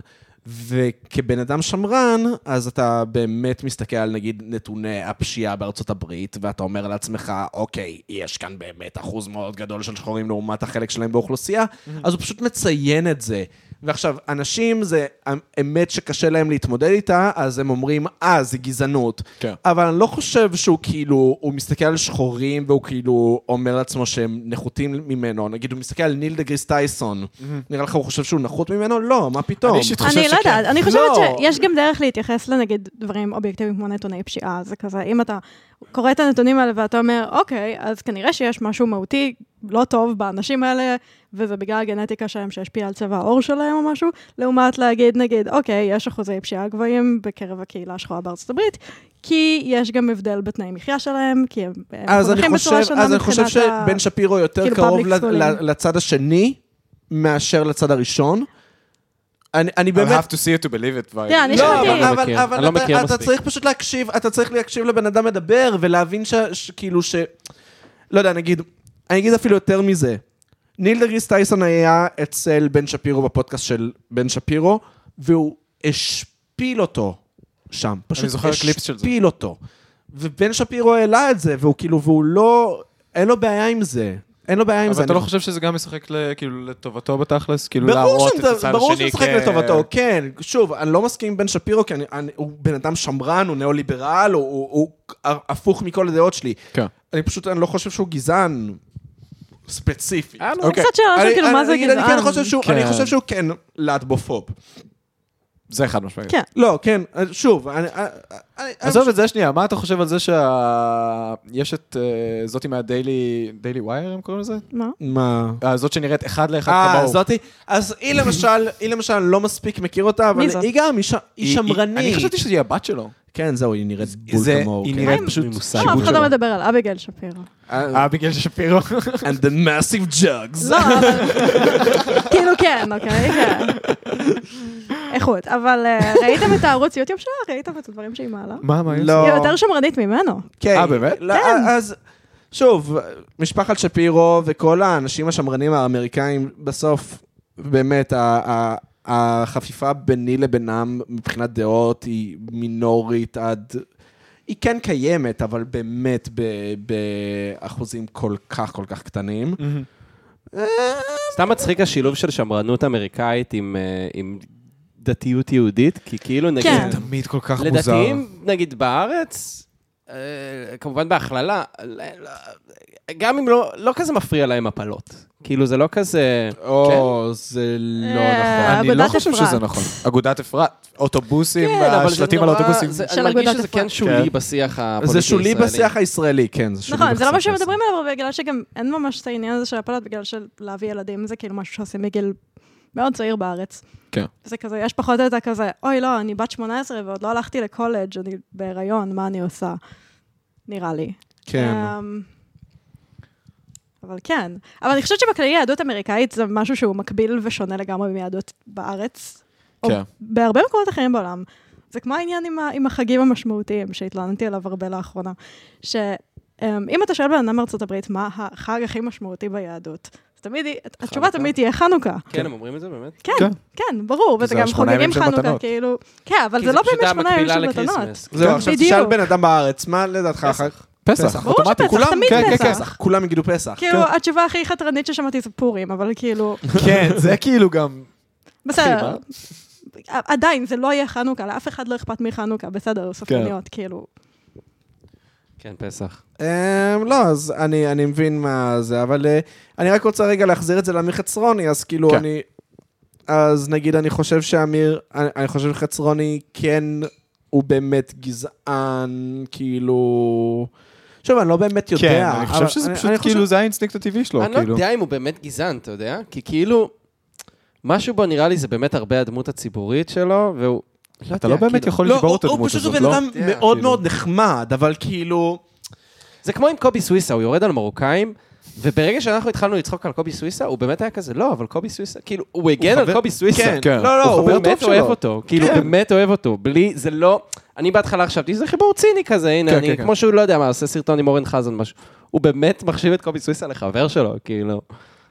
וכבן אדם שמרן, אז אתה באמת מסתכל על נגיד נתוני הפשיעה בארצות הברית, ואתה אומר לעצמך, אוקיי, יש כאן באמת אחוז מאוד גדול של שחורים לעומת החלק שלהם באוכלוסייה, אז הוא פשוט מציין את זה. ועכשיו, אנשים זה אמת שקשה להם להתמודד איתה, אז הם אומרים, אה, זה גזענות.
כן.
אבל אני לא חושב שהוא כאילו, הוא מסתכל על שחורים והוא כאילו אומר לעצמו שהם נחותים ממנו. נגיד, הוא מסתכל על ניל דגריס טייסון. נראה לך הוא חושב שהוא נחות ממנו? לא, מה פתאום.
אני אישית חושב
אני לא
שכן.
יודעת, אני חושבת
לא.
שיש גם דרך להתייחס לנגיד דברים אובייקטיביים כמו נתוני פשיעה, זה כזה, אם אתה קורא את הנתונים האלה ואתה אומר, אוקיי, אז כנראה שיש משהו מהותי לא טוב באנשים האלה, וזה בגלל הגנטיקה שלהם שהשפיעה על צבע העור שלהם או משהו, לעומת להגיד, נגיד, אוקיי, יש אחוזי פשיעה גבוהים בקרב הקהילה השחורה בארצות הברית, כי יש גם הבדל בתנאי מחיה שלהם, כי הם הם
אז אני
חונכים
חושב,
כן. בצורה שונה
אז אני חושב
מבחינת ה-
שבן שפירו יותר
כאילו,
קרוב
public
ל-
schooling.
ל- לצד השני מאשר לצד הראשון. אני אני
I
באמת
have to see it to believe it. vibe.
תראה, כן,
לא,
אני שמעתי-
אבל-
לא
אבל,
מכיר,
אבל
אני לא
אתה,
מכיר
אתה
מספיק.
צריך פשוט להקשיב, אתה צריך להקשיב לבן אדם מדבר ולהבין ש- שכאילו ש... לא יודע, נגיד, אני אגיד אפילו יותר מזה. ניל דריס טייסון היה אצל בן שפירו בפודקאסט של בן שפירו, והוא השפיל אותו שם. פשוט
זוכר קליפס של זה.
השפיל אותו. ובן שפירו העלה את זה, והוא כאילו, והוא לא... אין לו בעיה עם זה. אין לו בעיה עם זה.
אבל אתה
אני
לא חושב שזה גם משחק ל- כאילו לטובתו בתכלס? כאילו
ברור
להראות את
שזה
הצד
ברור
השני
שזה משחק
כ-
לטובתו, כן. שוב, אני לא מסכים עם בן שפירו, כי אני, אני, הוא בן אדם שמרן, הוא ניאו-ליברל, הוא, הוא, הוא הפוך מכל הדעות שלי.
כן.
אני פשוט, אני לא חושב שהוא גזען ספציפית.
אה, לא.
אוקיי.
קצת שאלה של
אני-
כאילו,
אני-
מה זה
נגיד, אני כן
גזען?
חושב שהוא- אני
כן.
חושב שהוא כן להטבופוב.
זה חד משמעית.
כן.
לא, כן, שוב, אני... אה, אני- אני-
עזוב את זה שנייה, מה אתה חושב על זה שה... יש את אה, זאתי מהדיילי... דיילי ווייר הם קוראים לזה?
מה?
מה?
אה, זאת שנראית אחד לאחד
אה,
כמוהו.
זאתי, אז היא למשל, היא למשל לא מספיק מכיר אותה, אבל
מי זאת?
היא גם, היא ש- היא
היא-
שמרנית.
אני חשבתי שהיא הבת שלו.
כן, זהו, היא נראית בול
זה-
כמוהו.
היא
כן.
נראית
מה
פשוט
עם מושג?
לא, אף
שיבוט
אחד לא
שלו.
מדבר על אביגל שפירו.
אה, בגלל שפירו.
And the massive jugs.
לא, אבל... כאילו כן, אוקיי, כן. איכות. אבל אה, ראיתם את הערוץ יוטיוב שלה? ראיתם את הדברים שהיא מעלה?
מה, מה יש?
לא.
היא יותר שמרנית ממנו.
כן.
אה, באמת?
לא, אז שוב, משפחת שפירו וכל האנשים השמרנים האמריקאים, בסוף, באמת, ה- ה- החפיפה ביני לבינם מבחינת דעות היא מינורית עד... היא כן קיימת, אבל באמת ב- באחוזים כל כך כל כך קטנים.
סתם מצחיק השילוב של שמרנות אמריקאית עם, אה, עם דתיות יהודית, כי כאילו נגיד,
כן.
תמיד כל כך מוזר.
לדתיים, נגיד בארץ, אה, כמובן בהכללה, לא- לא- גם אם לא, לא כזה מפריע להם הפלות. כאילו, זה לא כזה...
או, זה לא
כן. אה,
נכון.
אני לא
אגודת
חושב
אפרת.
שזה נכון. אגודת אפרת, אוטובוסים,
כן, אבל זה
השלטים על
נורא-
האוטובוסים.
זה-
של
אני מרגיש
אגודת
שזה
אפרת.
כן שולי
כן.
בשיח הפוליטי
זה שולי
הישראלי.
בשיח הישראלי, כן. זה שולי
נכון, זה לא מה
בשיח הישראלי.
שמדברים עליו, אבל בגלל שגם אין ממש את העניין הזה של הפלות, בגלל שלהביא ילדים זה כאילו משהו שעושים בגיל מאוד צעיר בארץ.
כן.
זה כזה, יש פחות את הכזה, אוי לא, אני בת 18 ועוד לא הלכתי לקולג', אני בהיריון, מה אני עושה? נראה לי.
כן.
אמ, אבל כן. אבל אני חושבת שבכללי יהדות אמריקאית זה משהו שהוא מקביל ושונה לגמרי מיהדות בארץ. או
כן.
בהרבה מקומות אחרים בעולם. זה כמו העניין עם, ה- עם החגים המשמעותיים, שהתלוננתי עליו הרבה לאחרונה. שאם אתה שואל בן אדם מארצות הברית, מה החג הכי משמעותי ביהדות? אז תמיד, היא- התשובה
חנוכה?
תמיד תהיה חנוכה.
כן, הם אומרים את זה באמת?
כן,
כן.
כן, כן ברור,
זה
ואתה גם
השמונה ימים
חוגגים
של
חנוכה,
מתנות.
כאילו... כן, אבל
כי
זה לא
פשוט
באמת שמונה ימים
המקבילה
של מתנות.
לקריסמס.
זהו, עכשיו
בדיוק.
תשאל בן אדם בארץ, מה לדעתך אחר כך?
פסח,
ברור
אוטומטית.
שפסח,
כולם,
תמיד
כן, כן,
פסח.
פסח, כן. כולם יגידו פסח.
כאילו, התשובה הכי חתרנית ששמעתי זה פורים, אבל כאילו...
כן, זה כאילו גם...
בסדר. עדיין, זה לא יהיה חנוכה, לאף אחד לא אכפת מחנוכה, בסדר, סופגניות, כאילו.
כן, פסח.
אמ, לא, אז אני, אני מבין מה זה, אבל אה, אני רק רוצה רגע להחזיר את זה לעמיר חצרוני, אז כאילו
כן.
אני... אז נגיד, אני חושב שאמיר, אני, אני חושב שחצרוני כן, הוא באמת גזען, כאילו... שוב, אני לא באמת יודע.
כן, אני
אבל
חושב שזה
אני-
פשוט
אני חושב-
כאילו, זה האינסטינקט הטבעי שלו,
אני לא
כאילו.
יודע אם הוא באמת גזען, אתה יודע? כי כאילו, משהו בו נראה לי זה באמת הרבה הדמות הציבורית שלו, והוא...
אתה לא באמת
כאילו,
יכול
לא,
לשבור את
הוא- הוא
הדמות
פשוט
הזאת,
הוא בן
לא? כן.
אדם
יודע,
מאוד
כאילו.
מאוד נחמד, אבל כאילו...
זה כמו עם קובי סוויסה, הוא יורד על מרוקאים, וברגע שאנחנו התחלנו לצחוק על קובי סוויסה, הוא באמת היה כזה, לא, אבל קובי סוויסה, כאילו, הוא הגן
הוא
על
חבר-
קובי סוויסה.
כן,
כן.
לא, לא,
הוא
הוא
באמת
הטופ
אוהב
שלו.
אותו, כאילו,
כן.
באמת אוהב אותו, בלי, זה לא... אני בהתחלה חשבתי, זה חיבור ציני כזה,
כן,
הנה, אני,
כן, כן.
כמו שהוא לא יודע מה, עושה סרטון עם אורן חזן, משהו. הוא באמת מחשיב את קובי סוויסה לחבר שלו, כאילו.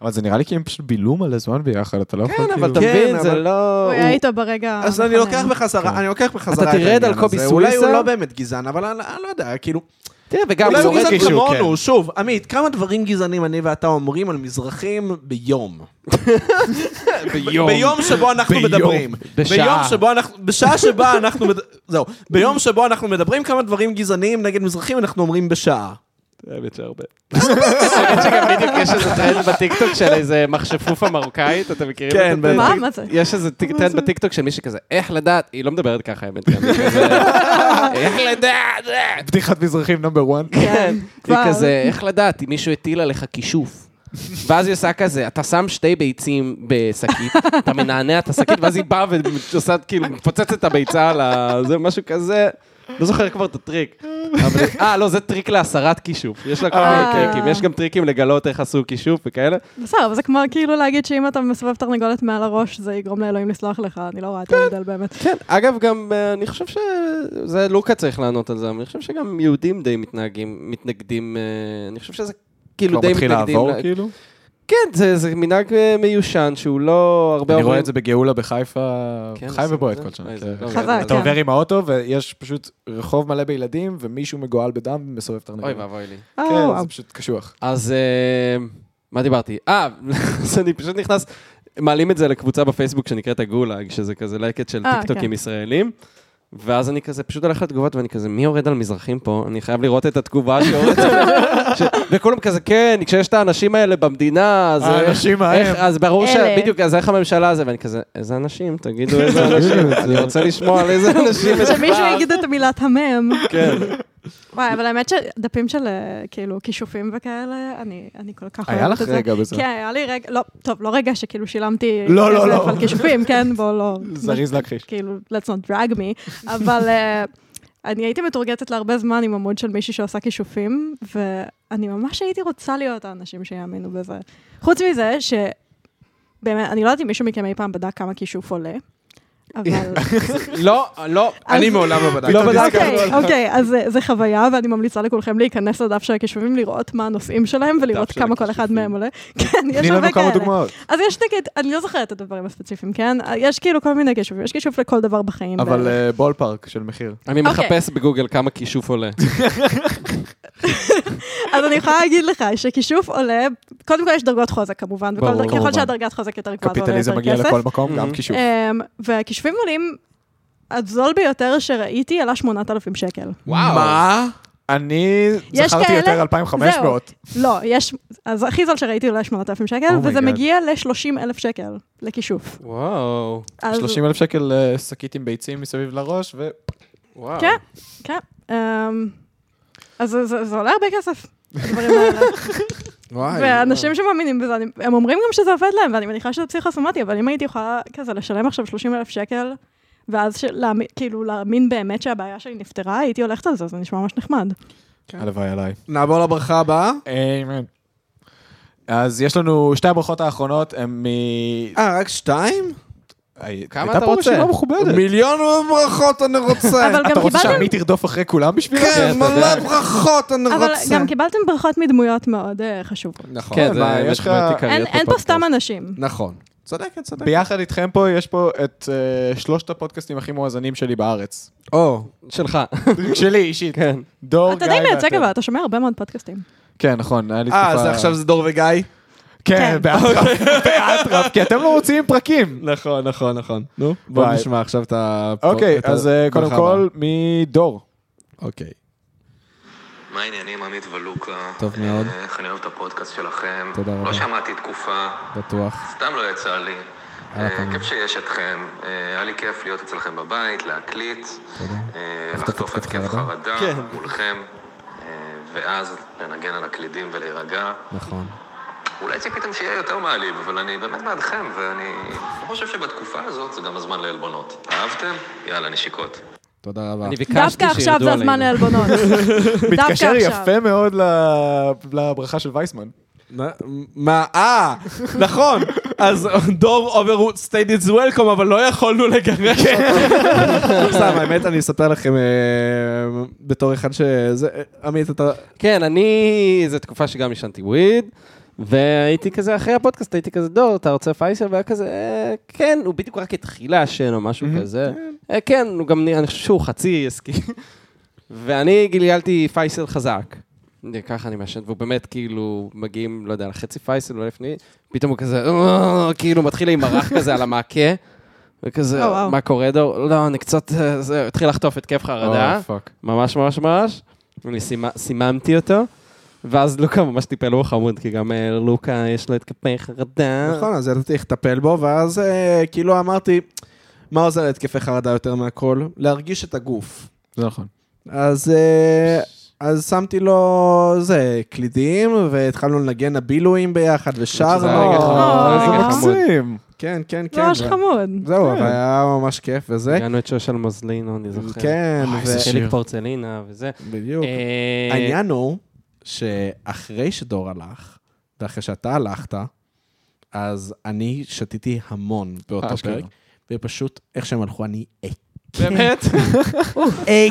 אבל זה נראה לי כי הם פשוט בילו מלא זמן ביחד, אתה לא יכול
כן,
כאילו...
אבל אתה
כן,
מבין, זה
אבל-
לא...
הוא
הוא-
היה איתו ברגע...
אז אני
המכונן.
לוקח בחזרה, אני לוקח בחזרה את
אתה תרד על
העניין
קובי
הזה. אולי הוא
סוויסה?
לא באמת גזען, אבל אני אני לא יודע, כאילו...
תראה, וגם
אולי
הוא
הוא כן.
יורד...
גזען
מישהו,
כמונו, שוב, עמית, כמה דברים גזענים אני ואתה אומרים על מזרחים ביום?
ביום.
ביום שבו אנחנו
ביום.
מדברים.
בשעה.
ביום שבו אנחנו, בשעה שבה אנחנו, מד- זהו, ביום שבו אנחנו מדברים כמה דברים גזעניים נגד מזרחים אנחנו אומרים בשעה.
האמת שהרבה. האמת שגם בדיוק יש איזה טרנד בטיקטוק של איזה מכשפופה מרוקאית, אתם מכירים
כן,
את זה?
מה? מה זה?
יש איזה טיק- טרנד בטיקטוק של מישהי כזה, איך לדעת, היא לא מדברת ככה, האמת. גם, היא כזה, איך לדעת, אה."
בדיחת מזרחים נאמבר 1.
כן,
היא
כבר.
כזה, איך לדעת, אם מישהו הטיל עליך כישוף. ואז היא עושה כזה, אתה שם שתי ביצים בשקית, אתה מנענע את השקית, ואז היא באה ועושה, כאילו, מפוצצת את הביצה על ה... זה משהו כזה. לא זוכר כבר את הטריק. אבל- אה, לא, זה טריק להסרת כישוף. יש לה כל מיני
אה.
טריקים. יש גם טריקים לגלות איך עשו כישוף וכאלה.
בסדר, אבל זה כמו כאילו להגיד שאם אתה מסובב תרנגולת מעל הראש, זה יגרום לאלוהים לסלוח לך, אני לא רואה את ההבדל באמת.
כן, אגב, גם אה, אני חושב ש... זה לוקה צריך לענות על זה, אבל אני חושב שגם יהודים די מתנהגים, מתנגדים, אה, אני חושב שזה כאילו
כבר
די
מתחיל
מתנגדים.
לעבור,
ל-
כאילו?
כן, זה, זה מנהג אה, מיושן שהוא לא הרבה
אני רואה את זה בגאולה בחיפה,
כן,
חי
עושים את
ובועט
זה?
כל שנה.
אה,
כן.
זה לא-
חזק,
אתה
כן.
עובר עם האוטו ויש פשוט רחוב מלא בילדים ומישהו מגואל בדם מסובב
אוי
תרנגולת.
ואבוי לי.
אה,
כן, זה פשוט קשוח.
אז אה, מה דיברתי? אה, אז אני פשוט נכנס, מעלים את זה לקבוצה בפייסבוק שנקראת הגולאג, שזה כזה לקט של
אה,
טיקטוקים
כן.
ישראלים. ואז אני כזה פשוט הולך לתגובות ואני כזה, מי יורד על מזרחים פה? אני חייב לראות את התגובה שיורדת. ש- וכולם כזה, כן, כשיש את האנשים האלה במדינה, אז... איך-
האנשים ההם.
איך- אז ברור ש...
אלה.
בדיוק, אז איך הממשלה זה? ואני כזה, איזה אנשים? תגידו איזה אנשים. אני רוצה לשמוע על איזה אנשים
שמישהו
מדובר.
יגיד את המילת המם.
כן.
וואי, אבל האמת שדפים של אה, כאילו כישופים וכאלה, אני אני כל כך
היה
אוהבת
לך
את זה.
רגע בזה.
כן, היה לי רגע, לא, טוב, לא רגע שכאילו שילמתי
לא, לא,
כסף
לא.
על כישופים, כן, בוא, לא.
זריז להכחיש.
כאילו, let's not drag me, אבל אה, אני הייתי מתורגטת להרבה זמן עם עמוד של מישהי שעושה כישופים, ואני ממש הייתי רוצה להיות האנשים שיאמינו בזה. חוץ מזה, שבאמת, אני לא יודעת אם מישהו מכם אי פעם בדק כמה כישוף עולה, אבל...
לא, לא.
אני
מעולם לא
לא בדקתי.
אוקיי, אוקיי, אז אה, זה חוויה, ואני ממליצה לכולכם להיכנס לדף של הכישובים, לראות מה הנושאים שלהם ולראות
של
כמה כל אחד מהם עולה. כן,
תני
יש
לנו
הרבה
כמה
כאלה.
דוגמאות.
אז יש נגיד, אני לא זוכרת את הדברים הספציפיים, כן? יש כאילו כל מיני כישובים, יש כישוב לכל דבר בחיים. בערך.
אבל אה, בול פארק של מחיר.
אני
אוקיי.
מחפש בגוגל כמה כישוף עולה.
אה,
אז אני יכולה להגיד לך שכישוף עולה, קודם כל יש דרגות חוזק כמובן, וכל
ברור,
דרג- ככל
כמובן.
שהדרגת חוזק יותר גבוהה זה עולה יותר
קפיטליזם מגיע
כסף.
לכל מקום, גם
Mhm.
כישוף.
אמ, והכישובים עולים, הזול ביותר שראיתי עלה 8,000 שקל.
וואו.
מה?
אני
יש
זכרתי
כאלה-
יותר 2,500.
לא, יש, אז הכי זול שראיתי הוא אולי 8,000 שקל,
Oh my
וזה
God.
מגיע ל-30 אלף שקל לכישוף.
וואו,
אז-
30 אלף שקל אה, שקית עם ביצים מסביב לראש, ו...
וואו.
כן, כן. אמ, אז זה- זה זה עולה הרבה כסף, הדברים האלה.
וואי.
ואנשים שמאמינים בזה, אני- הם אומרים גם שזה עובד להם, ואני מניחה שזה פסיכוסומטי, אבל אם הייתי יכולה כזה לשלם עכשיו 30 אלף שקל, ואז של- להאמין- כאילו להאמין באמת שהבעיה שלי נפתרה, הייתי הולכת על זה, זה נשמע ממש נחמד.
הלוואי עליי.
נעבור לברכה הבאה.
אמן. אז יש לנו, שתי הברכות האחרונות הן מ...
אה, רק שתיים?
הי-
כמה
הייתה
אתה
פה
כן.
רוצה?
רשימה מכובדת.
מיליון ברכות אני אה, רוצה.
אבל
אתה
גם
רוצה
קיבלתם
שעמית תרדוף אחרי כולם בשבילך?
כן,
אתה יודע.
מלא ברכות אני
אבל
רוצה.
גם קיבלתם ברכות מדמויות מאוד אה, חשובות.
נכון.
כן, זה
מה,
באמת
יש לך-
דמויות
אין-
עיקריות
אין פה
בפודקאסט.
סתם אנשים.
נכון. צודקת, צודקת.
ביחד איתכם פה, יש פה את אה, שלושת הפודקאסטים הכי מואזנים שלי בארץ.
או,
שלך,
שלי אישית.
כן.
דור, גיא
אתה די מייצג
ואתם.
אבל, אתה שומע הרבה מאוד פודקאסטים.
כן, נכון, היה לי תקופה...
אה, אז עכשיו זה דור וגיא?
כן,
כן.
באטרף, באטרף, כי אתם לא מוציאים פרקים.
נכון, נכון, נכון. נו, בוא
וואי.
נשמע עכשיו את ה...
אוקיי,
את ה-
אז אה, קודם
ברכה הבאה.
כל, מדור.
אוקיי.
מה העניינים, עמית ולוקה?
טוב מאוד.
אה, איך אני אוהב את הפודקאסט שלכם.
תודה רבה.
לא שמעתי תקופה,
בטוח.
סתם לא יצא לי. אה, כיף שיש אתכם, אה, היה לי כיף להיות אצלכם בבית, להקליט, אה, לחטוף
התקף
התקף
חרדה?
חרדה מולכם, אה, ואז לנגן על הקלידים ולהירגע.
נכון.
אולי ציפיתם שיהיה יותר מעליב, אבל אני באמת בעדכם, ואני לא חושב שבתקופה הזאת זה גם הזמן לעלבונות. אהבתם? יאללה, נשיקות.
תודה רבה.
אני ביקשתי
דווקא עכשיו
שירדו
זה
עלינו.
הזמן לעלבונות. דווקא
מתקשר
עכשיו.
יפה מאוד ל- לברכה של וייסמן.
מה- מה? אה, נכון. אז דור אוברוד סטייד איטס וולקום, אבל לא יכולנו לגרש אותו. סתם, האמת, אני אספר לכם אה, בתור אחד שזה... אה, עמית, אתה...
כן, אני, זו תקופה שגם עישנתי וויד, והייתי כזה, אחרי הפודקאסט הייתי כזה, דור, אתה רוצה פייסל? והיה כזה, "אה, כן, הוא בדיוק רק התחיל לעשן או משהו כזה. "אה, כן, הוא גם, נראה- אני חושב שהוא חצי עסקי. ואני גלגלתי פייסל חזק. ככה אני מעשן, והוא באמת כאילו, מגיעים, לא יודע, לחצי פייסל, אולי לפני, פתאום הוא כזה, "אה", כאילו מתחיל עם מרח כזה על המעקה, וכזה,
או, וואו.
מה קורה דור? לא, אני קצת, אה, זה, התחיל לחטוף התקף חרדה.
אה, פאק.
ממש ממש ממש, אני סימ- סיממתי אותו, ואז לוקה ממש טיפל בו חמוד, כי גם אה, לוקה יש לו התקפי חרדה.
נכון, אז ידעתי איך לטפל בו, ואז אה, כאילו אמרתי, מה עוזר להתקפי חרדה יותר מהכל? להרגיש את הגוף.
זה נכון.
אז, אה, אז שמתי לו, זה, קלידים, והתחלנו לנגן הבילויים ביחד, ושרנו.
שזה היה רגע חמוד,
אה,
זה
רגע
מקסים.
כן, כן, כן.
ממש
ו-
חמוד.
זהו,
כן.
אבל היה ממש כיף וזה.
הגענו את שוש על מוזלינו, אני זוכר.
כן,
אוי,
ו-
איזה שיר.
חיליק פורצלינה וזה.
בדיוק.
אה,
העניין הוא שאחרי שדור הלך, ואחרי שאתה הלכת, אז אני שתיתי המון באותו
אשכרה.
פרק, ופשוט, איך שהם הלכו, אני
באמת?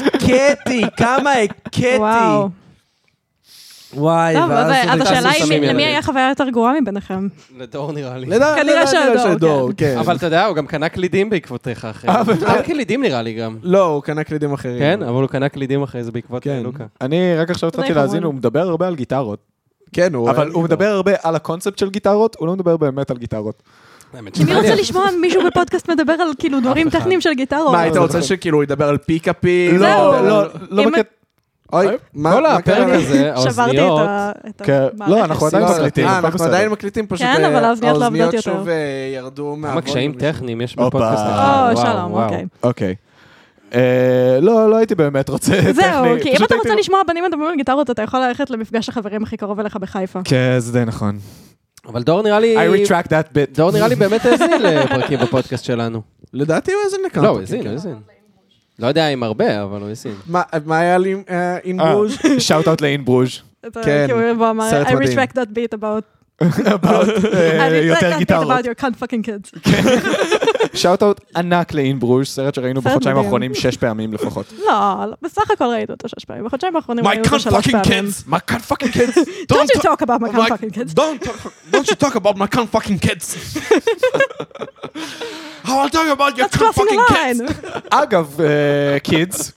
הכיתי, כמה הכיתי.
וואו.
וואי,
טוב, אז אה, אז
תעשו
השאלה היא,
סמים
מי- למי
ילדים.
היה חוויה יותר גרועה מביניכם?
לדור נראה לי.
לדע-
כנראה
לדע-
שהדור,
נראה שהדור,
כן.
לא, כן.
אבל אתה יודע, הוא גם קנה קלידים בעקבותיך אחרי. הוא קנה קלידים נראה לי גם.
לא, הוא קנה קלידים אחרים.
כן, אבל הוא קנה קלידים אחרי זה בעקבות אה,
כן.
לוקה.
אני רק עכשיו התחלתי
חמוד.
להאזין, הוא מדבר הרבה על גיטרות.
כן, הוא...
אבל הוא מדבר הרבה על הקונספט של גיטרות, הוא לא מדבר באמת על גיטרות.
אה,
האמת
כי מי רוצה
שמעניין.
לשמוע מישהו בפודקאסט מדבר על כאילו דברים
אחד.
טכניים של גיטרות?
מה, היית רוצה שכאילו הוא ידבר על פיקאפי?
לא,
זהו.
לא, לא
אם-
בקטע...
אוי, מה
כל
מה
הפרק
קרה?
הזה,
שברתי את
האוזניות,
ה- את
כן.
המערכת.
לא, אנחנו עדיין
לא, לא,
מקליטים,
אה,
הכל
אנחנו
בסדר.
עדיין מקליטים, פשוט
כן,
אה,
אבל האוזניות לא עובדות
האוזניות
יותר.
שוב אה, ירדו מה...
כמה קשיים טכניים יש
הופה.
בפודקאסט אחד.
או,
וואו,
שלום,
וואו.
אוקיי.
אוקיי. אה, לא, לא הייתי באמת רוצה טכני.
זהו, כי אם
פשוט
אתה
הייתי-
רוצה לשמוע בנים מדברים על גיטרות, אתה יכול ללכת למפגש החברים הכי קרוב אליך בחיפה.
כן, זה די נכון.
אבל דור נראה לי...
I retract that bit.
דור נראה לי באמת האזין לפרקים בפודקאסט שלנו.
לדעתי הוא האזין לכמה.
לא, הוא
פרקים,
האזין,
כן.
הוא האזין. לא יודע אם הרבה, אבל הוא האזין.
מה- מה היה לי אה, עם בוז'?
שאוט אאוט לאין ברוז'.
אתה
כן,
כאילו, הוא אמר,
סרט
I
מדהים.
respect that beat about...
About, אה,
I respect
יותר
that beat
גיטרות.
about your cunt fucking kids.
שאוט אאוט ענק לאין ברוז', סרט שראינו
סרט
בחודשיים
מדהים.
האחרונים שש פעמים לפחות.
לא, לא, בסך הכל ראינו אותו שש פעמים. בחודשיים האחרונים ראינו
My
אותו
cunt
שלוש
fucking
פעמים.
kids! My cunt fucking kids!
Don't you talk about my
my-
cunt fucking kids.
Don't talk- don't you talk about my cunt fucking kids! How I'll talk about your
That's
cunt
crossing
fucking
the
kids!
line.
אגב, קידס,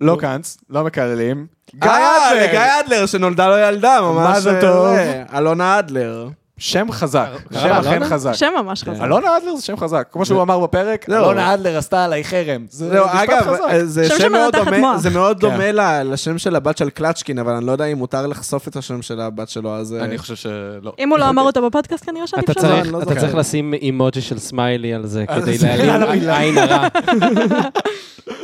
לא קאנס, לא מקללים. גיא
אה, גיא אדלר,
אדלר!
גיא אדלר, שנולדה לו ילדה, ממש...
מזל טוב.
אה, אלונה אדלר.
שם חזק,
קרא
שם
לה
אכן
אלונה?
חזק.
שם
כן.
ממש חזק.
אלונה אדלר זה שם חזק, כמו שהוא אמר בפרק,
לא.
אלונה אדלר עשתה עליי חרם. זה
זהו,
משפט
אגב, אה,
חזק.
זה
שם
שם
שמנתחת
מאוד דומה,
מוח.
זה מאוד
כן.
דומה ל- לשם של הבת של קלצ'קין, אבל אני לא יודע אם מותר לחשוף את השם של הבת שלו, אז... אה,
אני חושב שלא.
אם הוא
אוקיי.
לא אמר אותו בפודקאסט, כנראה שאני
אתה
פשוט...
צריך-
לא, אני לא
אתה צריך
זוכר.
לשים אימוג'י של סמיילי על אה, זה, כדי
זה
להעלים
מילה.
עין הרע.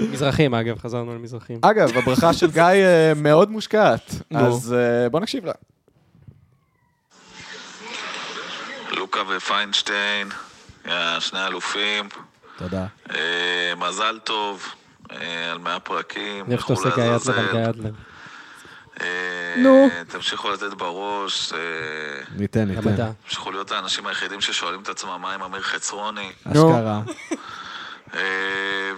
מזרחים, אגב, חזרנו למזרחים.
אגב, הברכה של גיא אה, מאוד מושקעת, אז אה, בוא נקשיב לה.
לוקה ופיינשטיין, אה, שני אלופים,
תודה.
אה, מזל טוב אה, על 100 פרקים.
אני אוהב שאתה עושה
לכו
גיא
לעזאזל.
אדלר על גיא אדלר.
אה,
נו.
תמשיכו לתת בראש, אה,
ניתן, ניתן.
למדע.
תמשיכו להיות האנשים היחידים ששואלים את עצמם מה עם אמיר חצרוני.
אשכרה.
אה,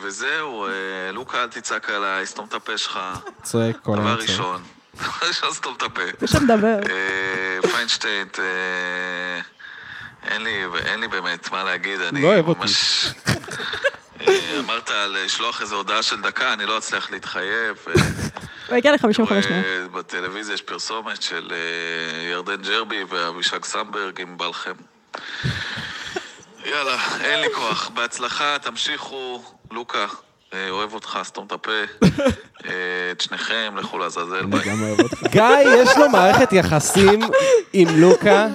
וזהו, אה, לוקה, אל תצעק עליי, סתום את הפה שלך.
צועק כל
דבר
לא
היום צועק.
ראשון. דבר ראשון, סתום את הפה.
שם מדבר.
אה, פיינשטיין, אה, אין לי, אין לי באמת מה להגיד, אני
לא אוהב אותי.
ממש... אה, אמרת על לשלוח איזו הודעה של דקה, אני לא אצליח להתחייב. אה,
הוא הגיע ל-55 שניות.
אה, בטלוויזיה יש פרסומת של אה, ירדן ג'רבי ואבישג סמברג, אם בא לכם. יאללה, אין לי כוח. בהצלחה, תמשיכו. לוקה, אה, אוהב אותך, סתום את הפה. אה, את שניכם, לכו לעזאזל, ביי.
גם אוהב אותך.
גיא, יש לו מערכת יחסים עם לוקה,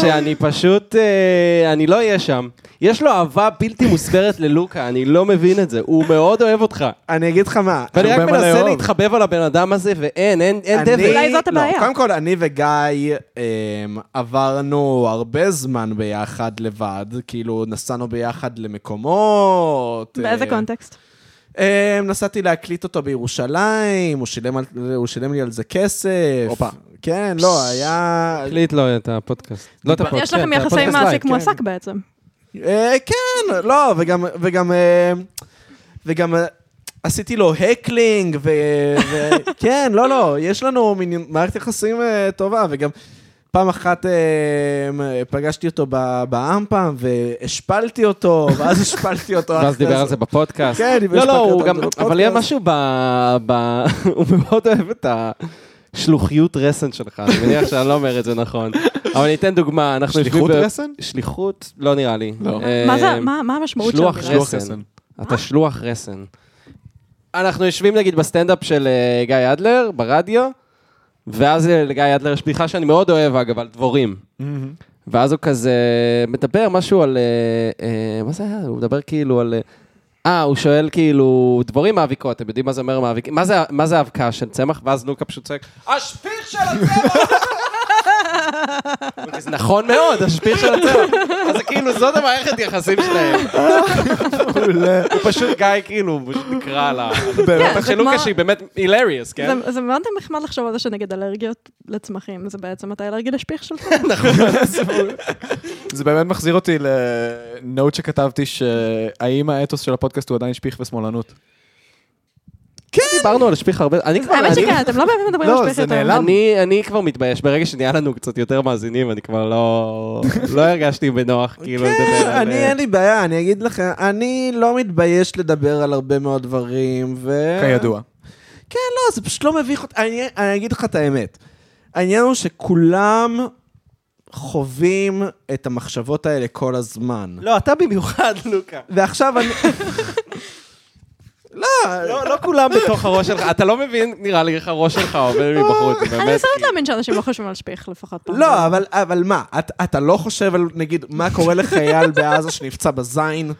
שאני פשוט, אה, אני לא אהיה שם. יש לו אהבה בלתי מוסברת ללוקה, אני לא מבין את זה. הוא מאוד אוהב אותך.
אני אגיד לך מה.
ואני רק
הרבה מה
מנסה
לאהוב.
להתחבב על הבן אדם הזה, ואין, אין, אין
אני-
דבר.
אולי זאת
לא,
הבעיה.
קודם כל, אני וגיא אמ, עברנו הרבה זמן ביחד לבד, כאילו נסענו ביחד למקומות.
באיזה
אה,
קונטקסט?
אמ, נסעתי להקליט אותו בירושלים, הוא שילם על- הוא שילם לי על זה כסף.
הופה.
כן, לא, היה...
הקליט לו את הפודקאסט. לא את הפודקאסט.
יש לכם
את
יחסי
הפודקאסט לייב,
מעסיק
כן.
מועסק בעצם.
אה, כן, לא, וגם, וגם, אה, וגם אה, עשיתי לו הקלינג, ו... ו- כן, לא, לא, יש לנו מין מערכת יחסים אה, טובה, וגם פעם אחת אה, פגשתי אותו ב- באמפם, והשפלתי אותו, ואז השפלתי אותו.
ואז
אחרי
דיבר על זה בפודקאסט.
כן, דיבר
לא,
על
לא,
זה
הוא גם,
בפודקאסט.
אבל יהיה משהו ב... ב- הוא מאוד אוהב את השלוחיות רסן שלך, אני מניח שאני לא אומר את זה נכון. אבל אני אתן דוגמה, אנחנו
שליחות
ב-
רסן?
שליחות? לא נראה לי.
לא.
אה,
מה זה, מה מה המשמעות של
שלוח
המילה?
שלוח
רסן.
רסן.
אתה שלוח רסן. אנחנו יושבים נגיד בסטנדאפ של אה, גיא אדלר, ברדיו, ואז אה, לגיא אדלר יש בדיחה שאני מאוד אוהב, אגב, על דבורים. ואז הוא כזה מדבר משהו על... אה, אה, מה זה היה? הוא מדבר כאילו על... אה, אה, הוא שואל כאילו, דבורים מאביקות, אתם יודעים מה זה אומר מאביק? מה זה- מה זה האבקה של צמח? ואז לוקה פשוט צועק, השפיך של הצמח! הוא כזה, נכון מאוד, השפיך של הצמח. אז זה כאילו, זאת המערכת יחסים שלהם. הוא פשוט גיא, כאילו, הוא פשוט נקרע על ה...
כן,
בטח
זה
של לוקה
כמו-
שהיא באמת הילריוס, כן?
זה- זה מאוד נחמד לחשוב על זה שנגד אלרגיות לצמחים, זה בעצם אתה אלרגי לשפיך שלך.
זה באמת מחזיר אותי לנוט שכתבתי, שהאם האתוס של הפודקאסט הוא עדיין שפיך ושמאלנות.
כן, דיברנו על השפיך הרבה... אני כבר...
האמת
אני-
שכן, אתם לא באמת מדברים על
לא,
שפיך
זה
יותר.
נעלם.
אני, אני כבר מתבייש, ברגע שנהיה לנו קצת יותר מאזינים, אני כבר לא, לא הרגשתי בנוח, כאילו, לדבר
כן,
על...
אני אין לי בעיה, אני אגיד לכם, אני לא מתבייש לדבר על הרבה מאוד דברים, ו...
כידוע.
כן, לא, זה פשוט לא מביך אותי. אני, אני אגיד לך את האמת. העניין הוא שכולם חווים את המחשבות האלה כל הזמן.
לא, אתה במיוחד, לוקה.
ועכשיו אני...
לא, לא כולם בתוך הראש שלך, אתה לא מבין, נראה לי, איך הראש שלך עובר מבחוץ,
אני
באמת. כאילו.
מסרבת להאמין שאנשים לא חושבים על שפיך לפחות פעם.
כאילו. לא, אבל, אבל מה, את, אתה לא חושב על, נגיד, מה קורה לחייל בעזה שנפצע בזין?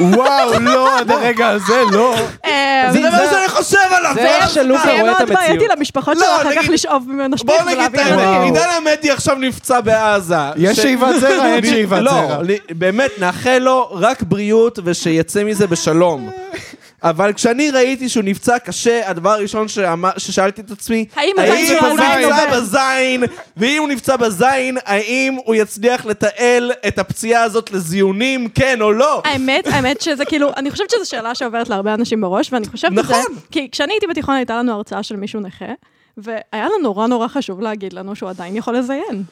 וואו, לא, עד הרגע הזה, לא.
אה,
זה לא
זה- לא
דבר שאני חושב עליו!
זה איך שלוקה
זה יהיה
רואה את
מאוד בעייתי
המציאות.
למשפחות
לא,
שלו אחר כך
נגיד-
לשאוב ממנו שפיך
בואו נגיד את
ולהעביר
האמת,
אליו.
וואו.
עידן עמדי עכשיו נפצע בעזה.
יש
ש-
שאיבת זרע, אין שאיבת זרע.
לא, אני- באמת, נאחל לו רק בריאות ושיצא מזה בשלום. אבל כשאני ראיתי שהוא נפצע קשה, הדבר הראשון שאמר- ששאלתי את עצמי,
האם
האם
הזין שלו
הוא
עדיין
נפצע
עובד?
בזין, ואם הוא נפצע בזין, האם הוא יצליח לתעל את הפציעה הזאת לזיונים, כן או לא?
האמת, האמת שזה כאילו, אני חושבת שזו שאלה שעוברת להרבה אנשים בראש, ואני חושבת את זה,
נכון.
כי כשאני הייתי בתיכון הייתה לנו הרצאה של מישהו נכה, והיה לנו נורא נורא חשוב להגיד לנו שהוא עדיין יכול לזיין.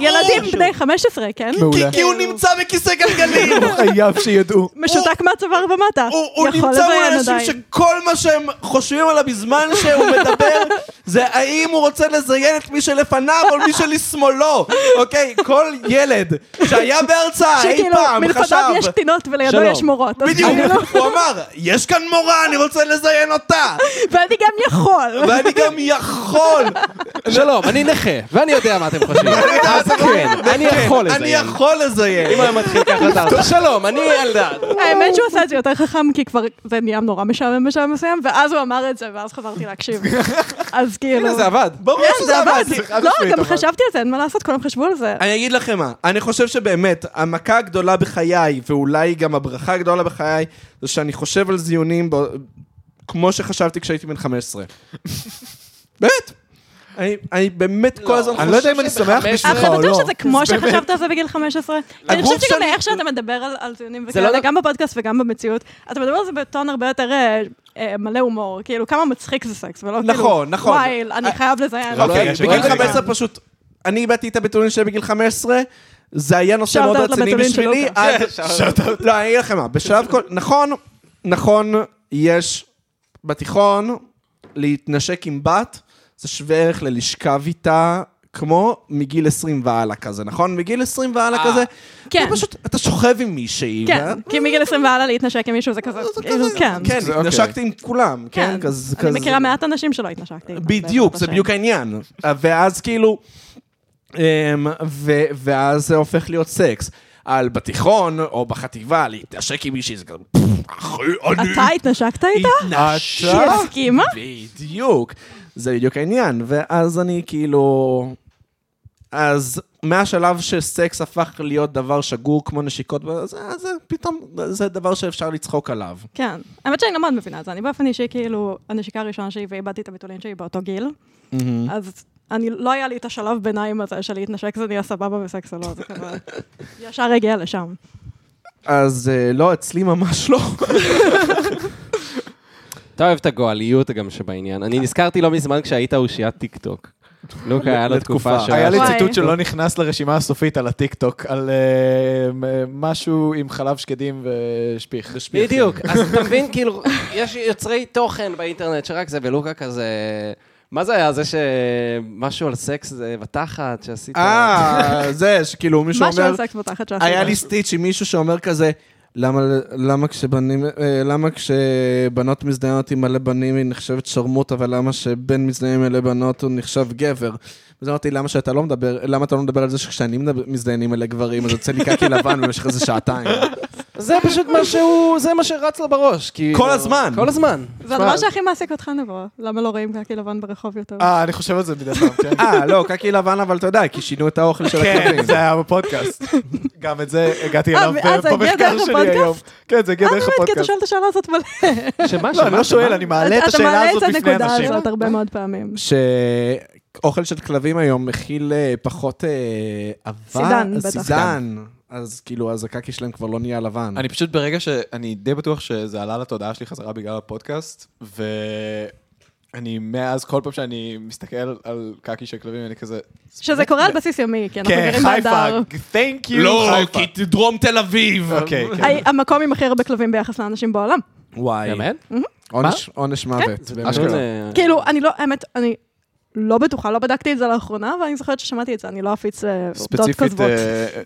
ילדים בני 15, כן?
מעולה.
כי הוא נמצא בכיסא גלגלים!
לא חייב שידעו.
משותק מהצוואר ומטה.
הוא, הוא
יכול
נמצא מול
לזיין
אנשים
עדיין.
שכל מה שהם חושבים עליו בזמן שהוא מדבר, זה האם הוא רוצה לזיין את מי שלפניו או מי שלשמאלו. אוקיי, כל ילד שהיה בהרצאה אי
שכאילו,
פעם חשב...
מלפניו יש קטינות ולידו
שלום.
יש מורות. אז
בדיוק,
כאילו,
הוא אמר, יש כאן מורה, אני רוצה לזיין אותה,
ואני גם יכול.
ואני גם יכול.
שלום, לא, אני נכה, ואני יודע מה אתם חושבים. אז כן, אני יכול לזה.
אני יכול לזיין.
אם היה מתחיל ככה, אתה עושה, שלום, אני אלדד.
האמת שהוא עשה את זה יותר חכם, כי כבר זה נהיה נורא משעמם בשלב מסוים, ואז הוא אמר את זה, ואז חזרתי להקשיב. אז כאילו...
הנה, זה עבד.
ברור
כן,
שזה עבד.
לא,
חד-משמעית
גם
עבד.
חשבתי על זה, אין מה לעשות, כולם חשבו על זה.
אני אגיד לכם מה, אני חושב שבאמת, המכה הגדולה בחיי, ואולי גם הברכה הגדולה בחיי, זה שאני חושב על זיונים ב... כמו שחשבתי כשהייתי בן 15. באמת. אני, אני באמת כל הזמן חושב...
אני לא יודע אם אני
חושב
שמח
שבחמש-
בשבילך
אבל
או לא.
אתה בטוח שזה כמו שחשבת על זה בגיל 15? אני
הגוף
חושבת שגם
שלי-
איך שאתה מדבר על- על ציונים
זה לא
וכאלה,
דו-
גם בפודקאסט וגם במציאות, אתה מדבר על זה בטון הרבה יותר אה, אה, מלא הומור, כאילו כמה מצחיק זה סקס, ולא כאילו,
נכון, נכון.
וואי, אני חייב לזיין.
אוקיי,
אוקיי,
יש
בגיל
רגע.
15 פשוט, אני איבדתי את הבטולין שלי בגיל 15, זה היה נושא מאוד
Shout out כן.
רציני
לבטולין של
בשבילי.
לוקה.
עד- לא, אני אגיד לכם מה, בשלב כל... נכון, נכון, יש בתיכון, להתנשק עם בת, זה שווה ערך ללשכב איתה. כמו מגיל 20 והלאה כזה, נכון? מגיל 20 והלאה כזה,
כן.
אתה פשוט, אתה שוכב עם מישהי. וה-
כן, כי מגיל 20 והלאה להתנשק עם מישהו זה כזה,
זה
כאילו,
כזה-
כן.
כן,
זה אוקיי.
התנשקתי עם כולם, כן? כזה-
אני
כזה-
מכירה מעט אנשים שלא התנשקתי. איתם,
בדיוק,
בעזרת
זה
השם.
בדיוק העניין. ואז כאילו, אמ, ו- ואז זה הופך להיות סקס. על בתיכון, או בחטיבה, להתנשק עם מישהי, זה כזה, "פפ, אחי, אני
אתה התנשקת איתה?
התנשק.
היא הסכימה?
בדיוק. זה בדיוק העניין. ואז אני כאילו... אז מהשלב שסקס הפך להיות דבר שגור כמו נשיקות, אז אז זה פתאום, זה דבר שאפשר לצחוק עליו.
כן. האמת שאני לא מאוד מבינה את זה. אני באופן אישי, כאילו, הנשיקה הראשונה שלי ואיבדתי את הביטולין שלי באותו גיל, אז אני, לא היה לי את השלב ביניים הזה של להתנשק זה נהיה סבבה וסקס או לא, זה כזה... ישר הגיע לשם.
אז אה, לא, אצלי ממש לא.
אתה אוהב את הגועליות גם שבעניין. אני נזכרתי לא מזמן כשהיית אושיית טיקטוק. לוקה, היה לו תקופה
לתקופה.
ש...
היה לי
וואי.
ציטוט שלא נכנס לרשימה הסופית על הטיקטוק, על אה, מ- משהו עם חלב שקדים ושפיך.
בדיוק, אז אתה מבין, כאילו, יש יוצרי תוכן באינטרנט שרק זה, ולוקה כזה... מה זה היה? זה שמשהו על סקס זה בתחת שעשית?
אה, זה, שכאילו מישהו
משהו
אומר,
על סקס בתחת שעשית.
היה לי סטיץ' עם מישהו שאומר כזה, למה, למה, כשבנים, אה, למה כשבנות מזדיינות עם מלא בנים היא נחשבת שרמוט, אבל למה שבן מזדיין עם מלא בנות הוא נחשב גבר? אז אמרתי, למה שאתה לא מדבר, למה אתה לא מדבר על זה שכשאני מדבר- מזדיין עם מלא גברים, אז יוצא לי קקי לבן במשך איזה שעתיים.
זה פשוט מה שהוא, זה מה שרץ לו בראש. כאילו-
כל הזמן.
כל הזמן.
זה הדבר שהכי מעסיק אותך נבוא. למה לא רואים קקי לבן ברחוב יותר?
אה, אני חושב על זה מדי פעם, כן.
אה, לא, קקי לבן, אבל אתה יודע, כי שינו את האוכל של הכלבים.
כן, זה היה בפודקאסט. גם את זה הגעתי
אה,
אליו
ואז זה הגיע
במחקר
דרך
שלי
הפודקאסט?
היום. כן, זה הגיע
אה,
דרך
באמת, כי אתה
הפודקאסט.
שואל את השאלה הזאת מלא.
שמה,
לא, אני
שמה,
לא שואל,
שמה?
אני מעלה את
אתה
השאלה
מעלה את
הזאת בפני
הנקודה
אנשים.
הזאת הרבה מאוד פעמים.
שאוכל של כלבים היום מכיל אה, פחות אה, עבה.
סידן, בטח.
סידן. אז כאילו, אז הקקי שלהם כבר לא נהיה לבן.
אני פשוט ברגע ש... אני די בטוח שזה עלה לתודעה שלי חזרה בגלל הפודקאסט, ואני מאז, כל פעם שאני מסתכל על קקי של כלבים, אני כזה...
שזה קורה על בסיס יומי, כי אנחנו
כן,
גרים
חיפה,
בהדר.
תנק יו,
לא,
חיפה.
דרום תל אביב.
אוקיי, כן.
הי- המקום עם הכי הרבה כלבים ביחס לאנשים בעולם.
וואי.
באמת?
עונש- עונש מוות. באמת.
אה,
כאילו, אני לא, האמת, אני לא בטוחה, לא בדקתי את זה לאחרונה, אבל אני זוכרת ששמעתי את זה, אני לא אפיץ אה, עובדות
ספציפית,
כוזבות.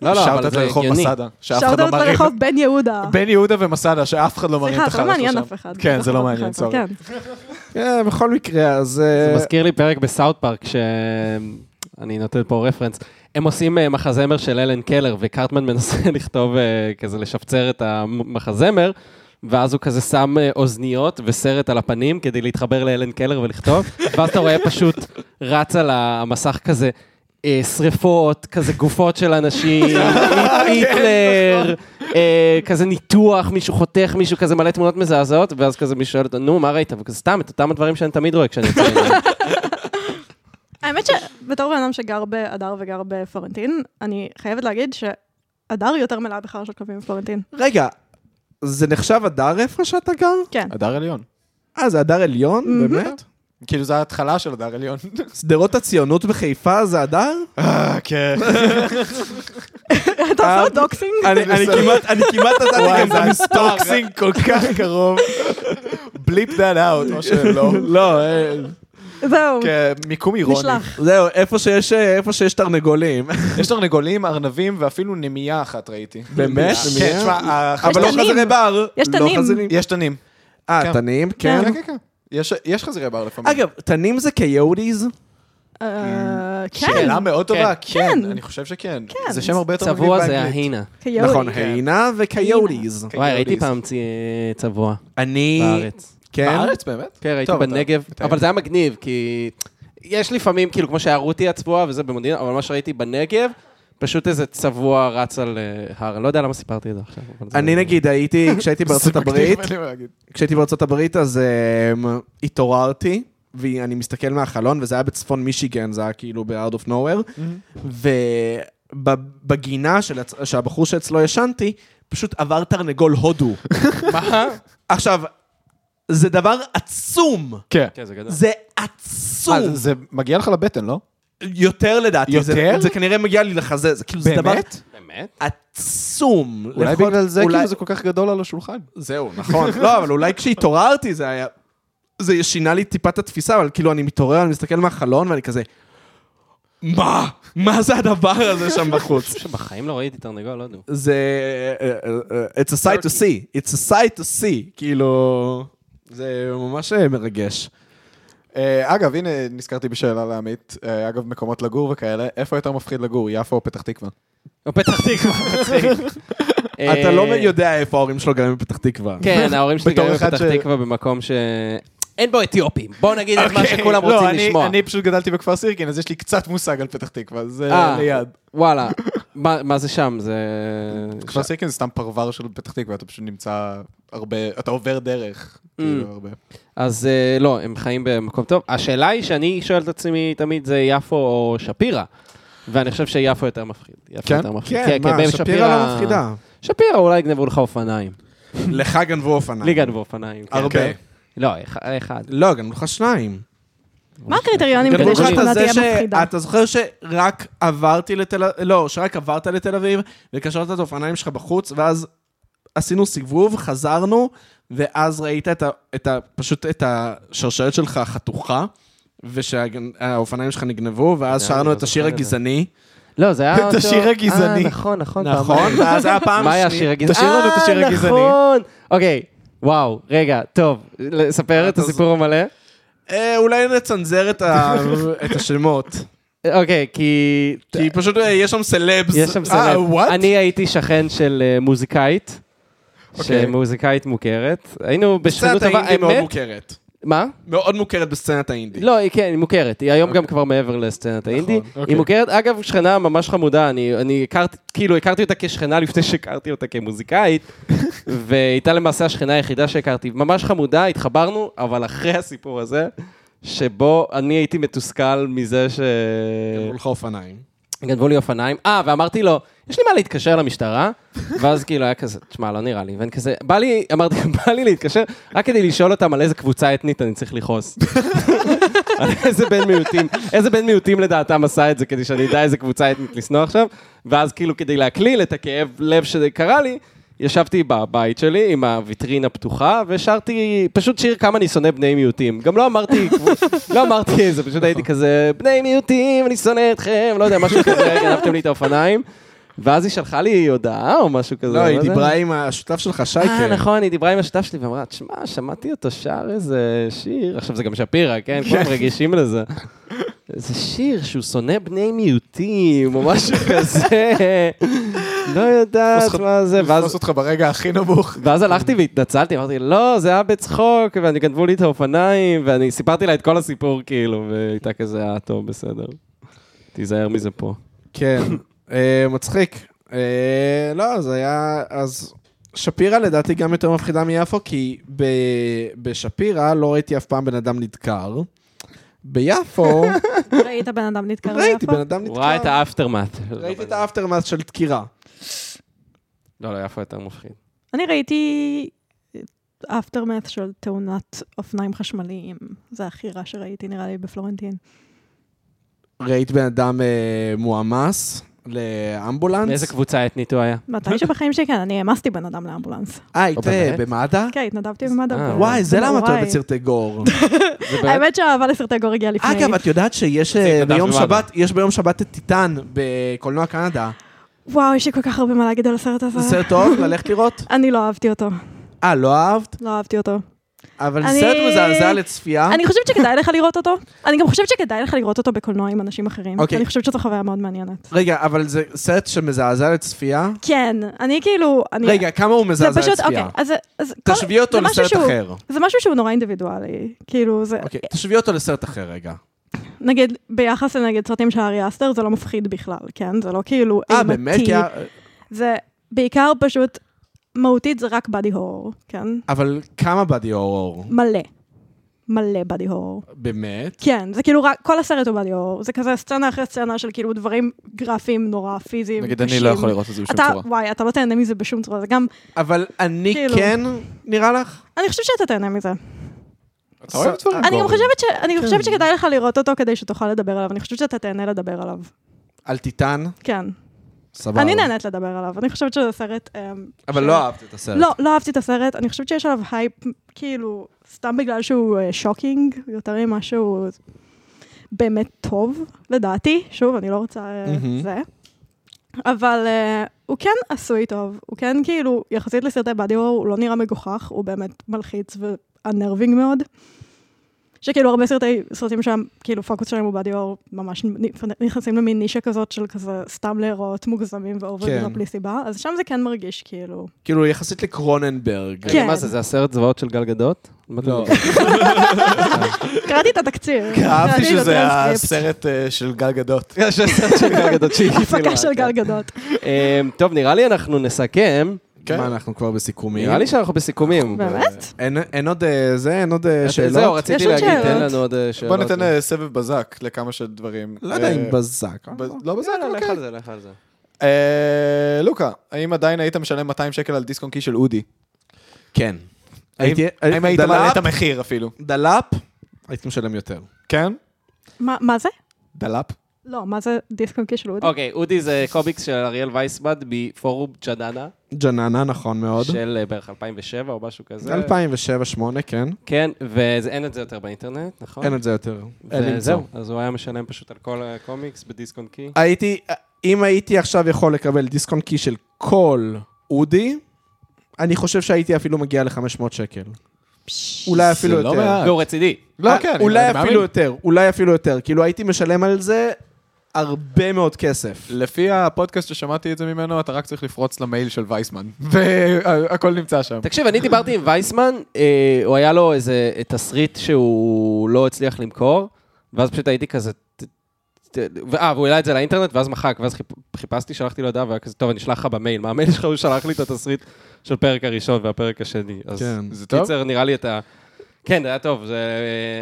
לא, לא, אבל
שאוטת
זה
לרחוב
הגיוני.
מסעדה, שאף אחד
שאלת
לא
אותה
מרים.
ברחוב בן יהודה.
בן יהודה ומסעדה, שאף אחד לא מרים את
סליחה,
החלב
זה לא מעניין אף אחד.
כן, זה לא
בחברות
מעניין,
בחיפה,
סורי.
כן.
אה, בכל מקרה, אז... אה,
זה מזכיר לי פרק בסאוט פארק, שאני נותן פה רפרנס. הם עושים אה, מחזמר של אלן קלר, וקרטמן מנסה לכתוב, אה, כזה לשפצר את המחזמר, ואז הוא כזה שם אה, אוזניות וסרט על הפנים כדי להתחבר לאלן קלר ולכתוב, ואז אתה רואה פשוט רץ על המסך כזה. אה, שריפות, כזה גופות של אנשים, היט- היטלר, אה, כזה ניתוח, מישהו חותך, מישהו כזה מלא תמונות מזעזעות, ואז כזה מישהו שואל אותו, נו, מה ראית? וכזה סתם, את אותם הדברים שאני תמיד רואה כשאני יוצא מזה.
האמת שבתור בן אדם שגר בהדר וגר בפלורנטין, אני חייבת להגיד שהדר יותר מלאה בחרא של כלבים בפלורנטין.
רגע, זה נחשב הדר איפה שאתה גר?
כן.
הדר עליון.
אה, זה הדר עליון? באמת?
כאילו, זו ההתחלה של הדר עליון.
שדרות הציונות בחיפה זה הדר?
אה, כן.
אתה עושה דוקסינג?
אני אני כמעט, אני כמעט נתתי
וואי,
גם את
זה
המספר.
סטוקסינג כל כך קרוב. בליפ that out, או שלא.
לא, אה,
זהו,
כן, מיקום אירוני.
נשלח.
זהו, איפה שיש, אה, איפה שיש תרנגולים.
יש תרנגולים, ארנבים ואפילו נמייה אחת ראיתי.
באמת?
כן, תשמע, החיים-
אבל לא
תנים.
חזרי בר.
יש
לא
תנים.
חזירים.
יש תנים.
אה,
כן.
תנים, כן.
כן, כן, כן. יש- יש חזירי בר לפעמים.
אגב, תנים זה קיוטיז?
אה, כן,
שאלה מאוד טובה. כן,
כן.
אני חושב שכן.
כן.
זה שם הרבה יותר מגניב
צבוע זה
באנגלית.
ההינה.
כיולי.
נכון,
כן.
היינה וקיוטיז.
וואי, ראיתי
קיוטיז.
פעם צי- צבוע
אני...
בארץ.
כן.
בארץ באמת?
כן, ראיתי
טוב, אתה-
בנגב,
אתה-
אבל זה היה מגניב, כי יש לפעמים, כאילו, כמו שהיה רותי הצבועה וזה במודיעין, אבל מה שראיתי בנגב, פשוט איזה צבוע רץ על אה, הר. אני לא יודע למה סיפרתי את זה עכשיו. אבל זה-
אני נגיד הייתי, כשהייתי בארצות
זה מגניב,
הברית,
אין לי מה להגיד.
כשהייתי בארצות הברית אז אמ, התעוררתי, ואני מסתכל מהחלון, וזה היה בצפון מישיגן, זה היה כאילו ב-out of nowhere,
Mm-hmm.
ובגינה של הצ- שהבחור שאצלו ישנתי, פשוט עבר תרנגול הודו.
מה?
עכשיו, זה דבר עצום.
כן.
כן, זה גדול.
זה עצום.
אה, זה- זה מגיע לך לבטן, לא?
יותר לדעתי. זה-
יותר?
זה כנראה מגיע לי לחזה, זה כאילו, זה דבר
באמת?
באמת?
עצום.
אולי
יכול-
בגלל זה,
אולי-
כאילו זה כל כך גדול על השולחן.
זהו, נכון. לא, אבל אולי כשהתעוררתי זה היה... זה שינה לי טיפה את התפיסה, אבל כאילו אני מתעורר, אני מסתכל מהחלון ואני כזה... מה? מה זה הדבר הזה שם בחוץ?
בחיים לא ראיתי תרנגול, לא יודע.
זה... אה, אה, אה, It's a sight to see. It's a sight to see. כאילו... זה ממש אה, מרגש.
אה, אגב, הנה, נזכרתי בשאלה לעמית. אה, אגב, מקומות לגור וכאלה, איפה יותר מפחיד לגור, יפו או פתח תקווה?
או פתח תקווה, מצחיק.
אתה לא יודע איפה ההורים שלו גרים בפתח תקווה.
אה, כן, ההורים שלי
בתור
גרים
אחד
בפתח
ש-
תקווה במקום ש... אין בו אתיופים. בואו נגיד את מה
אוקיי,
שכולם
לא,
רוצים
אני-
לשמוע.
אני פשוט גדלתי בכפר סירקין, אז יש לי קצת מושג על פתח תקווה, זה
אה.
ליד.
וואלה, מה מה זה שם? זה...
כפר סירקין זה סתם פרבר של פתח תקווה, אתה פשוט נמצא הרבה, אתה עובר דרך, כאילו, הרבה.
אז אה, לא, הם חיים במקום טוב. השאלה היא שאני שואל את עצמי תמיד זה יפו או שפירא, ואני חושב שיפו יותר מפחיד. יפו
כן?
יותר מפחיד.
כן, מה,
בן
שפירא לא מפחידה.
שפירא אולי יגנבו לך אופניים.
לך גנבו אופניים.
לי גנבו אופניים. כן.
הרבה.
כן.
לא, אח- אחד.
לא, גנבו לך שניים.
מה הקריטריונים
גנבו
כדי
לך את
שהשכונה
זה
תהיה
ש-
מפחידה?
אתה זוכר שרק עברתי לתל אביב, לא, שרק עברת לתל אביב, וקשרת את האופניים שלך בחוץ, ואז עשינו סיבוב, חזרנו, ואז ראית את ה... את ה... פשוט את השרשרת שלך חתוכה. ושהאופניים שלך נגנבו, ואז
אני
שרנו
לא
את השיר
זוכר את זה.
הגזעני.
לא, זה היה
את השיר הגזעני.
אה, נכון, נכון.
נכון,
פעמיים.
ואז היה פעם
מה היה השיר
שנייה.
הגזעני?
תשאיר לנו את השיר
אה,
הגזעני.
נכון. אוקיי, וואו, רגע, טוב, לספר את
אתה זוכ-
הסיפור המלא?
אה, אולי נצנזר את ה- את השמות.
אוקיי, כי...
כי פשוט אה, יש שם סלבס.
יש שם
אה,
סלב.
what?
אני הייתי שכן של אה, מוזיקאית,
אוקיי.
שמוזיקאית מוכרת. היינו בשכנות
סצנת
טובה,
האינדי מאוד
האמת...
מוכרת.
מה?
מאוד מוכרת בסצנת האינדי.
לא, היא כן, היא מוכרת. היא היום גם כבר מעבר לסצנת האינדי.
אוקיי.
היא מוכרת, אגב, שכנה ממש חמודה. אני אני הכרתי, כאילו, הכרתי אותה כשכנה לפני שהכרתי אותה כמוזיקאית, והייתה למעשה השכנה היחידה שהכרתי. ממש חמודה, התחברנו, אבל אחרי הסיפור הזה, שבו אני הייתי מתוסכל מזה ש...
גנבו לך אופניים.
גנבו לי אופניים. אה, ואמרתי לו, יש לי מה להתקשר למשטרה? ואז כאילו היה כזה, תשמע, לא נראה לי. ואני כזה, בא לי, אמרתי, בא לי להתקשר, רק כדי לשאול אותם על איזה קבוצה אתנית אני צריך לכעוס. על איזה בן מיעוטים, איזה בן מיעוטים לדעתם עשה את זה, כדי שאני אדע איזה קבוצה אתנית לשנוא עכשיו. ואז כאילו, כדי להקליל את הכאב לב שקרה לי, ישבתי בבית שלי עם הוויטרינה פתוחה, ושרתי פשוט שיר כמה אני שונא בני מיעוטים. גם לא אמרתי, לא אמרתי את זה, פשוט הייתי
נכון.
כזה, בני מיעוטים, אני שונא אתכם, לא יודע, משהו כזה, גנבתם לי את האופניים. ואז היא שלחה לי הודעה או משהו כזה.
לא, היא
יודע.
דיברה עם השותף שלך,
אה,
שייקה.
נכון, היא דיברה עם השותף שלי ואמרה, תשמע, שמעתי אותו שר איזה שיר, עכשיו זה גם שפירא, כן? כולם רגישים לזה. איזה שיר שהוא שונא בני מיעוטים, או משהו כזה, לא יודעת מה זה,
תפוס
ואז...
אותך ברגע הכי נמוך.
ואז הלכתי והתנצלתי, אמרתי, לא, זה היה בצחוק, ואני גנבו לי את האופניים, ואני סיפרתי לה את כל הסיפור, כאילו, והייתה כזה, אה, טוב, בסדר. תיזהר מזה פה.
כן, אה, מצחיק. אה, לא, זה היה... אז שפירא לדעתי גם יותר מפחידה מיפו, כי ב- בשפירא לא ראיתי אף פעם בן אדם נדקר. ביפו
ראית בן אדם נתקרב
ראיתי
יפה?
בן אדם
הוא ראה את
נדקר.
האפטרמאט.
ראיתי את האפטרמאס של דקירה.
לא, לא, יפה יותר מפחיד.
אני ראיתי האפטרמאט של תאונת אופניים חשמליים. זה הכי רע שראיתי, נראה לי, בפלורנטין.
ראית בן אדם אה, מועמס לאמבולנס?
מאיזה קבוצה אתנית הוא היה?
מתי שבחיים שלי, כן, אני העמסתי בן אדם לאמבולנס.
אה, היית
או לא, באמת?
אה, במד"א?
כן, התנדבתי במד"א.
אה,
וואי, זה למה את
בנוראי.
אוהבת סרטי גור.
זה באמת-
האמת שהאהבה לסרטי גור הגיעה לפני.
אגב, את יודעת שיש אה,
התנדבת
ביום
במד"א.
שבת, יש ביום שבת את טיטן בקולנוע קנדה.
וואו, יש לי כל כך הרבה מה להגיד על הסרט הזה.
זה סרט טוב, ללכת לראות?
אני לא אהבתי אותו.
אה, לא אהבת?
לא אהבתי אותו.
אבל
אני-
סרט מזעזע לצפייה.
אני חושבת שכדאי לך לראות אותו. אני גם חושבת שכדאי לך לראות אותו בקולנוע עם אנשים אחרים.
אוקיי.
אני חושבת שזו חוויה מאוד מעניינת.
רגע, אבל זה סרט שמזעזע לצפייה?
כן, אני כאילו... אני-
רגע, כמה הוא
זה
מזעזע
פשוט, אוקיי,
לצפייה?
אז... אז כל-
תשבי אותו
זה משהו
לסרט
שהוא-
אחר.
זה משהו שהוא נורא אינדיבידואלי. כאילו, זה...
אוקיי, תשבי אותו לסרט אחר רגע.
נגיד, ביחס לנגיד סרטים של ארי אסטר, זה לא מפחיד בכלל, כן? זה לא כאילו
אה,
אימתי.
באמת? כי ה-
זה בעיקר פשוט, מהותית זה רק בדי הור, כן?
אבל כמה בדי הורור?
מלא. מלא בדי הור.
באמת?
כן, זה כאילו רק, כל הסרט הוא בדי הור. זה כזה סצנה אחרי סצנה של כאילו דברים גרפיים נורא פיזיים.
נגיד, אני
קשים.
לא יכול לראות את זה בשום
אתה,
צורה.
וואי, אתה לא תהנה מזה בשום צורה. זה גם,
אבל אני
כאילו.
כן, נראה לך?
אני חושבת שאתה תהנה מזה.
אה, אתה אוהב דברים
אני גם
גורים.
חושבת, ש,
כן.
אני חושבת שכדאי לך לראות אותו כדי שתוכל לדבר עליו. אני חושבת שאתה תהנה לדבר עליו.
על טיטן?
כן.
סבבה.
אני נהנית לדבר עליו. אני חושבת שזה סרט... אמ,
אבל
ש-
לא אהבת את הסרט.
לא, לא אהבתי את הסרט, אני חושבת שיש עליו הייפ, כאילו, סתם בגלל שהוא אה, שוקינג, יותר ממה שהוא באמת טוב, לדעתי. שוב, אני לא רוצה אה,
מהמם.
זה. אבל אה, הוא כן עשוי טוב, הוא כן כאילו, יחסית לסרטי באדי הור, הוא לא נראה מגוחך, הוא באמת מלחיץ ואנרבינג מאוד. שכאילו הרבה סרטי, סרטים שם, כאילו פוקוס שלהם הוא באדי הור, ממש נ- נכנסים למין נישה כזאת של כזה סתם להיראות מוגזמים ואוברדרופ
כן.
בלי סיבה, אז שם זה כן מרגיש כאילו...
כאילו, יחסית לקרוננברג.
כן.
מה זה, זה הסרט זוועות של גל גדות?
לא.
קראתי את התקציב.
אהבתי
קראתי את
שזה
הטרנסקריפט.
הסרט אה, של גל גדות.
הסרט של גל גדות שהיא אמ,
הפקה של גל גדות.
טוב, נראה לי אנחנו נסכם.
כן.
מה, אנחנו כבר בסיכומים?
נראה לי שאנחנו בסיכומים.
באמת?
אין- אין עוד אה, זה, אין עוד אה, שאלות?
זהו, רציתי
יש עוד
להגיד, תן
שאלות?
לנו עוד אה, שאלות.
בוא ניתן אה, סבב בזק לכמה של דברים.
לא יודע
אה,
אם בזק. אה?
ב- לא בזק,
יאללה, לך
אוקיי.
על זה, לך על זה.
אה, לוקה, האם עדיין היית משלם 200 שקל על דיסק און קי של אודי?
כן.
האם
הייתי-
האם היית מעלה
דלאפ?
את המחיר אפילו?
דלאפ? הייתי משלם יותר.
כן?
מה מה זה?
דלאפ?
לא, מה זה דיסק און קי של אודי?
אוקיי, אודי זה קומיקס של אריאל וייסבד מפורום צ'דנה,
ג'ננה, נכון מאוד.
של אה, בערך 2007 או משהו כזה.
2007-2008, כן.
כן, ואין את זה יותר באינטרנט, נכון?
אין את זה יותר. אין למצוא.
וזהו, אז הוא היה משלם פשוט על כל הקומיקס בדיסק און קי.
הייתי, אם הייתי עכשיו יכול לקבל דיסק און קי של כל אודי, אני חושב שהייתי אפילו מגיע ל-500 שקל. אולי אפילו
זה לא
יותר.
מעט.
והוא רציני.
לא,
אה,
כן, אני-
אולי
אני
אפילו
מאמין.
יותר, אולי אפילו יותר. כאילו הייתי משלם על זה הרבה מאוד כסף.
לפי הפודקאסט ששמעתי את זה ממנו, אתה רק צריך לפרוץ למייל של וייסמן. והכל נמצא שם.
תקשיב, אני דיברתי עם וייסמן, אה, הוא היה לו איזה אה, תסריט שהוא לא הצליח למכור, ואז פשוט הייתי כזה... ת- ת- ו- אה, והוא העלה את זה לאינטרנט, ואז מחק, ואז חיפ- חיפשתי, שלחתי לו הודעה, והיה כזה, טוב, אני אשלח לך במייל. מהמייל שלך הוא שלח לי את התסריט של הפרק הראשון והפרק השני. אז
כן.
זה טוב?
קיצר, נראה לי אתה... כן, זה היה טוב, זה...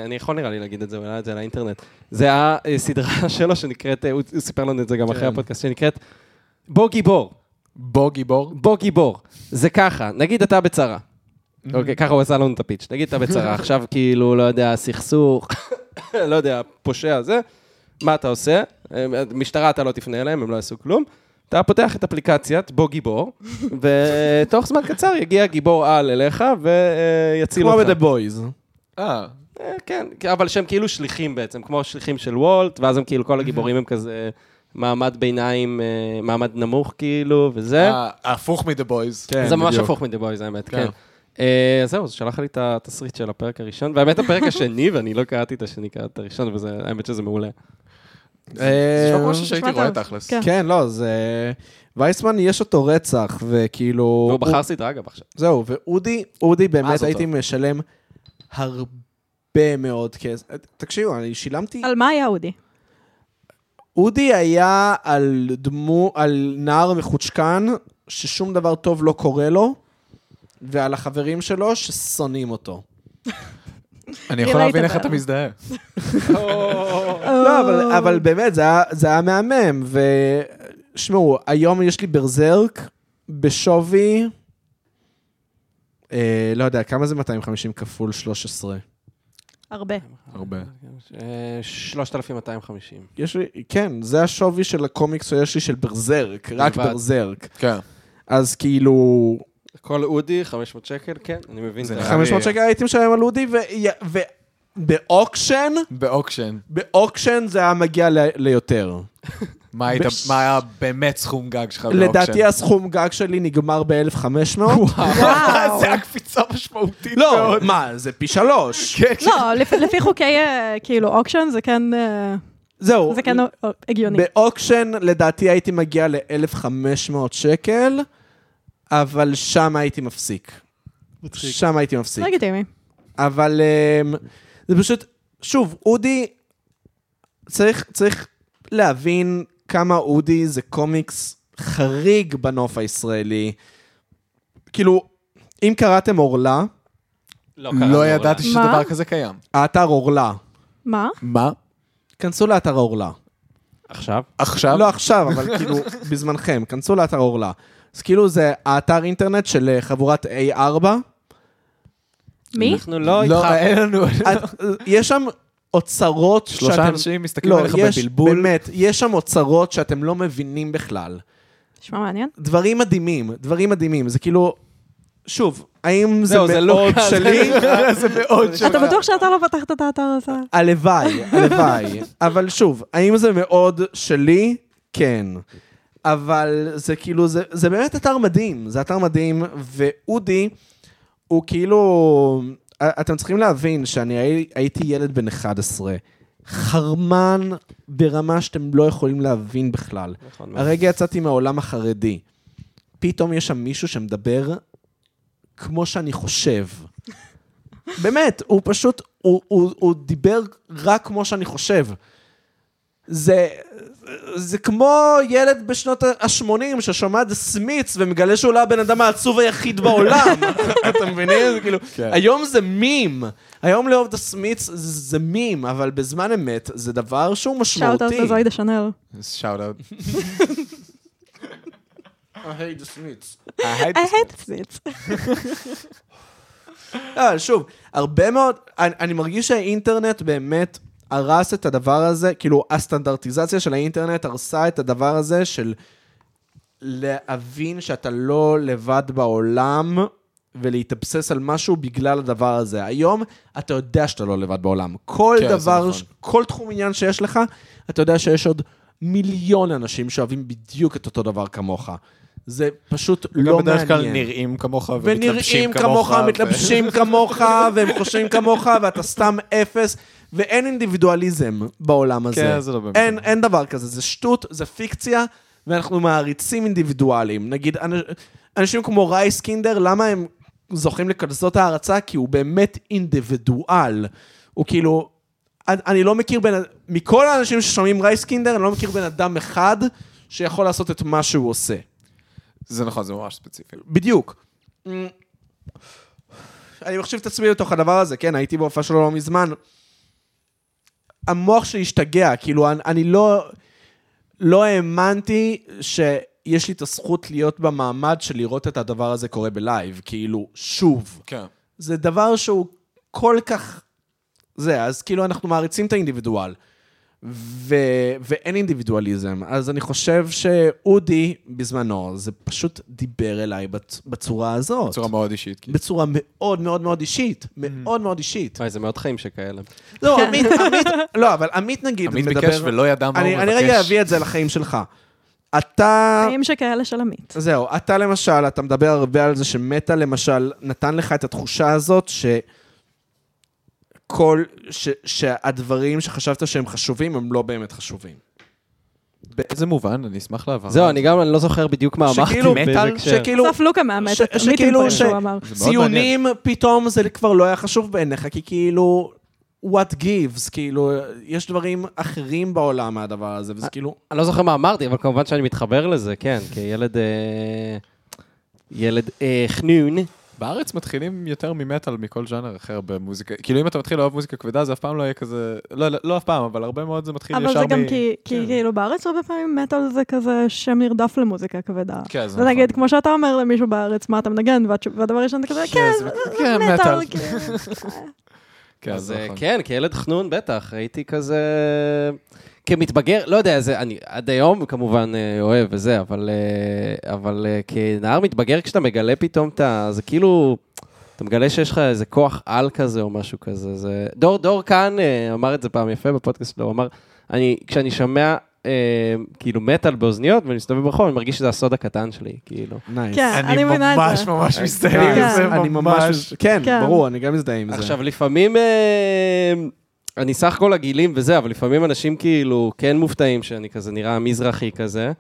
אה, אני יכול נראה לי להגיד את זה, הוא העלה את זה לאינטרנט. זה היה אה, סדרה שלו שנקראת, אה, הוא הוא סיפר לנו את זה
כן.
גם אחרי הפודקאסט, שנקראת בוא גיבור.
בו גיבור.
בוא גיבור. זה ככה, נגיד אתה בצרה. אוקיי, ככה הוא עשה לנו את הפיץ'. נגיד אתה בצרה, עכשיו כאילו, לא יודע, סכסוך, לא יודע, פושע זה, מה אתה עושה? אה, משטרה אתה לא תפנה אליהם, הם לא יעשו כלום. אתה פותח את אפליקציית בוא גיבור, ותוך זמן קצר יגיע גיבור על אליך ויציל
כמו
אותך.
ב-The Boys.
אה,
אה, כן, אבל שהם כאילו שליחים בעצם, כמו שליחים של וולט, ואז הם כאילו, כל הגיבורים הם כזה מעמד ביניים, אה, מעמד נמוך כאילו, וזה.
אה, הפוך מ"דה בויז".
כן,
זה ממש
בדיוק.
הפוך מ"דה בויז", האמת,
כן.
כן. אה, זהו, אז שלח לי את התסריט של הפרק הראשון, והאמת הפרק השני, ואני לא קראתי את השני, קראתי את הראשון, והאמת שזה מעולה.
זה
אה,
נשמע כמו משהו שהייתי
נשמע
אוקיי, רואה
טוב.
תכלס.
כן.
כן, לא, זה... וייסמן יש אותו רצח, וכאילו...
והוא לא, בחר סדרה גם עכשיו.
זהו, ואודי, אודי באמת
זה
הייתי
טוב.
משלם הרבה מאוד כסף. תקשיבו, אני שילמתי...
על מה היה אודי?
אודי היה על דמו... על נער מחוצ'קן, ששום דבר טוב לא קורה לו, ועל החברים שלו ששונאים אותו.
כן, אני יכול
ראית
להבין איך
בעיה.
אתה מזדהה.
אה,
לא, אבל, אבל באמת, זה היה, זה היה מהמם. ושמעו, היום יש לי ברזרק בשווי... אה, לא יודע, כמה זה 250 כפול 13?
הרבה.
הרבה.
אה, 3,250.
יש לי, כן, זה השווי של הקומיקס שיש לי של ברזרק, רק
בלבד.
ברזרק.
כן.
אז כאילו,
כל אודי, 500 שקל, כן, אני מבין.
זה
את ה-
נראה לי-
500 שקל הייתי משלם על אודי, ובאוקשן,
באוקשן.
באוקשן זה היה מגיע ל- ליותר.
מה היית-
בש-
מה היה באמת סכום גג שלך באוקשן?
לדעתי הסכום גג שלי נגמר ב-1500.
זה היה קפיצה משמעותית
לא,
מאוד.
מה, זה פי שלוש.
לא, לפ- לפי חוקי, אה, כאילו, אוקשן, זה כן אה,
זהו.
זה כן אה, הגיוני.
באוקשן לדעתי הייתי מגיע ל-1500 שקל, אבל שם הייתי מפסיק. שם הייתי מפסיק.
לגיטימי.
אבל אמ, זה פשוט, שוב, אודי, צריך, צריך להבין כמה אודי זה קומיקס חריג בנוף הישראלי. כאילו, אם קראתם עורלה,
קראנו
לא
לה.
ידעתי
מה?
שדבר כזה קיים.
האתר עורלה,
מה?
מה?
כנסו לאתר עורלה.
עכשיו?
עכשיו?
לא עכשיו, אבל כאילו, בזמנכם, כנסו לאתר עורלה. אז כאילו זה האתר אינטרנט של אה, חבורת A4.
מי?
אנחנו לא
לא,
איתך.
אין לנו...
את- אה, יש שם אוצרות שאתם...
שלושה אנשים מסתכלים
לא,
עליך
יש-
בבלבול.
באמת, יש שם אוצרות שאתם לא מבינים בכלל.
נשמע מעניין.
דברים מדהימים, דברים מדהימים. זה כאילו, שוב, האם זה
זהו, זה לא
מאוד
קל.
שלי?
זה מאוד ש...
אתה בטוח שאתה לא פתחת את האתר הזה?
הלוואי, הלוואי. אבל שוב, האם זה מאוד שלי? כן. אבל זה כאילו, זה, זה באמת אתר מדהים, זה אתר מדהים, ואודי הוא כאילו, אתם צריכים להבין שאני הי- הייתי ילד בן 11, חרמן ברמה שאתם לא יכולים להבין בכלל.
נכון, מה-
הרגע יצאתי מהעולם החרדי. פתאום יש שם מישהו שמדבר כמו שאני חושב. באמת, הוא פשוט, הוא, הוא, הוא דיבר רק כמו שאני חושב. זה, זה כמו ילד בשנות ה-80 ששומע דה סמיץ ומגלה שהוא לא הבן אדם העצוב היחיד בעולם. אתם מבינים? זה כאילו,
כן.
היום זה מים. היום לאהוב דה סמיץ זה זה מים, אבל בזמן אמת זה דבר שהוא משמעותי.
שאוט אאוט לזוידה שנל.
שאוט אאוט.
I hate it.
אה, שוב, הרבה מאוד, אני, אני מרגיש שהאינטרנט באמת הרס את הדבר הזה, כאילו הסטנדרטיזציה של האינטרנט הרסה את הדבר הזה של להבין שאתה לא לבד בעולם ולהתאבסס על משהו בגלל הדבר הזה. היום אתה יודע שאתה לא לבד בעולם. כל
כן, זה
דבר,
נכון.
נכון. כל תחום עניין שיש לך, אתה יודע שיש עוד מיליון אנשים שאוהבים בדיוק את אותו דבר כמוך. זה פשוט לא מעניין.
בדרך כלל נראים כמוך
ונראים
ומתלבשים
כמוך,
כמוך. ו-
מתלבשים כמוך, והם חושבים כמוך, ואתה סתם אפס, ואין אינדיבידואליזם בעולם הזה.
כן, זה לא באמת.
אין, אין דבר כזה, זה שטות, זה פיקציה, ואנחנו מעריצים אינדיבידואלים. נגיד, אנ- אנשים כמו רייס קינדר, למה הם זוכים לכנסות הערצה? כי הוא באמת אינדיבידואל. הוא כאילו... אני- אני לא מכיר בין... מכל האנשים ששומעים רייס קינדר, אני לא מכיר בן אדם אחד שיכול לעשות את מה שהוא עושה.
זה נכון, זה ממש ספציפי.
בדיוק. Mm. אני מחשיב את עצמי לתוך הדבר הזה, כן, הייתי בהופעה שלו לא מזמן. המוח שלי השתגע, כאילו, אני, אני לא, לא האמנתי שיש לי את הזכות להיות במעמד של לראות את הדבר הזה קורה בלייב, כאילו, שוב.
כן.
זה דבר שהוא כל כך... זה, אז כאילו אנחנו מעריצים את האינדיבידואל, ו... ואין אינדיבידואליזם. אז אני חושב שאודי, בזמנו, זה פשוט דיבר אליי בצ... בצורה הזאת.
בצורה מאוד Mm-hmm. אישית. כאילו.
בצורה מאוד מאוד מאוד אישית, מאוד מאוד אישית.
כן.
וואי, זה מאוד חיים שכאלה.
לא, עמית, עמית, לא, אבל עמית נגיד
עמית
מדבר...
ביקש ולא ידע מה הוא
אני-
מבקש.
אני רגע אביא את זה לחיים שלך. אתה...
חיים שכאלה של עמית.
זהו, אתה למשל, אתה מדבר הרבה על זה שמטא למשל נתן לך את התחושה הזאת ש... כל... ש... שהדברים שחשבת שהם חשובים, הם לא באמת חשובים.
באיזה מובן? אני אשמח להבהרה.
זהו, אני גם אני לא זוכר בדיוק מה אמרתי,
שכאילו-
באיזה הקשר.
שכאילו...
סוף לוקה מאמת
כאילו, ש-
את עמית עם
שכאילו
דברים
ש-
שהוא אמר.
ציונים, פתאום זה כבר לא היה חשוב בעיניך, כי כאילו... what gives, כאילו, יש דברים אחרים בעולם מהדבר הזה, וזה כאילו...
אני לא זוכר מה אמרתי, אבל כמובן שאני מתחבר לזה, כן, כילד... אה, ילד אה, חנון,
בארץ מתחילים יותר ממטאל מכל ז'אנר אחר במוזיקה. כאילו, אם אתה מתחיל לאהוב מוזיקה כבדה, זה אף פעם לא יהיה כזה... לא, לא, לא אף פעם, אבל הרבה מאוד זה מתחיל ישר
אבל
מ...
זה גם כי, כי
כן.
כאילו בארץ הרבה פעמים מטאל זה כזה שם נרדף למוזיקה כבדה.
כן, זה נכון.
ונגיד, כמו שאתה אומר למישהו בארץ, מה אתה מנגן, והתש- והדבר הראשון זה כזה,
כן,
כן,
זה- כן, מטאל."
כאילו.
כן,
אז
זה
אה,
נכון.
כן, כילד חנון בטח, הייתי כזה... כמתבגר, לא יודע, זה, אני עד היום כמובן אה, אוהב וזה, אבל, אה, אבל אה, כנער מתבגר, כשאתה מגלה פתאום את ה... זה כאילו, אתה מגלה שיש לך איזה כוח על כזה או משהו כזה. זה... דור, דור כאן אה, אמר את זה פעם יפה בפודקאסט שלו, הוא אמר, אני, כשאני שומע אה, כאילו מטאל באוזניות ואני מסתובב ברחוב, אני מרגיש שזה הסוד הקטן שלי, כאילו.
נייס.
כן, אני מבינה את
ממש
זה.
ממש מסתיים
כן.
עם זה,
אני ממש... כן,
כן.
ברור, אני גם מזדהה עם זה.
עכשיו, לפעמים... אה, אני סך הכל עגילים וזה, אבל לפעמים אנשים כאילו כן מופתעים שאני כזה נראה מזרחי כזה,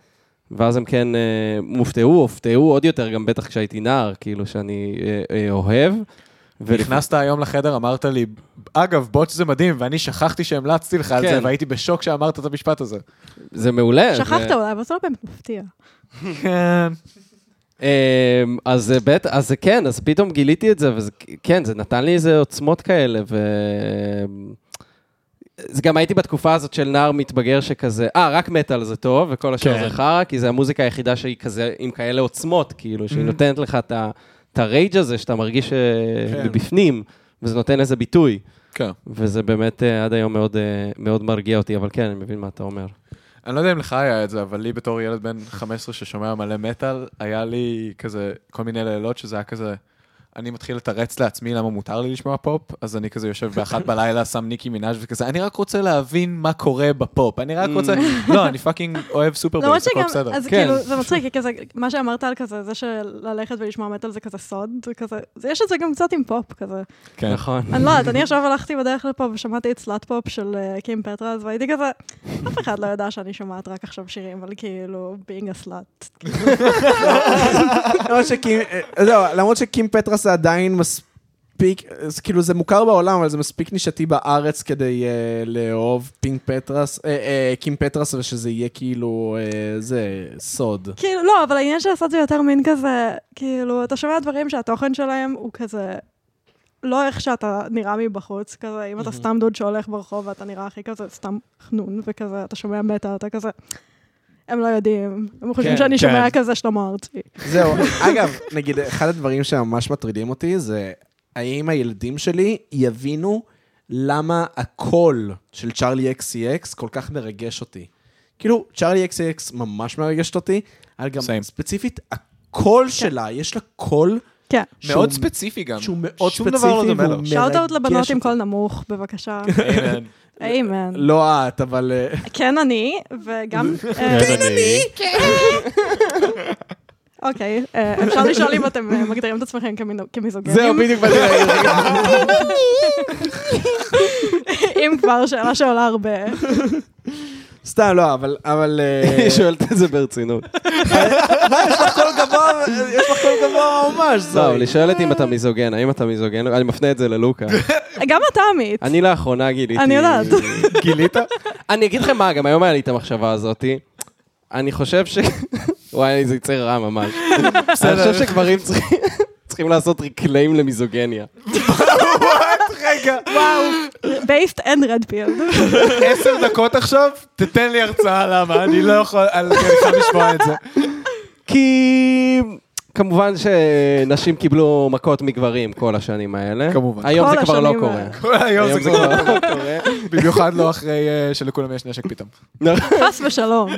ואז הם כן אה, מופתעו, הופתעו עוד יותר, גם בטח כשהייתי נער, כאילו, שאני אה, אה, אוהב. ולפ-
נכנסת היום לחדר, אמרת לי, אגב, בוטש זה מדהים, ואני שכחתי שהמלצתי לך על
כן.
זה, והייתי בשוק שאמרת את המשפט הזה.
זה מעולה.
שכחת
זה-
אולי, אבל זה לא באמת מפתיע.
כן.
אמ, אז זה בטח, אז זה כן, אז פתאום גיליתי את זה, וזה כן, זה נתן לי איזה עוצמות כאלה, ו... זה גם הייתי בתקופה הזאת של נער מתבגר שכזה, אה, רק מטאל זה טוב, וכל השאר
כן.
זה חרא, כי זה המוזיקה היחידה שהיא כזה, עם כאלה עוצמות, כאילו, שהיא נותנת לך את ה- את הרייג' הזה שאתה מרגיש אה,
כן.
בפנים, וזה נותן איזה ביטוי,
כן.
וזה באמת אה, עד היום מאוד, אה, מאוד מרגיע אותי, אבל כן, אני מבין מה אתה אומר.
אני לא יודע אם לך היה את זה, אבל לי בתור ילד בן 15 ששומע מלא מטאל, היה לי כזה כל מיני לילות שזה היה כזה, אני מתחיל לתרץ לעצמי למה מותר לי לשמוע פופ, אז אני כזה יושב באחת בלילה, שם ניקי מנאז' וכזה, אני רק רוצה להבין מה קורה בפופ, אני רק רוצה, לא, אני פאקינג אוהב סופרבול,
Mm. למרות
זה הכל
שגם,
בסדר.
אז
כן.
כאילו, זה מצחיק, כי כזה, מה שאמרת על כזה, זה שללכת ולשמוע מטאל זה כזה סוד, זה כזה, זה- יש את זה גם קצת עם פופ כזה.
כן.
נכון.
אני לא יודעת, אני עכשיו הלכתי בדרך לפה ושמעתי את סלאט פופ של אה, קים פטרס, והייתי כזה, אף אחד לא ידע שאני שומעת רק עכשיו שירים, אבל כאילו, being a slut.
למרות שקים- אה, זהו, למרות שקים פטרס זה עדיין מספיק, אה, זה כאילו זה מוכר בעולם, אבל זה מספיק נישתי בארץ כדי אה, לאהוב פינק פטרס, אה, אה, קים פטרס, ושזה יהיה כאילו, אה, זה, סוד.
כאילו, לא, אבל העניין של לעשות זה יותר מין כזה, כאילו, אתה שומע דברים שהתוכן שלהם הוא כזה, לא איך שאתה נראה מבחוץ, כזה, אם אתה סתם דוד שהולך ברחוב ואתה נראה הכי כזה סתם חנון, וכזה, אתה שומע מטא, אתה כזה, הם לא יודעים, הם חושבים
כן,
שאני שומע
כן.
כזה שלמה ארצי.
זהו, אגב, נגיד, אחד הדברים שממש מטרידים אותי זה האם הילדים שלי יבינו למה הקול של צ'ארלי אקסי אקס כל כך מרגש אותי. כאילו, צ'ארלי אקסי אקס ממש מרגשת אותי, אבל גם
Same.
ספציפית, הקול שלה, יש לה קול
כן.
שהוא-
מאוד ספציפי גם.
שהוא מאוד
שום
ספציפי,
דבר לא דומה
והוא
לו.
מרגש
שאוט-אוט לבנות עם
אותי.
קול נמוך, בבקשה.
אמן.
איימן.
לא את, אבל... אה,
כן אני, וגם... אה, אוקיי, אה, אפשר לשאול אם אתם אה, מגדירים את עצמכם כמינו- כמיזוגנים.
זהו, בדיוק באתי להגיד.
אם כבר, שאלה שעולה הרבה.
סתם, לא, אבל... אבל... אה,
אני שואל את זה ברצינות.
יש לך קול גבוה, יש לך קול גבוה ממש,
לא,
זהו.
אבל היא שואלת אם אתה מיזוגן, האם אתה מיזוגן? אני מפנה את זה ללוקה.
גם אתה, עמית.
אני לאחרונה גיליתי...
אני יודעת.
גילית?
אני אגיד לכם מה, גם היום היה לי את המחשבה הזאתי. אני חושב ש... וואי, זה יצא רע ממש. אני חושב שגברים צריכים- צריכים לעשות ריקליים למיזוגניה.
וואו, based and red pill.
עשר דקות עכשיו? תתן לי הרצאה למה, אני לא יכול, אני חייב לשמוע את זה.
כי... כמובן שנשים קיבלו מכות מגברים כל השנים האלה.
כמובן.
היום
כל
זה כבר לא
השנים
קורה.
האלה.
כל היום זה
היום זה
כבר...
כבר לא
במיוחד לא אחרי אה, שלכולם יש נשק פתאום.
חס ושלום.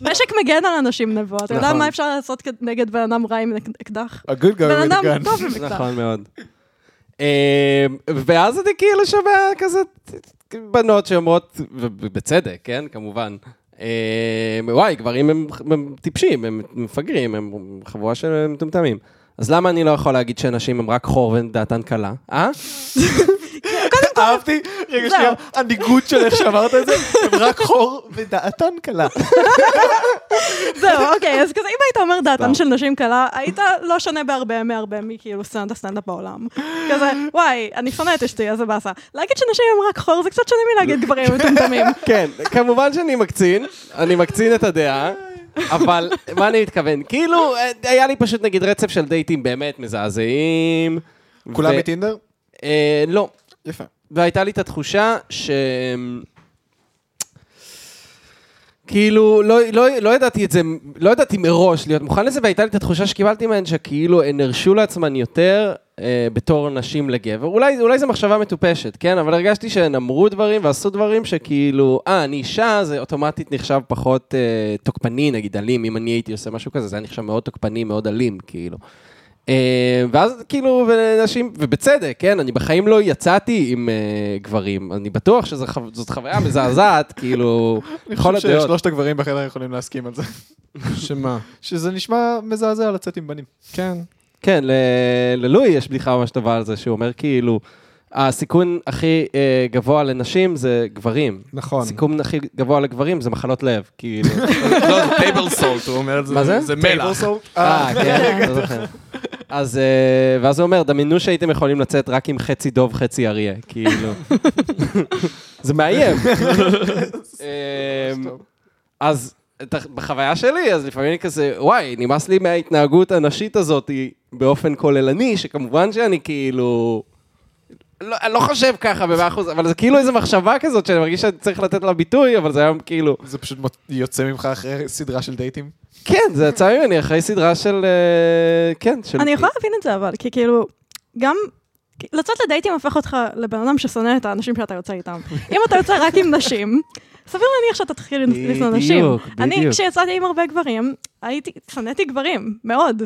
נשק מגן על אנשים נבו. אתה יודע
נכון.
מה אפשר לעשות כ- נגד בן אדם רע עם אק- אקדח?
A good guy
בן
with a
אדם
gun.
טוב עם אקדח.
נכון מאוד. אמ, ואז אני כאילו שומע כזה בנות שאומרות, ובצדק, כן, כמובן. אמ, וואי, גברים הם, הם טיפשים, הם מפגרים, הם חבורה של מטומטמים. אז למה אני לא יכול להגיד שנשים הם רק חור ודעתן קלה, אה?
אהבתי, רגע שנייה, הניגוד של איך שאמרת את זה, הם רק חור ודעתן קלה.
זהו, אוקיי, אז כזה, אם היית אומר דעתן
סתם.
של נשים קלה, היית לא שונה בהרבה מהרבה מכאילו סצנת הסטנדאפ בעולם. כזה, וואי, אני שונא את אשתי, איזה באסה. להגיד שנשים הם רק חור, זה קצת שונה מלהגיד גברים מטומטמים.
כן, כמובן שאני מקצין, אני מקצין את הדעה. אבל מה אני מתכוון? כאילו, אה, היה לי פשוט נגיד רצף של דייטים באמת מזעזעים.
כולם
ו-
מטינדר?
אה, לא.
יפה.
והייתה לי את התחושה ש... כאילו, לא, לא, לא ידעתי את זה, לא ידעתי מראש להיות מוכן לזה, והייתה לי את התחושה שקיבלתי מהן שכאילו הן הרשו לעצמן יותר אה, בתור נשים לגבר. אולי, אולי זו מחשבה מטופשת, כן? אבל הרגשתי שהן אמרו דברים ועשו דברים שכאילו, אה, אני אישה, זה אוטומטית נחשב פחות אה, תוקפני, נגיד אלים, אם אני הייתי עושה משהו כזה, זה היה נחשב מאוד תוקפני, מאוד אלים, כאילו. אה, ואז כאילו, ונשים, ובצדק, כן, אני בחיים לא יצאתי עם אה, גברים, אני בטוח שזאת חוויה מזעזעת, כאילו, לכל
אני חושב
הדעות.
ששלושת הגברים בחדר יכולים להסכים על זה.
שמה?
שזה נשמע מזעזע לצאת עם בנים.
כן.
כן, ל- ללואי יש בדיחה ממש טובה על זה, שהוא אומר כאילו, הסיכון הכי אה, גבוה לנשים זה גברים.
נכון.
הסיכון הכי גבוה לגברים זה מחלות לב, כאילו.
לא, זה טייבל סולט, הוא אומר את זה.
מה זה?
זה מלח.
אה, כן, לא זוכר. אז, אה, ואז הוא אומר, דמיינו שהייתם יכולים לצאת רק עם חצי דוב, חצי אריה, כאילו. זה מאיים. אה, אז ת- בחוויה שלי, אז לפעמים אני כזה, וואי, נמאס לי מההתנהגות הנשית הזאת באופן כוללני, שכמובן שאני כאילו... לא, אני לא חושב ככה במאה אחוז, אבל זה כאילו איזו מחשבה כזאת שאני מרגיש שאני צריך לתת לה ביטוי, אבל זה היום כאילו...
זה פשוט מות- יוצא ממך אחרי סדרה של דייטים.
כן, זה יצא ממני אחרי סדרה של... אה, כן, של...
אני יכולה להבין את זה, אבל, כי כאילו, גם... כי לצאת לדייטים הופך אותך לבן אדם ששונא את האנשים שאתה יוצא איתם. אם אתה יוצא רק עם נשים, סביר להניח שאתה תתחיל לשנוא נשים.
בדיוק,
אני,
בדיוק.
כשיצאתי עם הרבה גברים, הייתי, שנאתי גברים, מאוד.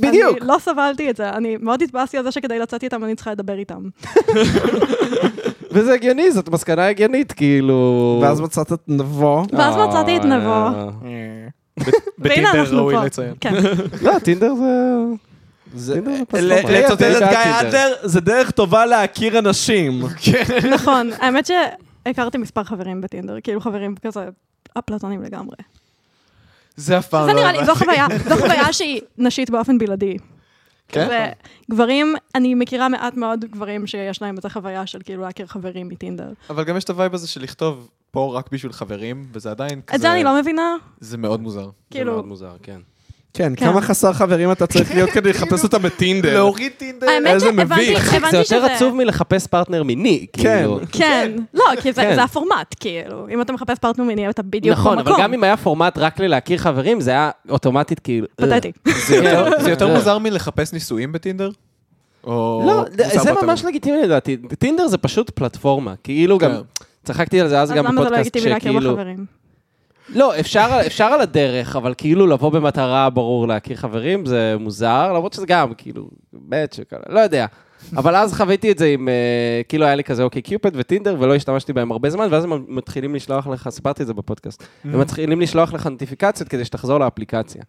בדיוק.
אני לא סבלתי את זה, אני מאוד התבאסתי על זה שכדי לצאת איתם אני צריכה לדבר איתם.
וזה הגיוני, זאת מסקנה הגיונית, כאילו...
ואז מצאת את נבו.
ואז מצאתי את נבו.
אה,
והנה אנחנו פה. כן.
לא, טינדר זה... טינדר זה פלטפורמה.
לצטט אה, את
טינדר.
גיא אדלר, זה דרך טובה להכיר אנשים.
נכון, האמת שהכרתי מספר חברים בטינדר, כאילו חברים כזה אפלטונים לגמרי.
זה אף פעם
זה
לא...
נראה לי, זו
הבנתי.
חוויה, זו חוויה שהיא נשית באופן בלעדי.
כן?
וגברים, אני מכירה מעט מאוד גברים שיש להם את החוויה של כאילו להכיר חברים מטינדר.
אבל גם יש את הווייב הזה של לכתוב פה רק בשביל חברים, וזה עדיין כזה...
את זה אני לא מבינה,
זה מאוד מוזר.
זה מאוד
כאילו,
מוזר, כן.
כן,
כן.
כמה חסר חברים אתה צריך להיות כדי לחפש אותם בטינדר.
להוריד טינדר.
האמת
איזה
שהבנתי
מביך.
הבנתי
אה, זה
שזה...
יותר עצוב מלחפש פרטנר מיני,
כן.
כאילו.
כן, לא, כי זה
כן.
זה הפורמט, כאילו. אם אתה מחפש פרטנר מיני, אתה בדיוק במקום.
נכון, אבל גם אם היה פורמט רק ללהכיר חברים, זה היה אוטומטית כאילו...
פתטי.
זה יותר-
כן.
זה יותר
אה.
מוזר מלחפש נישואים בטינדר? או...
לא,
מוזר
זה
בטרור?
ממש לגיטימי לדעתי. טינדר זה פשוט פלטפורמה. כאילו גם...
כן.
צחקתי על זה אז
אז
גם
למה זה לא
בפודקאסט,
לגיטימי להכיר
שכאילו...
בחברים?
לא, אפשר, אפשר על הדרך, אבל כאילו לבוא במטרה, ברור, להכיר חברים, זה מוזר, למרות שזה גם, כאילו, באמת שכאלה, לא יודע. אבל אז חוויתי את זה עם, אה, כאילו היה לי כזה, אוקיי, קיופד וטינדר, ולא השתמשתי בהם הרבה זמן, ואז הם מתחילים לשלוח לך, סיפרתי את זה בפודקאסט,
Mm-hmm.
הם מתחילים לשלוח לך נוטיפיקציות כדי שתחזור לאפליקציה.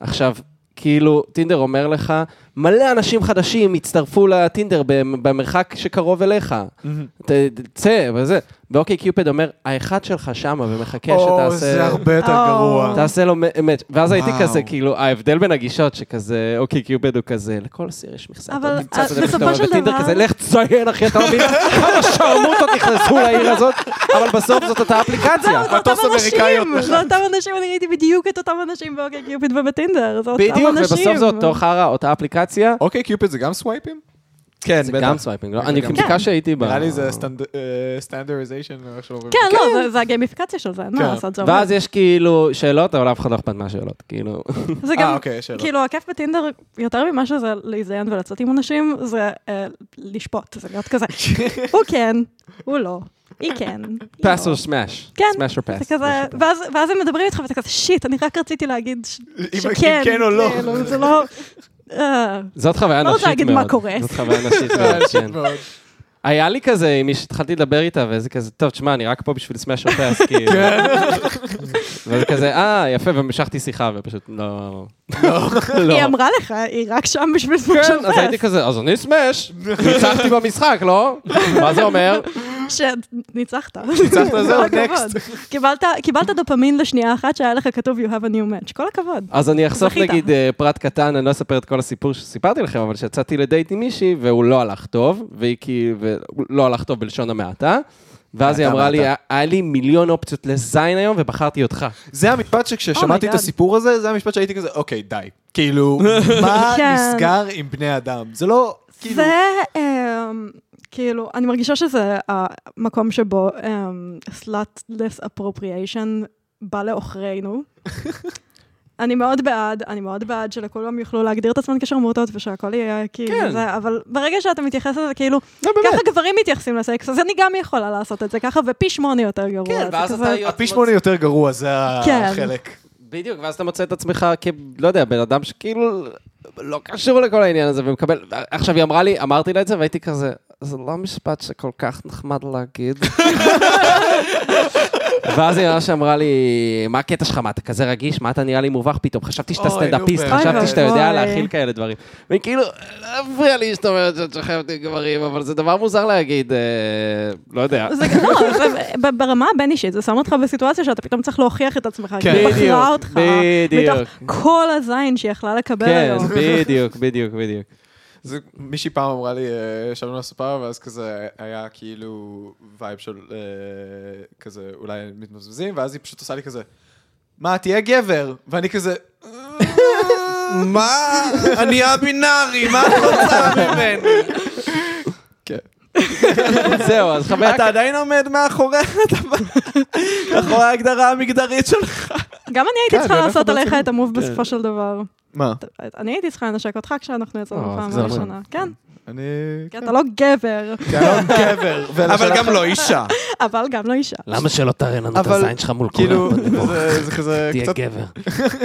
עכשיו, כאילו, טינדר אומר לך, מלא אנשים חדשים הצטרפו לטינדר במ- במרחק שקרוב אליך.
Mm-hmm.
ת- ת- צא, וזה. ואוקיי, קיופד אומר, האחד שלך שמה ומחכה
או,
שתעשה...
זה הרבה יותר
או.
גרוע.
תעשה לו מאץ'. ואז הייתי
וואו.
כזה, כאילו, ההבדל בין הגישות, שכזה, אוקיי, קיובד הוא כזה, לכל סיר יש מכסה.
אבל,
אתה נמצא
אז
את זה
בסופו
בפתרון",
של
וטינדר
דבר-
כזה, לך תציין, אחי, אתה לא מבין כמה שרמוטות נכנסו לעיר הזאת, אבל בסוף זאת אותה אפליקציה.
זהו, זה אותם
מטוס אמריקאי
אנשים,
עוד
זה אותם אנשים, אני ראיתי בדיוק את אותם אנשים באוקיי קיופיד ובטינדר, זה אותם אנשים.
בדיוק, ובסוף זה אותו חרא, אותה אפליקציה.
אוקיי, קיופיד זה גם סווייפים?
כן,
זה גם
בטח.
סווייפינג, לא? אני
כן.
גם-
בדיקה שהייתי בה.
נראה לי זה סטנדרזיישן, או איך שלא אומרים.
כן, לא, זה- זה הגיימיפיקציה של זה, אין
כן.
מה לעשות, זה עובד.
ואז יש כאילו שאלות, אבל אף אחד לא אכפת מהשאלות, כאילו.
זה
אה,
גם,
אוקיי, יש שאלות.
כאילו, הכיף בטינדר, יותר ממה שזה להיזיין ולצאת עם אנשים, זה אה, לשפוט, זה להיות כזה, הוא כן, הוא לא, היא כן. היא
פאס
לא.
או סמאש.
כן,
סמאש או פאס.
זה כזה, ואז- ואז הם מדברים איתך ואתה כזה, שיט, אני רק רציתי להגיד ש-
אם-
שכן.
אם כן או לא.
כאילו, זה לא... אה,
זאת חוויה נשית
לא
מאוד.
רוצה להגיד מה קורה.
זאת חוויה נשית מאוד, כן. היה לי כזה, עם מי שהתחלתי לדבר איתה, וזה כזה, טוב, תשמע, אני רק פה בשביל סמאש אופס, כאילו. וזה כזה, אה, יפה, ומשכתי שיחה, ופשוט לא... לא.
היא אמרה לך, היא רק שם בשביל זה
כן, אז הייתי כזה, אז אני סמאש, ניצחתי במשחק, לא? מה זה אומר?
שניצחת.
ניצחת,
כל
זהו,
הכבוד. קיבלת- קיבלת דופמין לשנייה אחת שהיה לך כתוב You have a new match, כל הכבוד.
אז אני אחשוף
זכית.
נגיד אה, פרט קטן, אני לא אספר את כל הסיפור שסיפרתי לכם, אבל שיצאתי לדייט עם מישהי, והוא לא הלך טוב, והיא כאילו, לא הלך טוב בלשון המעטה. ואז היא
אתה
אמרה
אמרת.
לי, היה לי מיליון אופציות לזין היום ובחרתי אותך.
זה המשפט שכששמעתי את
אומייגאד.
הסיפור הזה, זה המשפט שהייתי כזה, אוקיי, די. כאילו, מה
כן.
נסגר עם בני אדם? זה לא, כאילו...
וכאילו, אמ, כאילו, אני מרגישה שזה המקום שבו סלאטלס אפרופריאשן בא לעוכרינו. אני מאוד בעד, אני מאוד בעד שלכולם יוכלו להגדיר את עצמם כשרמוטות ושהכול יהיה כאילו
כן.
זה, אבל ברגע שאתה מתייחס לזה, כאילו,
לא, באמת.
ככה גברים מתייחסים לסקס, אז אני גם יכולה לעשות את זה ככה, ופי שמונה יותר גרוע.
כן,
זה
ואז
כזה-
אתה... יוצא-
הפי שמונה יותר גרוע, זה
כן.
החלק.
בדיוק, ואז אתה מוצא את עצמך כ... לא יודע, בן אדם שכאילו לא קשור לכל העניין הזה, ומקבל... עכשיו היא אמרה לי, אמרתי לה את זה, והייתי כזה, זה לא משפט שכל כך נחמד להגיד. ואז היא ממש אמרה לי, מה הקטע שלך? מה, אתה כזה רגיש? מה אתה נראה לי מובך פתאום? חשבתי שאתה
אוי, נו,
סטנדאפיסט,
באמת.
חשבתי שאתה יודע
אוי.
להכיל כאלה דברים. וכאילו, לא הפריע לי שאתה אומרת שאת שוכבת עם גברים, אבל זה דבר מוזר להגיד, אה, לא יודע.
זה לא, זה- ב- ברמה הבין-אישית, זה שם אותך בסיטואציה שאתה פתאום צריך להוכיח את עצמך, כי היא בחרה אותך,
בדיוק.
מתוך כל הזין שהיא יכלה לקבל
כן,
היום.
בדיוק, בדיוק, בדיוק.
זה, מישהי פעם אמרה לי, אה, ישבנו לסופר, ואז כזה היה כאילו וייב של אה, כזה, אולי מתמזמזים, ואז היא פשוט עושה לי כזה, מה, תהיה גבר? ואני כזה,
מה? אני הבינארי, מה את רוצה ממני?
כן.
זהו, אז חבר
אתה עדיין עומד מאחורי מאחורי ההגדרה המגדרית שלך.
גם אני הייתי
כן,
צריכה
באמת
לעשות
חבל
עליך
שלא.
את המוב בסופו של דבר.
מה?
אני הייתי צריכה לנשק אותך כשאנחנו יצאנו
אה,
בפעם
זה
הראשונה. כן,
אני...
כי
כן.
אתה לא גבר,
כי אני לא גבר.
אבל גם לא אישה.
אבל גם לא אישה.
למה שלא תראה לנו את
אבל-
הזין שלך מול
כאילו,
כולם? בוא,
זה- זה כזה
תהיה
קצת...
גבר.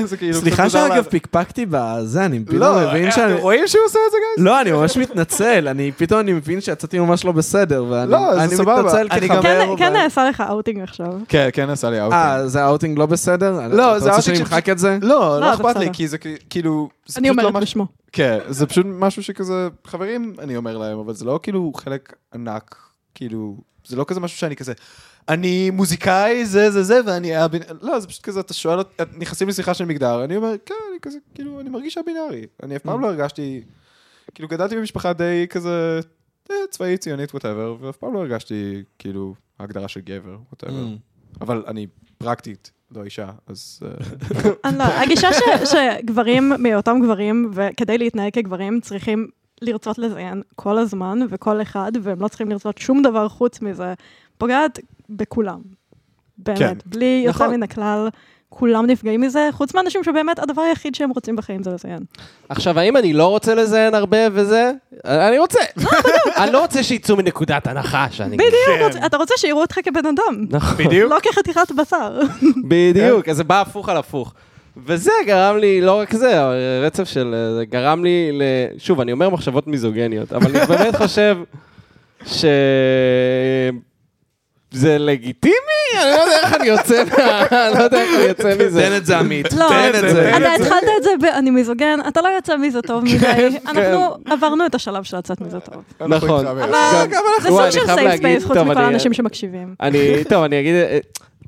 זה כאילו קצת
סליחה
מוזר
שאגב
לה-
פיקפקתי בזה, אני פתאום
לא,
מבין
אה,
שאני...
אתם רואים שהוא עושה את זה, גייס?
לא, אני ממש מתנצל, אני פתאום אני מבין שיצאתי ממש לא בסדר, ואני
לא, זה
אני
סבבה.
מתנצל
אני
כחבר.
גם-
כן-
אבל-
כן נעשה לך אאוטינג עכשיו.
כן, כן עשה לי אאוטינג.
אה, זה האוטינג לא בסדר?
זה
אתה רוצה
האוטינג
שאני אמחק את זה?
לא, לא
זה
אכפת לי,
בסדר.
כי זה כ- כאילו... זה
אני
פשוט לא
אומרת
מה-
בשמו.
כן, זה פשוט משהו שכזה, חברים, אני אומר להם, אבל זה לא כאילו חלק ענק, כאילו, זה לא כזה משהו שאני כזה, אני מוזיקאי, זה, זה, זה, ואני הבינ... לא, זה פשוט כזה, אתה שואל, אות- את- נכנסים לשיחה של מגדר, אני אומר, כן, אני כזה, כאילו, אני מרגיש הבינארי. אני אף פעם לא הרגשתי, כאילו, גדלתי במשפחה די כזה, אה, צבאית, ציונית, ווטאבר, ואף פעם לא הרגשתי, כאילו, הגדרה של גבר, ווטאבר.
Mm.
אבל אני פרקטית. לא אישה, אז... אה,
אני לא, הגישה ש- שגברים מהיותם גברים, וכדי להתנהג כגברים, צריכים לרצות לזיין כל הזמן וכל אחד, והם לא צריכים לרצות שום דבר חוץ מזה, פוגעת בכולם.
כן.
באמת, בלי יוצא
נכון.
מן הכלל, כולם נפגעים מזה, חוץ מאנשים שבאמת הדבר היחיד שהם רוצים בחיים זה לזיין.
כן. עכשיו, האם אני לא רוצה לזיין הרבה וזה? אני רוצה. אני לא רוצה שיצאו מנקודת הנחה שאני...
בדיוק, רוצ- אתה רוצה שיראו אותך כבן אדם.
נכון.
לא כחתיכת בשר.
בדיוק, אז זה בא הפוך על הפוך. וזה גרם לי, לא רק זה, רצף של... אה, זה גרם לי ל... שוב, אני אומר מחשבות מיזוגניות, אבל אני באמת חושב ש... זה לגיטימי? אני לא יודע איך אני יוצא מה... לא יודע איך אני
כן,
יוצא מזה.
תן את זה עמית,
לא,
תן את זה.
אתה התחלת את זה ב- אני מיזוגן, אתה לא יוצא מזה טוב
כן,
מדי. אנחנו עברנו את השלב של לצאת מזה טוב.
אנחנו
נכון.
איתך ביחד.
אבל
גם-
זה
וואי,
סוג
אני
של
חייב
סייף
להגיד,
ספייס חוץ
טוב,
מכל
אני-
האנשים שמקשיבים.
אני, טוב, אני אגיד, אה,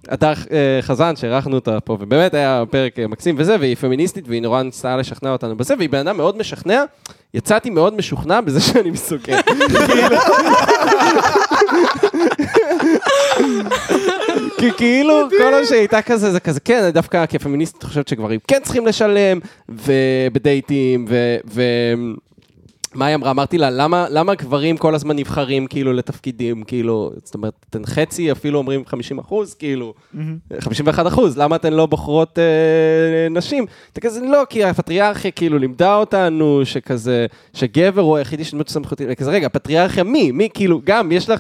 הדר אה, חזן, שאירחנו אותה פה, ובאמת היה פרק אה, מקסים וזה, והיא פמיניסטית, והיא נורא ניסתה לשכנע אותנו בזה, והיא בן אדם מאוד משכנע, יצאתי מאוד משוכנע בזה שאני מסוכן. כי כאילו, כל מה שהייתה כזה, זה כזה, כן, דווקא כפמיניסטית חושבת שגברים כן צריכים לשלם, ובדייטים, ו... ו- מה היא אמרה? אמרתי לה, למה, למה גברים כל הזמן נבחרים כאילו לתפקידים, כאילו, זאת אומרת, אתן חצי, אפילו אומרים 50 אחוז, כאילו, 51 אחוז, למה אתן לא בוחרות אה, נשים? אתה כזה, לא, כי הפטריארכיה כאילו לימדה אותנו שכזה, שגבר הוא היחידי שדמות סמכותית, כזה, רגע, פטריארכיה מי? מי כאילו, גם יש לך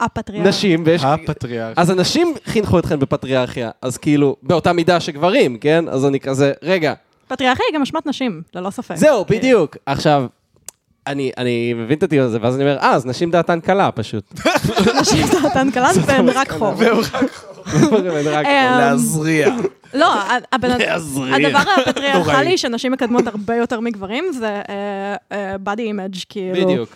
הפטריארך.
נשים, ויש...
הפטריארך.
אז אנשים חינכו אתכם בפטריארכיה, אז כאילו, באותה מידה שגברים, כן? אז אני כזה, רגע,
פטריארכיה היא גם אשמת נשים, ללא ספק.
זהו, בדיוק. עכשיו, אוקיי. אני, אני מבין את הטיעון הזה, ואז אני אומר, אה, אז נשים דעתן קלה פשוט.
נשים דעתן קלן והן רק חור.
רק-
אה,
להזריע.
לא, ה- הבן אדם... הדבר הפטריארכלי שנשים מקדמות הרבה יותר מגברים זה אה, אה, body image, כאילו.
בדיוק.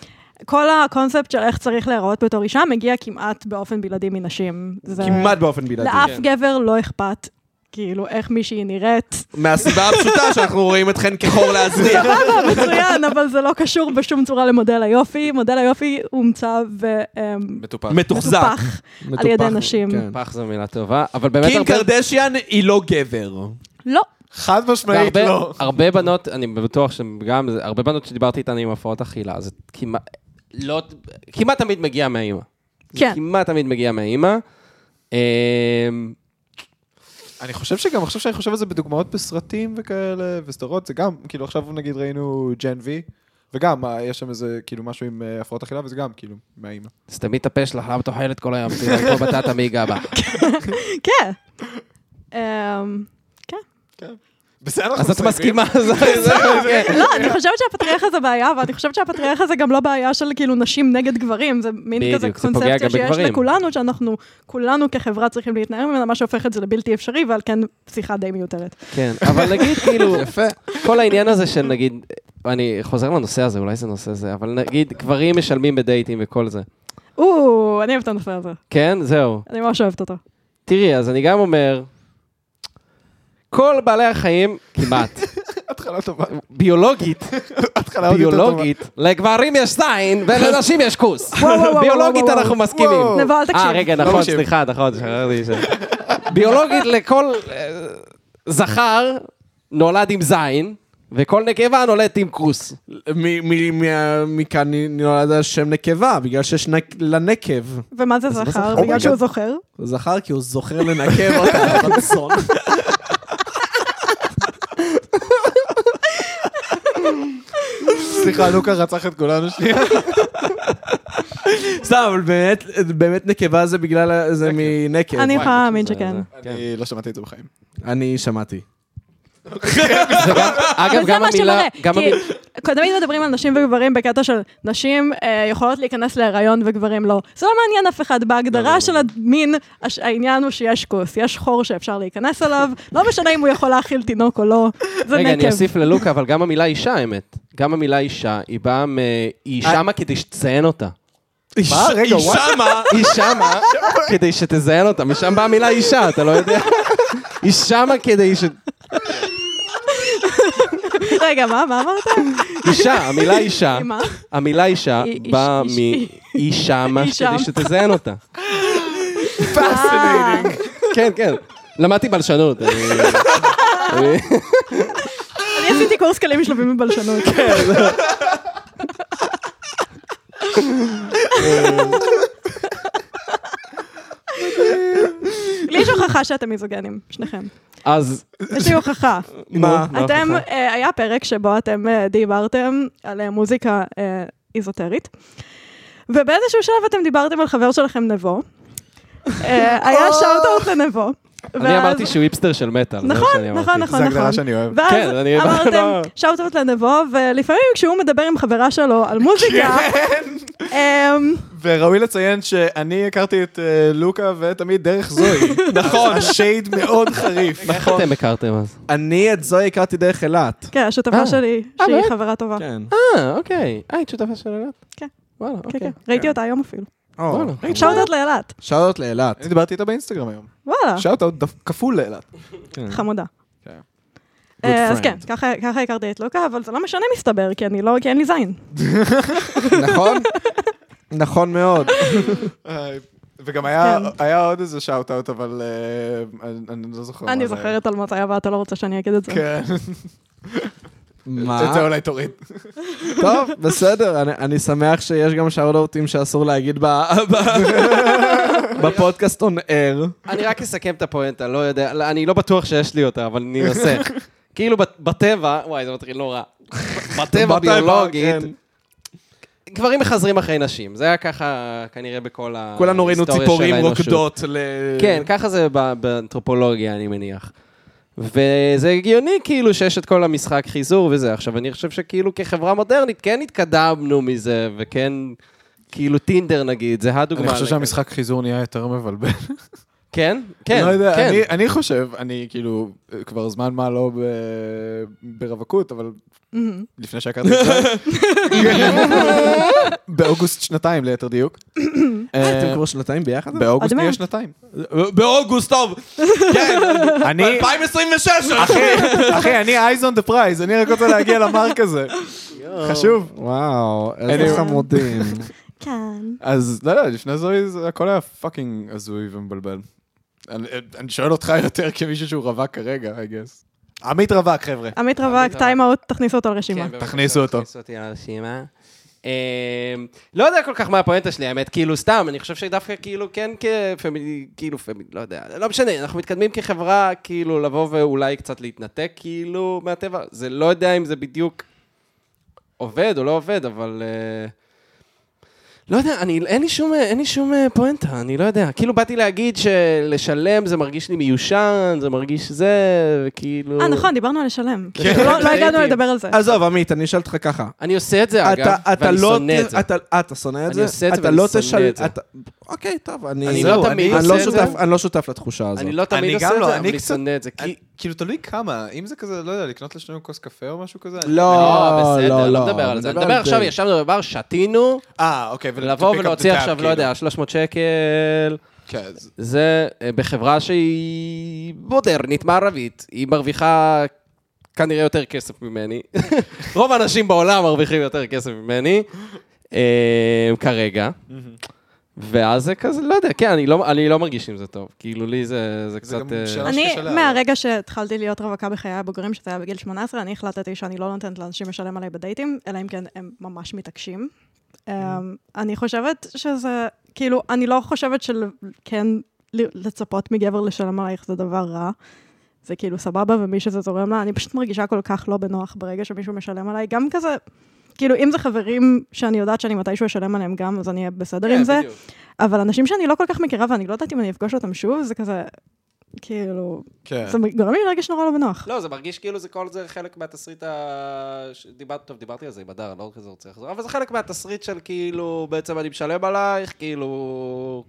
כל הקונספט של איך צריך להיראות בתור אישה מגיע כמעט באופן בלעדי מנשים. זה-
כן.
כמעט באופן בלעדי.
לאף גבר לא אכפת כאילו, איך מישהי נראית.
מהסיבה הפשוטה שאנחנו רואים אתכן כחור להזניח.
סבבה, מצוין, אבל זה לא קשור בשום צורה למודל היופי. מודל היופי הומצא ומטופח
מטופח.
מתוחזק.
על ידי
מטופח,
נשים.
כן.
פח זו מילה טובה, אבל באמת
קים
הרבה...
קרדשיאן היא לא גבר.
לא,
חד משמעית
והרבה-
לא.
הרבה בנות, אני בטוח שגם, זה- הרבה בנות שדיברתי איתן עם הפרעות אכילה, זה כמעט, לא, כמעט תמיד מגיע מהאימא. זה
כן.
כמעט תמיד מגיע מהאימא. אמ,
אני חושב שגם עכשיו שאני חושב על זה בדוגמאות בסרטים וכאלה, וסדרות, זה גם, כאילו עכשיו נגיד ראינו ג'ן וי, וגם אה, יש שם איזה, כאילו משהו עם אה, הפרעות אכילה, וזה גם, כאילו, מהאימא.
סתמי את הפה שלך, למה את אוכלת כל היום? תראי, כמו בטטה מי גבה.
כן. אמ,
בסדר, אנחנו
אז את
מסיימים.
מסכימה, אוקיי. אז-
לא, אני חושבת שהפטריארך זה בעיה, אבל אני חושבת שהפטריארך זה גם לא בעיה של כאילו נשים נגד גברים, זה מין
בדיוק,
כזה
זה פוגע גם
קונספציה שיש
בגברים.
לכולנו, שאנחנו כולנו כחברה צריכים להתנער ממנה, מה שהופך את זה לבלתי אפשרי, ועל כן שיחה די מיותרת.
כן, אבל נגיד כאילו, כל העניין הזה של נגיד, אני חוזר לנושא הזה, אולי זה נושא זה, אבל נגיד, גברים משלמים בדייטים וכל זה.
או, אני אוהבת את הנושא הזה,
כן, זהו.
אני ממש אוהבת אותו.
תראי, אז אני גם אומר, כל בעלי החיים, כמעט,
התחלה טובה.
ביולוגית,
התחלה עוד יותר טובה.
ביולוגית, לגברים יש זין ולנשים יש כוס.
וואו, וואו, וואו,
ביולוגית
וואו,
אנחנו
וואו.
מסכימים.
וואו.
נבו, אל תקשיב.
אה, רגע,
לא
נכון,
מקשיב.
סליחה, נכון, שכחתי ש... ביולוגית לכל אה, זכר נולד עם זין, וכל נקבה נולדת עם כוס.
מ- מ- מה- מכאן נולד השם נקבה, בגלל שיש נק- לנקב.
ומה זה זכר?
אוקיי.
בגלל שהוא זוכר?
זכר כי הוא זוכר לנקב אותה, רמסון.
סליחה, לוקה רצח את כולנו שנייה.
סתם, אבל באמת, באמת נקבה זה בגלל, ה- זה מנקב.
כן,
אני
וואי.
יכולה להאמין שכן.
אני לא שמעתי את זה בחיים.
אני שמעתי.
וגם- אגב,
וזה
גם
מה שמראה,
המילה... גם
כי
המילה-
תמיד מדברים על נשים וגברים בקטע של נשים אה, יכולות להיכנס להיריון וגברים לא. זה לא מעניין אף אחד,
לא,
בהגדרה של המין, הש- העניין הוא שיש כוס, יש חור שאפשר להיכנס אליו, לא משנה אם הוא יכול להאכיל תינוק או לא, זה
רגע, אני
נקב.
אוסיף ללוקה, אבל גם המילה אישה, האמת. גם המילה אישה, היא באה מ... היא שמה כדי שתציין אותה.
מה? רגע,
היא
וואט?
שמה,
היא שמה כדי שתזיין אותה, משם באה המילה אישה, אתה לא יודע? היא שמה כדי ש...
רגע, מה, מה אמרת?
אישה, המילה אישה,
מה?
המילה אישה
אי- איש-
באה
איש-
מאי שמה
אי שם.
כדי שתזיין אותה.
אה,
כן, כן. למדתי בלשנות. אני-
אני עשיתי קורס כלים שלבים בבלשנות.
כן.
לי יש הוכחה שאתם מיזוגנים, שניכם.
אז...
יש לי הוכחה.
מה?
נו,
אתם,
הוכחה.
אה, היה פרק שבו אתם אה, דיברתם על אה, מוזיקה אה, איזוטרית, ובאיזשהו שלב אתם דיברתם על חבר שלכם נבו. אה, היה שאוטאוט לנבו.
אני אמרתי שהוא היפסטר של מטאל. זה מה
נכון,
שאני
נכון,
אמרתי.
נכון.
זו הגדרה שאני אוהב.
כן,
ואז
אני- לא.
אמרתם, שאוטאוט לנבו, ולפעמים כשהוא מדבר עם חברה שלו על מוזיקה,
כן.
אמ,
וראוי לציין שאני הכרתי את אה, לוקה ותמיד דרך זוהי. נכון. שייד מאוד חריף.
איך אתם הכרתם אז?
אני את זוהי הכרתי דרך אילת.
כן, השותפה
אה.
שלי,
אה,
שהיא
באמת?
חברה טובה.
כן.
אה, אוקיי. אה, היית שותפה של אילת?
כן.
וואלה,
כן, כן,
אוקיי.
ראיתי אותה היום אפילו.
וואלה.
שאוטאוט לאילת,
שאלות לאילת.
אני דיברתי איתה באינסטגרם היום.
וואלה,
שאוט אאוט כפול לאילת.
חמודה.
כן.
אה, אז
friend.
כן, ככה ככה הכרתי את לוקה, אבל זה לא משנה מסתבר, כי אני לא, כי אין לי זין.
נכון? נכון מאוד.
אה, וגם היה
אה,
כן.
היה עוד איזה שאוט אאוט, אבל אה, אני אני לא זוכר. מה
אה,
אני
זה היה.
זוכרת על מה זה היה, ואתה לא רוצה שאני אגיד את זה.
כן. את
מה?
זה אולי תוריד.
טוב, בסדר, אני- אני שמח שיש גם שאוטאוטים שאסור להגיד ב- ב- בפודקאסט און אייר.
אני רק אסכם את הפואנטה, לא יודע, לא, אני לא בטוח שיש לי אותה, אבל אני אנסה. כאילו בת- בטבע, וואי, זה מתחיל לא רע. בטבע ביולוגית, גברים מחזרים אחרי נשים. זה היה ככה כנראה בכל ההיסטוריה של
כולנו ראינו ציפורים
האנושות.
רוקדות ל-
כן, ככה זה ב- באנתרופולוגיה, אני מניח. וזה הגיוני כאילו שיש את כל המשחק חיזור וזה. עכשיו, אני חושב שכאילו כחברה מודרנית כן התקדמנו מזה, וכן, כאילו טינדר נגיד, זה הדוגמה.
אני חושב
לכזה.
שהמשחק חיזור נהיה יותר מבלבל.
כן? כן,
לא יודע,
כן.
אני, אני חושב, אני כאילו אה, כבר זמן מה לא ב, ברווקות, אבל לפני שהכרתי את זה. באוגוסט שנתיים ליתר דיוק.
אה,
אתם כבר שנתיים ביחד?
באוגוסט
עוד מעט.
נהיה שנתיים.
באוגוסט, טוב. כן,
אני,
2026.
אחי, אני eyes on the prize, אני רק רוצה להגיע למרק הזה. חשוב.
וואו,
Anyway.
איזה חמודים.
כן.
אז לא, לא, לפני זה זה- הכל היה פאקינג הזוי ומבלבל. אני- אני שואל אותך יותר כמישהו שהוא רווק כרגע, I guess. עמית רווק, חבר'ה.
עמית רווק, טיים אאוט, תכניסו אותו לרשימה.
אה, כן, בבקשה,
תכניסו אותו.
תכניסו אותי לרשימה. אמ, לא יודע כל כך מה הפואנטה שלי, האמת, כאילו, סתם, אני חושב שדווקא כאילו, כן, כפמיני, כאילו, פמיני, לא יודע, לא משנה, אנחנו מתקדמים כחברה, כאילו, לבוא ואולי קצת להתנתק, כאילו, מהטבע, זה לא יודע אם זה בדיוק עובד או לא עובד, אבל... אה, לא יודע, אני, אין לי שום, אין לי שום אה, פואנטה, אני לא יודע. כאילו, באתי להגיד שלשלם זה מרגיש לי מיושן, זה מרגיש זה, וכאילו...
אה, נכון, דיברנו על לשלם.
כן.
לא לא הגענו
ראיתי.
לדבר על זה.
עזוב, עמית, אני אשאל אותך ככה.
אני עושה את זה, אגב,
אתה- אתה
ואני
לא...
שונא את זה.
אתה- אה, אתה שונא את
אני
זה?
עושה את זה
אתה
ואני
לא
שונא
תשל-
את זה.
אתה- אוקיי, טוב, אני...
אני
זהו,
לא
אני-
תמיד
אני לא
עושה את זה.
שותף- אני לא שותף לתחושה הזאת.
אני לא
אני
תמיד עושה
גם
את
לא,
זה,
אני
אבל אני
קצת-
שונא את זה. כי-
אני- כאילו, תלוי כמה, אם זה כזה, לא יודע, לקנות לשנינו כוס קפה או משהו כזה? אני-
לא,
בסדר,
לא,
לא
לא.
מדבר על זה. אני
מדבר
מדבר
על
עכשיו,
זה.
ישבנו בבר, שתינו,
אה, אוקיי, ול-
לבוא
to pick up
ולהוציא
the tab,
עכשיו, לא יודע,
כאילו.
300 שקל.
כן, אז-
זה אה, בחברה שהיא מודרנית, מערבית, היא מרוויחה כנראה יותר כסף ממני. רוב האנשים בעולם מרוויחים יותר כסף ממני, אה, כרגע. ואז זה כזה, לא יודע, כן, אני לא, אני לא מרגיש עם זה טוב. כאילו, לי זה, זה
זה
קצת...
גם
אה,
שאלה
אני,
שקשה לה-
מהרגע שהתחלתי להיות רווקה בחיי הבוגרים, שזה היה בגיל 18, אני החלטתי שאני לא נותנת לאנשים לשלם עליי בדייטים, אלא אם כן הם ממש מתעקשים.
Mm.
אמ, אני חושבת שזה, כאילו, אני לא חושבת של- כן, ל- לצפות מגבר לשלם עלייך זה דבר רע. זה כאילו סבבה, ומי שזה זורם לה, אני פשוט מרגישה כל כך לא בנוח ברגע שמישהו משלם עליי, גם כזה, כאילו, אם זה חברים שאני יודעת שאני מתישהו אשלם עליהם גם, אז אני אהיה בסדר עם
כן,
זה.
בדיוק.
אבל אנשים שאני לא כל כך מכירה ואני לא יודעת אם אני אפגוש אותם שוב, זה כזה, כאילו,
כן.
זה גורם לי להרגיש נורא לא בנוח.
לא, זה מרגיש כאילו זה כל זה חלק מהתסריט ה... ש- דיבר... טוב, דיברתי על זה עם הדר, לא כזה רוצה לחזור, אבל זה חלק מהתסריט של כאילו, בעצם אני משלם עלייך, כאילו...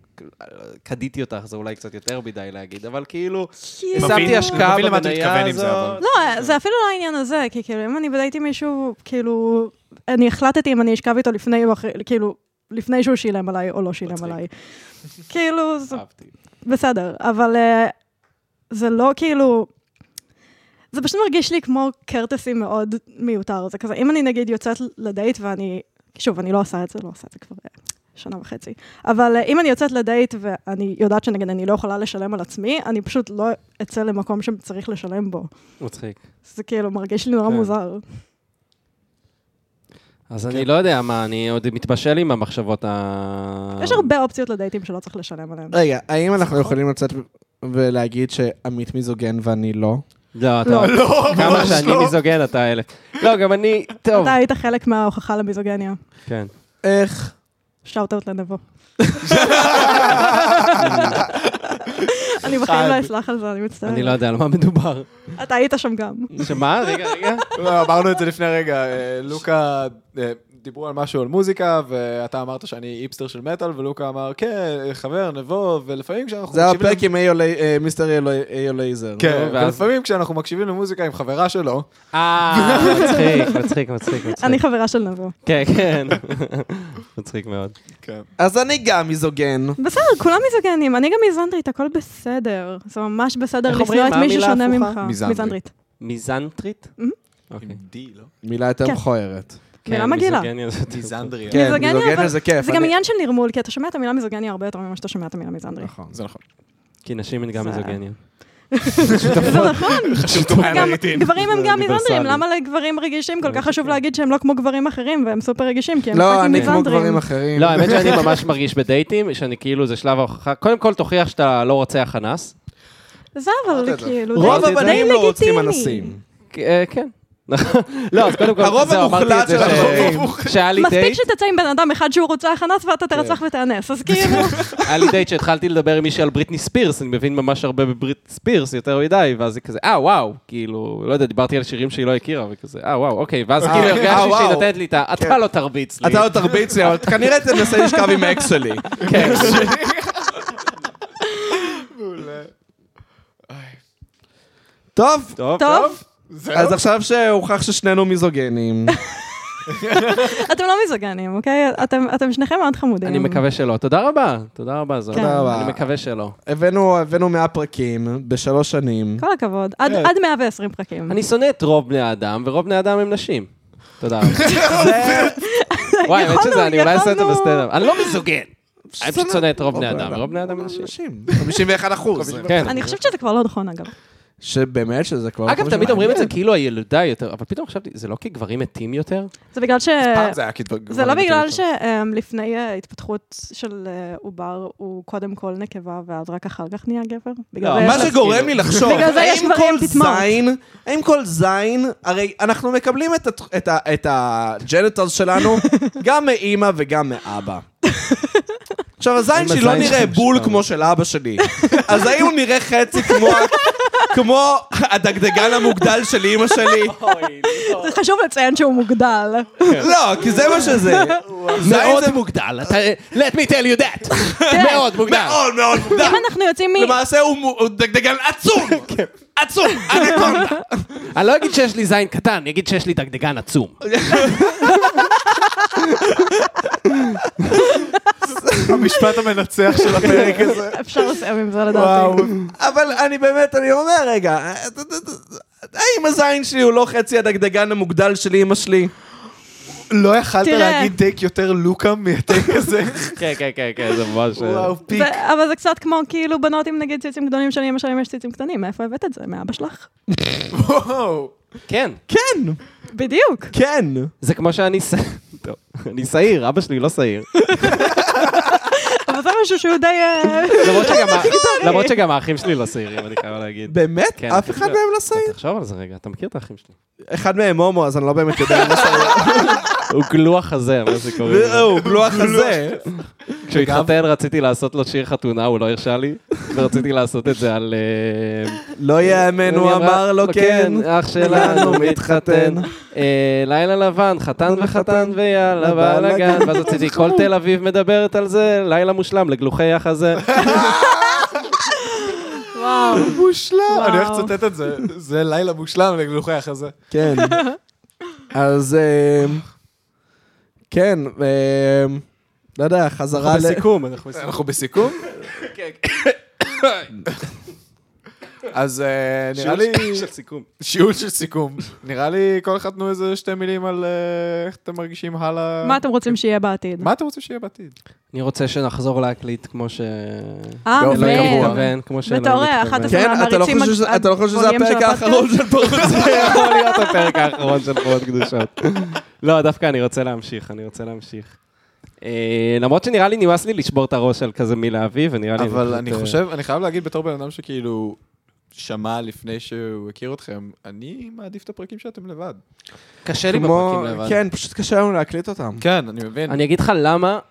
קדיתי אותך, זה אולי קצת יותר מדי להגיד, אבל כאילו...
כאילו-
שמתי השקעה
כן. מבין למה אתה מתכוון
במניה
עם זה, אבל.
הזאת.
לא, זה אפילו לא העניין הזה, כי כאילו, אם אני בדייט עם מישהו, כאילו, אני החלטתי אם אני אשכב איתו לפני או אחרי, כאילו, לפני שהוא שילם עליי או לא שילם
מצחיק.
עליי. כאילו, זה
אהבתי.
בסדר, אבל אה, זה לא כאילו... זה פשוט מרגיש לי כמו קרטסי מאוד מיותר. זה כזה, אם אני נגיד יוצאת לדייט ואני... שוב, אני לא עושה את זה, לא עושה את זה כבר אה, שנה וחצי. אבל אה, אם אני יוצאת לדייט ואני יודעת שנגיד אני לא יכולה לשלם על עצמי, אני פשוט לא אצא למקום שצריך לשלם בו.
מצחיק.
זה כאילו מרגיש לי נורא
כן.
מוזר.
אז אני לא יודע מה, אני עוד מתבשל עם המחשבות ה...
יש הרבה אופציות לדייטים שלא צריך לשלם עליהם.
רגע, האם אנחנו יכולים לצאת ולהגיד שעמית מיזוגן ואני לא?
לא, אתה...
לא.
כמה שאני מיזוגן אתה אלף. לא, גם אני... טוב.
אתה היית חלק מההוכחה למיזוגניה.
כן.
איך?
שאוט אאוט לנבו. אני בחיים לא אסלח על זה, אני מצטערת.
אני לא יודע על מה מדובר.
אתה היית שם גם.
שמה? רגע, רגע.
לא, אמרנו את זה לפני רגע. אה, לוקה, אה, דיברו על משהו על מוזיקה, ואתה אמרת שאני איפסטר של מטאל, ולוקה אמר, כן, חבר, נבוא, ולפעמים כשאנחנו
זה
מקשיבים...
הפרק עם AOLA, אה, מיסטר איו לייזר.
כן,
ואז-
ולפעמים כשאנחנו מקשיבים למוזיקה עם חברה שלו,
אה, מצחיק, מצחיק, מצחיק, מצחיק.
אני חברה של נבו.
כן, כן. מצחיק מאוד.
כן.
אז אני גם מיזוגן.
בסדר, כולם מיזוגנים, אני גם מיזנדרית, הכל בסדר. זה ממש בסדר
איך
לשנוא
אומרים?
את
מה
מי
המילה
ששונה
ההפוכה?
ממך.
מיזנדרית.
מיזנטרית?
עם D, לא?
מילה יותר
כן.
מכוערת.
מילה
כן,
מגעילה.
דיזנדריה.
כן,
מיזוגניה,
מיזוגן
אבל-
זה כיף.
זה גם
אני-
עניין של נרמול, כי אתה שומע את המילה מיזוגניה הרבה יותר ממה שאתה שומע את המילה מיזנדרית.
נכון.
זה נכון.
כי נשים הן גם
זה-
מיזוגניות.
זה נכון,
חשוב to
גם
highlight it.
גברים הם גם מיזנדרים,
אוניברסלי.
למה לגברים רגישים כל כך חשוב להגיד שהם לא כמו גברים אחרים, והם סופר רגישים, כי הם
לא,
פאקינג
אני כמו גברים
מיזנדרים.
אחרים.
לא, האמת שאני ממש מרגיש בדייטים, שאני כאילו, זה שלב ההוכחה. קודם כל, תוכיח שאתה לא רוצח אנס.
זה אבל כאילו,
רוב
די- די
הבנים לא רוצחים
לגיטימי.
אנסים.
אה, כן. לא, אז קודם כל,
הרוב
זהו, אמרתי
המוחלט
את זה
של
ש-
הגברים.
שהיה לי
מספיק
דייט,
שתצא עם בן אדם אחד שהוא רוצח אנס ואתה תרצח ותאנס, אז כאילו...
היה לי דייט שהתחלתי לדבר עם מישהי על בריטני ספירס, אני מבין ממש הרבה בבריט ספירס, יותר מדי, ואז היא כזה, אה, וואו, כאילו, לא יודע, דיברתי על שירים שהיא לא הכירה, וכזה, אה, וואו, אוקיי, ואז כאילו
אה,
הרגשתי שהיא
וואו. כן.
נותנת לי את ה... אתה לא תרביץ לי.
אתה לא תרביץ לי, אבל כנראה תנסה לשכב עם אקס שלי.
כן.
טוב,
טוב,
טוב,
אז עכשיו שהוכח ששנינו מיזוגנים,
אתם לא מיזוגנים, אוקיי? אתם, אתם שניכם מאוד חמודים.
אני מקווה שלא. תודה רבה. תודה רבה, זוהר.
כן.
תודה רבה.
אני מקווה שלא.
הבאנו הבאנו 100 פרקים בשלוש שנים.
כל הכבוד. עד,
כן.
עד 120 פרקים.
אני שונא את רוב בני האדם, ורוב בני האדם הם נשים. תודה רבה. וואי, האמת
יכולנו-
שזה, אני אולי אעשה את זה
יכולנו-
בסטנדאפ. אני לא מיזוגן. אני פשוט שונא את רוב בני אדם, ורוב בני אדם הם נשים.
51 אחוז.
כן.
אני חושבת שזה כבר לא נכון, אגב.
שבאמת שזה כבר... לא
אגב, תמיד אומרים את זה כאילו הילודה יותר, אבל פתאום חשבתי, זה לא כי גברים מתים יותר?
זה בגלל ש...
אה,
פעם זה היה כדבר...
זה לא בגלל שלפני אה, התפתחות של אה, עובר הוא קודם כל נקבה, ואז רק אחר כך נהיה גבר? בגלל
לא,
יש
מה
לך-
זה-
שגורם לי לחשוב,
בגלל זה יש
האם
גברים
כל
תתמוך.
זין, האם כל זין, הרי אנחנו מקבלים את הת- את ה- את הג'נטלס שלנו גם מאימא וגם מאבא. עכשיו, הזין שלי לא
הזין
נראה
שלך
בול
משתנה.
כמו של אבא שלי, אז האם הוא נראה חצי כמו- כמו הדגדגן המוגדל של אימא שלי?
זה חשוב לציין שהוא מוגדל.
לא, כי זה מה שזה. זין זה
מוגדל. Let me tell you that.
תראה,
מאוד מוגדל.
מאוד מאוד מוגדל.
אם אנחנו יוצאים מ...
למעשה הוא מו- הוא דגדגן עצום! עצום! אנקונדה!
כן. אני לא אגיד שיש לי זין קטן, אני אגיד שיש לי דגדגן עצום.
המשפט המנצח של הפרק הזה.
אפשר לסיים עם זה לדעתי.
אבל אני באמת, אני אומר, רגע, האם הזין שלי הוא לא חצי הדגדגן המוגדל של אימא שלי?
לא יכלת
תראה.
להגיד טייק יותר לוקה מהטייק הזה.
כן, כן, כן, כן, זה ממש...
וואו, פיק.
זה- אבל זה קצת כמו כאילו בנות עם נגיד ציצים גדולים של אמא שלהם יש ציצים קטנים, מאיפה הבאת את זה? מאבא שלך?
וואו.
כן.
כן,
בדיוק.
כן.
זה כמו שאני... ש- טוב, אני שעיר, אבא שלי לא שעיר.
אבל זה משהו שהוא די... אה,
למרות שגם ה- למרות שגם האחים שלי לא שעירים, אני חייב להגיד.
באמת?
כן,
אף
כן,
אחד
לא.
מהם לא שעיר?
תחשוב על זה רגע, אתה מכיר את האחים שלי.
אחד מהם הומו, אז אני לא באמת יודע מה שעיר.
הוא גלוח חזה, מה זה קוראים לו.
הוא גלוח הזה. לא
כשהוא התחתן רציתי לעשות לו שיר חתונה, הוא לא הרשה לי, ורציתי לעשות את זה על... אה,
לא יאמן, הוא
היא אמרה, "לא,
אמר לו כן.
אח שלנו מתחתן. אה, לילה לבן, חתן וחתן ויאללה בלאגן. ואז רציתי, כל תל אביב מדברת על זה, לילה מושלם לגלוחי החזה.
וואו.
מושלם. אני הולך
וואו.
לצטט את זה. זה לילה מושלם לגלוחי החזה.
כן. אז... אמ, כן, אמ, לא יודע, חזרה ל...
בסיכום, אנחנו בסיכום.
אנחנו בסיכום? כן, אז אה, נראה לי...
של סיכום.
שיעול של סיכום. נראה לי כל אחד תנו איזה שתי מילים על אה, איך אתם מרגישים הלאה.
מה אתם רוצים שיהיה בעתיד?
מה אתם רוצים שיהיה בעתיד?
אני רוצה שנחזור להקליט כמו ש...
אה,
לא,
באופן
מבין.
קבוע.
מתכוון, כמו שאלוהים
בתור
מתכוון.
אחת עשרה
כן, אתה לא
המעריצים
חושב שזה-
הג-
אתה לא חושב שזה
הגדולים של
הפרק
הפודקאסט?
האחרון של פרק?
זה יכול להיות הפרק האחרון של פרות קדושות. לא, דווקא אני רוצה להמשיך, אני רוצה להמשיך. אה, למרות שנראה לי נמאס לי לשבור את הראש על כזה מלהביא, ונראה לי...
אבל
פשוט,
אני
אה,
חושב, אני חייב להגיד בתור בן אדם שכאילו שמע לפני שהוא הכיר אתכם, אני מעדיף את הפרקים שאתם לבד.
קשה לי
כמו-
בפרקים לבד.
כן, פשוט קשה לנו להקליט אותם.
כן, אני מבין.
אני אגיד לך למה.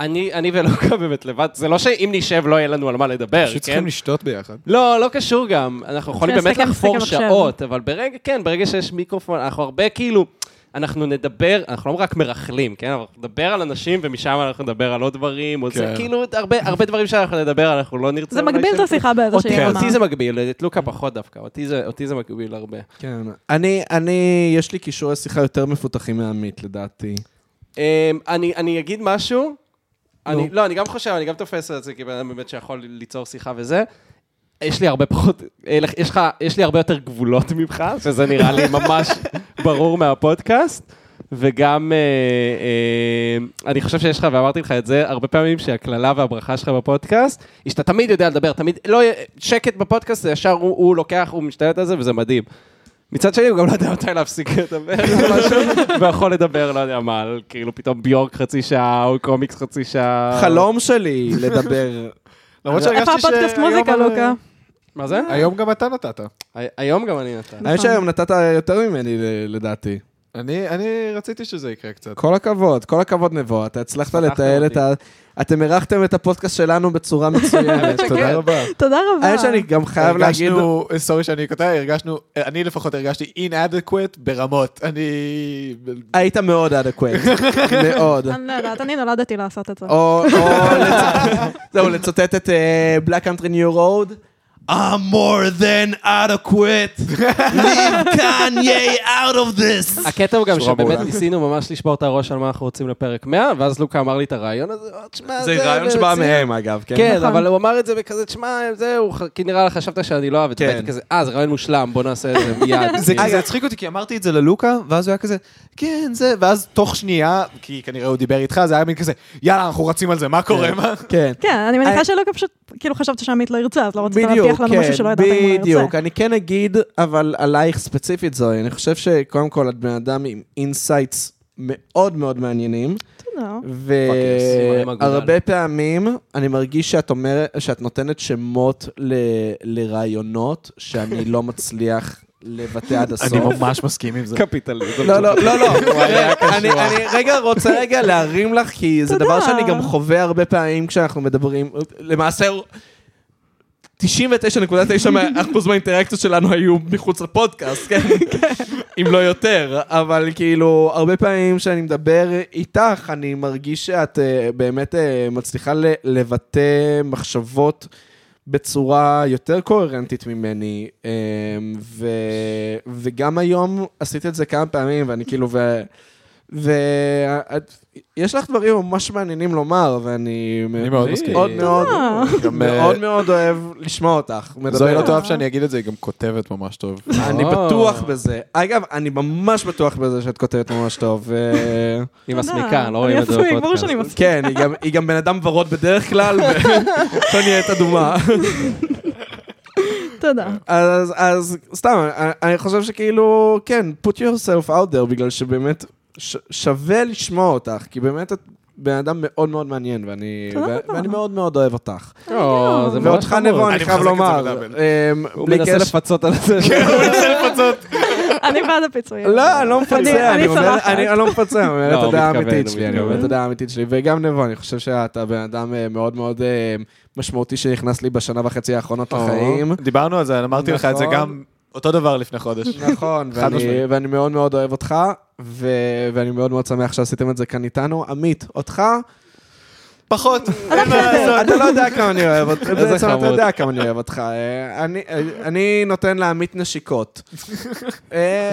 אני, אני ולוקה באמת לבד, זה לא שאם נשב לא יהיה לנו על מה לדבר,
פשוט
כן?
צריכים לשתות ביחד.
לא, לא קשור גם. אנחנו יכולים
כן,
באמת
סטייק על-
לחפור
סטייק על
שעות, אבל ברגע, כן, ברגע שיש מיקרופון, אנחנו הרבה כאילו, אנחנו נדבר, אנחנו לא רק מרכלים, כן? אבל אנחנו נדבר על אנשים, ומשם אנחנו נדבר על עוד דברים, או זה
כן.
כאילו, הרבה הרבה דברים שאנחנו נדבר, אנחנו לא נרצה...
זה
אולי
מגביל את
שהם-
השיחה באיזושהי
אותי-
רמה.
אותי זה מגביל, את לוקה פחות דווקא, אותי זה- אותי זה מגביל הרבה.
כן. אני, אני, יש לי קישורי שיחה יותר מפותחים מעמית, לדעתי.
אמ, אני, אני אגיד משהו. אני, לא, אני גם חושב, אני גם תופס את זה כבן אדם באמת שיכול ליצור שיחה וזה. יש לי הרבה פחות, אה, לך- יש לך, יש לי הרבה יותר גבולות ממך, שזה נראה לי ממש ברור מהפודקאסט. וגם, אה, אה, אני חושב שיש לך, ואמרתי לך את זה הרבה פעמים, שהקללה והברכה שלך בפודקאסט, היא שאתה תמיד יודע לדבר, תמיד, לא, יהיה- שקט בפודקאסט, זה ישר הוא, הוא לוקח, הוא משתלט על זה, וזה מדהים. מצד שני, הוא גם לא יודע מתי להפסיק לדבר על משהו, ויכול לדבר, לא יודע מה, על כאילו פתאום ביורק חצי שעה, או קומיקס חצי שעה.
חלום שלי לדבר.
למרות
איפה
שהרגשתי ש...
הפודקאסט מוזיקה, לוקה?
מה זה?
היום גם אתה נתת.
הי- היום גם אני נתן.
נכון.
האמת שהיום נתת יותר ממני, ל- לדעתי.
נכון. אני אני רציתי שזה יקרה קצת.
כל הכבוד, כל הכבוד נבו, אתה הצלחת
פתחת
לתעל את
אותי.
ה... אתם אירחתם את הפודקאסט שלנו בצורה מצוינת, תודה
תודה
רבה.
רבה.
תודה רבה.
האמת שאני גם חייב להגיד...
אה, הרגשנו, סורי שאני קוטע, הרגשנו, אני לפחות הרגשתי inadequate ברמות. אני...
היית מאוד אדקווייט, מאוד.
אני לא יודעת, אני נולדתי
אוקיי.
לעשות את זה.
או, או לצ... זהו, לצטט את אה, Black Country New Road. I'm more than adequate. Leave Kanye out of this.
הקטע הוא גם
שורה
שבאמת
מעולה.
ניסינו ממש לשבור את הראש על מה אנחנו רוצים לפרק 100, ואז לוקה אמר לי את הרעיון הזה, "אה, תשמע,
זה רעיון שבא
רציני."
מהם, אגב, כן?
כן,
נכון.
אבל הוא אמר את זה בכזה, תשמע, זהו, ח- כי נראה לך חשבת שאני לא אוהב את זה,
כן.
והייתי כזה, אה, זה רעיון מושלם, בוא נעשה את זה מיד.
זה כזה הצחיק אותי, כי אמרתי את זה ללוקה, ואז הוא היה כזה, כן, זה, ואז תוך שנייה, כי כנראה הוא דיבר איתך, זה היה מין כזה, יאללה, אנחנו רצים על זה, מה קורה? מה?"
כן.
כן, אני
אני-
מניחה שלוקה פשוט, כאילו חשבת שעמית לא ירצה, אז לא רצית
בדיוק,
להבטיח לנו
כן,
משהו שלא ידעת אם הוא ירצה.
בדיוק. אני כן אגיד, אבל עלייך ספציפית זוהי, אני חושב שקודם כל את בן אדם עם אינסייטס מאוד מאוד מעניינים,
לא.
סימן עם הגודל.
והרבה פעמים אני מרגיש שאת אומרת, שאת נותנת שמות ל- לרעיונות שאני לא מצליח לבטא עד הסוף.
אני ממש מסכים עם זה.
קפיטליזם.
לא, לא, לא, לא. אני אני רגע רוצה רגע להרים לך, כי זה
תודה.
דבר שאני גם חווה הרבה פעמים כשאנחנו מדברים. למעשה, 99.9% מהאינטראקציות שלנו היו מחוץ לפודקאסט, כן? אם לא יותר. אבל כאילו, הרבה פעמים כשאני מדבר איתך, אני מרגיש שאת אה, באמת אה, מצליחה ל- לבטא מחשבות. בצורה יותר קוהרנטית ממני, אמ, ו, וגם היום עשית את זה כמה פעמים, ואני כאילו, ו... ויש לך דברים ממש מעניינים לומר, ואני
אני מאוד מסכים.
מאוד מאוד,
אה.
גם,
מאוד
אה,
מאוד אוהב לשמוע אותך. מדברת.
זוהי לא תאהב שאני אגיד את זה, היא גם כותבת ממש טוב.
אני
או.
בטוח בזה. אגב, אני ממש בטוח בזה שאת כותבת ממש טוב. ו-
היא
תודה.
מסמיקה, לא רואים את זה
אני עצמי, ברור
בפודקאסט.
שאני מסמיקה.
כן, היא גם- היא גם בן אדם ורוד בדרך כלל, ולא נהיית אדומה.
תודה.
אז, אז סתם, אני, אני חושב שכאילו, כן, put yourself out there, בגלל שבאמת ש, שווה לשמוע אותך, כי באמת את בן אדם מאוד מאוד מעניין, ואני,
תודה
ו,
רבה.
ואני מאוד מאוד אוהב אותך.
או, לא, זה ממש
ואותך נבו,
חמוד.
אני
אני
חייב
מחזק את זה
לומר.
בדאבל.
אמ,
הוא
בלי
מנסה
קשר- כן,
לפצות על זה.
אני בעד הפיצויים.
לא, אני לא מפצה,
אני-
אני
אני
אומר,
סולחת.
אני אני לא מפצה, אני אומר
לא,
את
הוא
הדעה
מתכוון,
האמיתית
הוא
שלי, אני אומר את
מתכוון.
הדעה האמיתית שלי, וגם נבו, אני חושב שאתה בן אדם אה, מאוד מאוד אה, משמעותי שנכנס לי בשנה וחצי האחרונות
או.
לחיים.
דיברנו על זה, אמרתי לך את זה
נכון.
גם אותו דבר לפני חודש.
נכון,
חד
ואני,
משמעית.
ואני מאוד מאוד אוהב אותך, ו, ואני מאוד מאוד שמח שעשיתם את זה כאן איתנו. עמית, אותך?
פחות.
אתה לא יודע כמה אני אוהב אותך,
איזה
בעצם אתה
חמוד.
יודע כמה אני אוהב אותך. אה, אני- אה, אני נותן לעמית נשיקות. אה,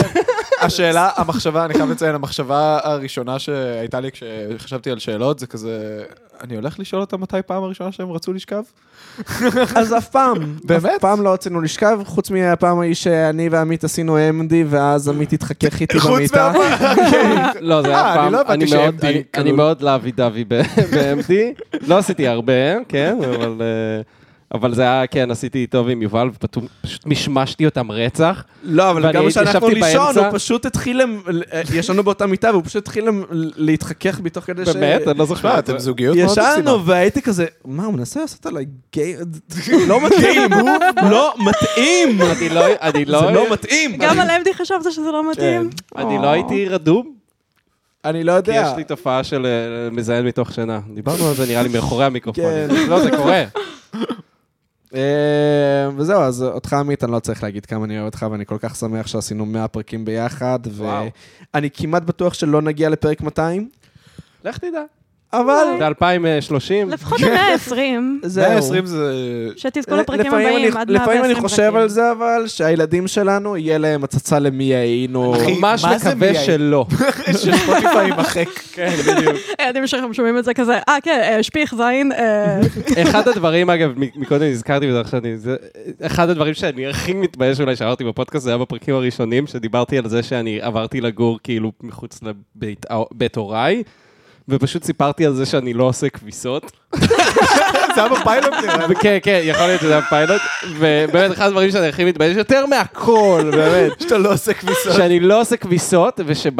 השאלה, המחשבה, אני חייב לציין, המחשבה הראשונה שהייתה לי כשחשבתי על שאלות, זה כזה, אני הולך לשאול אותם מתי פעם הראשונה שהם רצו לשכב?
אז אף פעם, אף
באמת?
פעם לא רצינו לשכב, חוץ מהפעם ההיא שאני ועמית עשינו MD, ואז עמית התחכך איתי במיטה.
לא, זה
אה,
היה
אני
פעם,
לא הבנתי
אני
ש-MD
מאוד- אני- אני
כלול.
מאוד לאבי דבי ב- ב-MD, לא עשיתי הרבה, כן, אבל... אה, אבל זה היה, כן, עשיתי טוב עם יובל, ופתאום פשוט משמשתי אותם רצח.
לא, אבל
ואני
גם כשאנחנו
ישבתי
לישון,
באמצע.
הוא פשוט התחיל, למ- אה, ישנו באותה מיטה, והוא פשוט התחיל למ- להתחכך בי תוך כדי ש...
באמת, אני לא זוכר.
תשמע, אתם זוגיות מאוד מקסימה.
ישנו, והייתי כזה, מה, הוא מנסה לעשות עליי גיי... לא מתאים, לא מתאים.
אני לא- אני
זה
לא...
לא מתאים.
גם על MD חשבת שזה לא מתאים?
כן.
אני לא הייתי רדום,
אני לא
כן.
כי
יודע.
יש לי תופעה של אה, מזיין מתוך שינה. דיברנו על זה, נראה לי, מאחורי המיקרופונים.
כן.
לא, זה קורה.
אה, וזהו, אז אותך עמית, אני לא צריך להגיד כמה אני אוהב אותך, ואני כל כך שמח שעשינו 100 פרקים ביחד,
וואו.
ואני כמעט בטוח שלא נגיע לפרק 200,
לך תדע.
אבל
אולי.
זה 2030.
לפחות במאה ה-20,
זהו.
120 זה...
שתזכו לפרקים
כן. לפעמים
הבאים,
אני-
עד 120
לפעמים אני חושב
פרקים.
על זה, אבל שהילדים שלנו, יהיה להם הצצה למי היינו.
אחי,
ממש
מה זה
מקווה
מי
שלא.
שספוטיפיי יימחק.
כן, בדיוק.
הילדים שלכם אה, שומעים את זה כזה, אה, כן, אה, שפיך, זין, אה,
אחד הדברים, אגב, מקודם נזכרתי בזה עכשיו, אני- זה- אחד הדברים שאני הכי מתבייש אולי שאמרתי בפודקאסט, זה היה בפרקים הראשונים, שדיברתי על זה שאני עברתי לגור כאילו מחוץ לבית בית הוריי, ופשוט סיפרתי על זה שאני לא עושה כביסות.
זה היה בפיילוט נראה לי.
כן, כן, יכול להיות שזה היה פיילוט, ובאמת אחד הדברים שאני הכי מתבייש יותר מהכל, באמת.
שאתה לא עושה כביסות.
שאני לא עושה כביסות, ושזו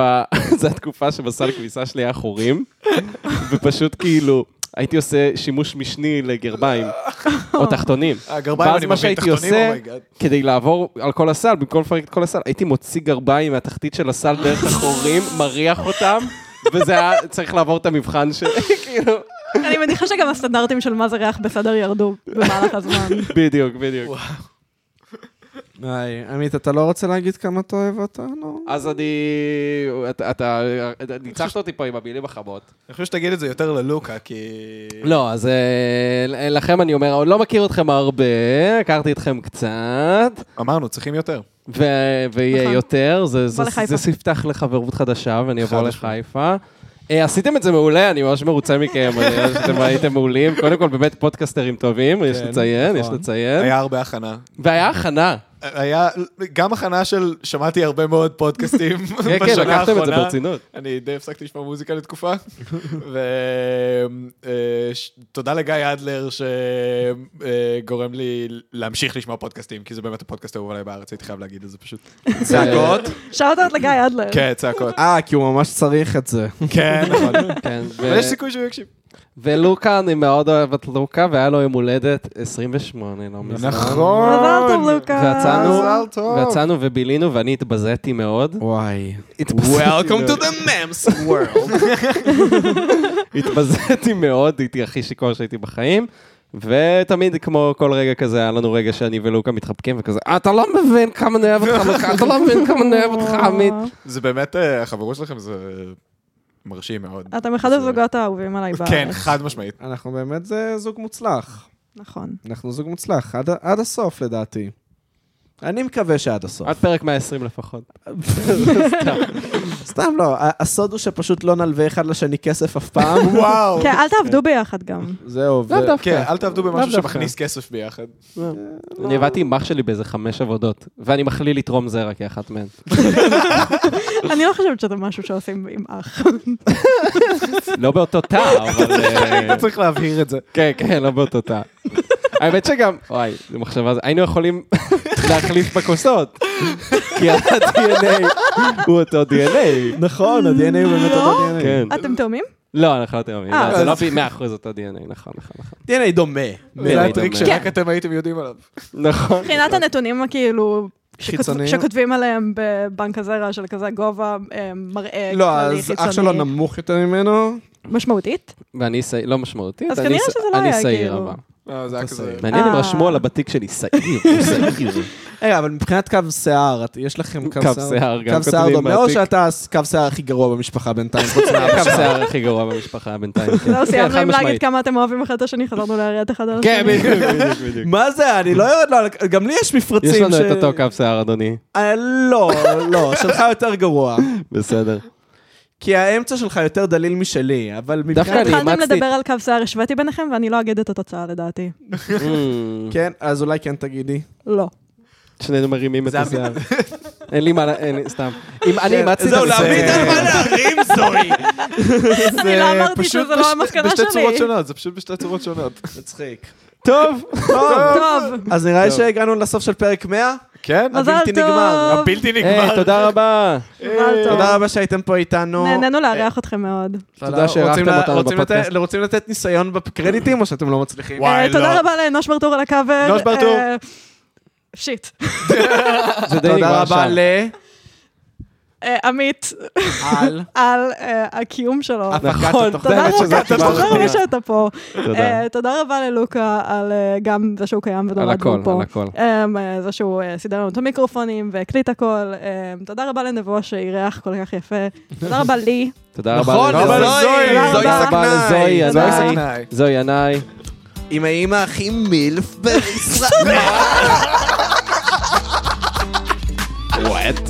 התקופה שבסל כביסה שלי היה חורים, ופשוט כאילו, הייתי עושה שימוש משני לגרביים, או תחתונים.
הגרביים,
ואז
אה, אני
מה
מבין,
שהייתי
תחתונים, Oh
עושה,
אומייגאד.
כדי לעבור על כל הסל, במקום לפרק את כל הסל, הייתי מוציא גרביים מהתחתית של הסל דרך החורים, מריח אותם, וזה היה צריך לעבור את המבחן של... כאילו,
אני מניחה שגם הסטנדרטים של מה זה ריח בסדר ירדו במהלך הזמן.
בדיוק, בדיוק.
היי, עמית, אתה לא רוצה להגיד כמה אתה אוהב אותנו?
אז אני... אתה- אתה אתה ניצחת אותי פה עם המילים החמות.
אני חושב שתגיד את זה יותר ללוקה, כי...
לא, אז אה, לכם אני אומר, אני לא מכיר אתכם הרבה, הכרתי אתכם קצת,
אמרנו, צריכים יותר.
ו- ויהיה
נכון.
יותר, זה- זה-
לחיפה.
זה ספתח לחברות חדשה, ואני אבוא
חד
לחיפה. אה, עשיתם את זה מעולה, אני ממש מרוצה מכם, אני יודע שאתם הייתם מעולים. קודם כל, באמת פודקסטרים טובים, יש לציין, יש לציין.
כן, נכון. היה הרבה הכנה.
והיה הכנה.
היה גם הכנה של, שמעתי הרבה מאוד פודקאסטים בשנה
כן,
האחרונה.
כן, לקחתם את זה ברצינות.
אני די הפסקתי לשמוע מוזיקה לתקופה. ותודה לגיא אדלר שגורם לי להמשיך לשמוע פודקאסטים, כי זה באמת הפודקאסט האהוב עליי בארץ, הייתי חייב להגיד את זה פשוט.
כן,
צעקות?
שאלת עוד לגיא אדלר.
כן, צעקות.
אה, כי הוא ממש צריך את זה.
כן, נכון.
כן, ו-
אבל יש סיכוי שהוא יקשיב.
ולוקה, אני מאוד אוהב את לוקה, והיה לו יום הולדת 28, לא מזמן.
נכון.
מזל טוב, לוקה.
ויצאנו,
מזל טוב.
ויצאנו ובילינו, ואני התבזיתי מאוד.
וואי.
Welcome to
the MEMS world.
התבזיתי מאוד, הייתי הכי שיכור שהייתי בחיים. ותמיד כמו כל רגע כזה, היה לנו רגע שאני ולוקה מתחבקים וכזה, אתה לא מבין כמה אני אוהב אותך, לוקה, אתה לא מבין כמה אני אוהב אותך, עמית.
זה באמת, אה, החברות שלכם זה מרשים מאוד.
אה, אתם אחד הזוגות האהובים עליי בארץ.
כן, חד משמעית.
אנחנו באמת זה זוג מוצלח.
נכון.
אנחנו זוג מוצלח, עד, עד הסוף לדעתי. אני מקווה שעד הסוף.
עד פרק 120 לפחות.
סתם לא, ה- הסוד הוא שפשוט לא נלווה אחד לשני כסף אף פעם.
וואו.
כן, אל תעבדו ביחד גם.
זהו, ו...
לאו דווקא.
כן, אל תעבדו
לאו
במשהו
דווקא.
שמכניס כסף ביחד.
אני עבדתי עם אח שלי באיזה חמש עבודות, ואני מכליל לתרום זרע כאחת מהן.
אני לא חושבת שזה משהו שעושים עם אח.
לא באותו תא, אבל... אה,
צריך להבהיר את זה.
כן, כן, לא באותו תא. האמת שגם, וואי, זו מחשבה, זו- היינו יכולים להחליף בכוסות, כי ה-DNA הוא אותו DNA.
נכון, ה-DNA הוא באמת אותו DNA.
כן.
אתם תאומים?
לא, אנחנו לא תאומים,
אה,
לא, זה
אז-
לא פי 100% אותו DNA, נכון, נכון, נכון. כן.
DNA דומה.
זה הטריק
דומה.
כן.
שרק אתם הייתם יודעים עליו.
נכון.
מבחינת הנתונים, כאילו... שכותב-
חיצוניים?
שכותבים עליהם בבנק הזרע של כזה גובה, אה, מראה
לא,
כללי
אז אח שלו
חיצוני.
נמוך יותר ממנו.
משמעותית?
ואני שעיר, לא משמעותית,
אז
אני
כנראה
ש-
שזה לא
אני
היה,
שעיר
כאילו.
אבל.
לא, זה היה כזה.
מעניין אם
אה.
רשמו על הבתיק שלי, שעיר, הוא שעיר.
רגע, אבל מבחינת קו שיער, את- יש לכם קו
קו
שיער?
שיער, גם
קו שיער
כותבים
לא,
דומה, או
בעתיק.
שאתה הס- קו שיער הכי גרוע במשפחה בינתיים, חוץ
הקו
מהאבא שלך.
שיער הכי גרוע במשפחה בינתיים. כן.
זהו,
כן,
לא, סיימנו
חד
עם להגיד
משמעית.
כמה אתם אוהבים אחד את השני, חזרנו להריע את אחד על
כן,
השני.
בדיוק, בדיוק, בדיוק.
מה זה, אני לא יורד לו, על- גם לי יש מפרצים
יש לנו
ש-
את אותו קו שיער, אדוני.
אה, לא, לא, שלך יותר גרוע.
בסדר.
כי האמצע שלך יותר דליל משלי, אבל
דווקא
מבחינת...
אני-
התחלתם
אימצתי-
לדבר על קו שיער, השוויתי ביניכם, ואני לא אגיד את התוצאה לדעתי.
Mm.
כן, אז אולי כן תגידי.
לא.
שנינו מרימים את
זה
השיער. אין לי מה, לה- אין לי, סתם. אם אני אימצתי את
זהו,
זה-
להביט
זה-
על מה להרים זוהי.
אני לא אמרתי
פשוט
שזה לא
בש-
המסקנה
בשתי צורות
שלי.
שונות, זה פשוט בשתי צורות שונות.
מצחיק.
טוב,
טוב,
אז נראה לי שהגענו לסוף של פרק 100.
כן?
מזל
הבלתי נגמר,
טוב.
הבלתי
היי,
נגמר.
תודה רבה.
מזל טוב.
תודה רבה שהייתם פה איתנו.
נהנינו לארח אתכם מאוד.
תודה שהערכתם
רוצים לה-
אותנו
רוצים
בפודקאסט.
לתת- רוצים לתת ניסיון בקרדיטים או שאתם לא מצליחים?
וואי,
אה, תודה
לא.
רבה לאנוש ברטור על הכבל.
נוש ברטור.
אה, שיט.
זה די
תודה
נגמר שם.
רבה ל...
אה, עמית,
על.
על אה, הקיום שלו.
הפקת
נכון,
התוכנית.
תודה
האמת שזה
רבה, אתה
התשובה
זוכר
הנכונה.
שאתה פה.
תודה.
אה, תודה רבה ללוקה על אה, גם זה שהוא קיים
על
ונולד
הכל,
והוא פה.
על הכל.
אמ, אה, זה שהוא אה, סידר לנו את המיקרופונים והקליט הכל. אמ, תודה רבה לנבו שאירח כל כך יפה. תודה רבה לי.
תודה רבה
נכון,
לזוהי.
זוהי,
תודה
זוהי סכנאי.
לזוהי
רבה. תודה.
ינאי.
סכנאי.
זוהי ינאי.
עם האימא הכי מילף בישראל.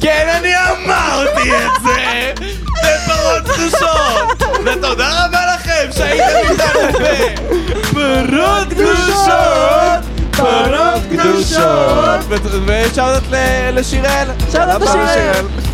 כן, אני אמרתי את זה! בפרות קדושות! ותודה רבה לכם שהייתם איתנו ב... פרות קדושות! פרות קדושות! ו- ושאלות ל- לשיראל.
שאלות
תודה רבה,
לשיראל.
שיראל.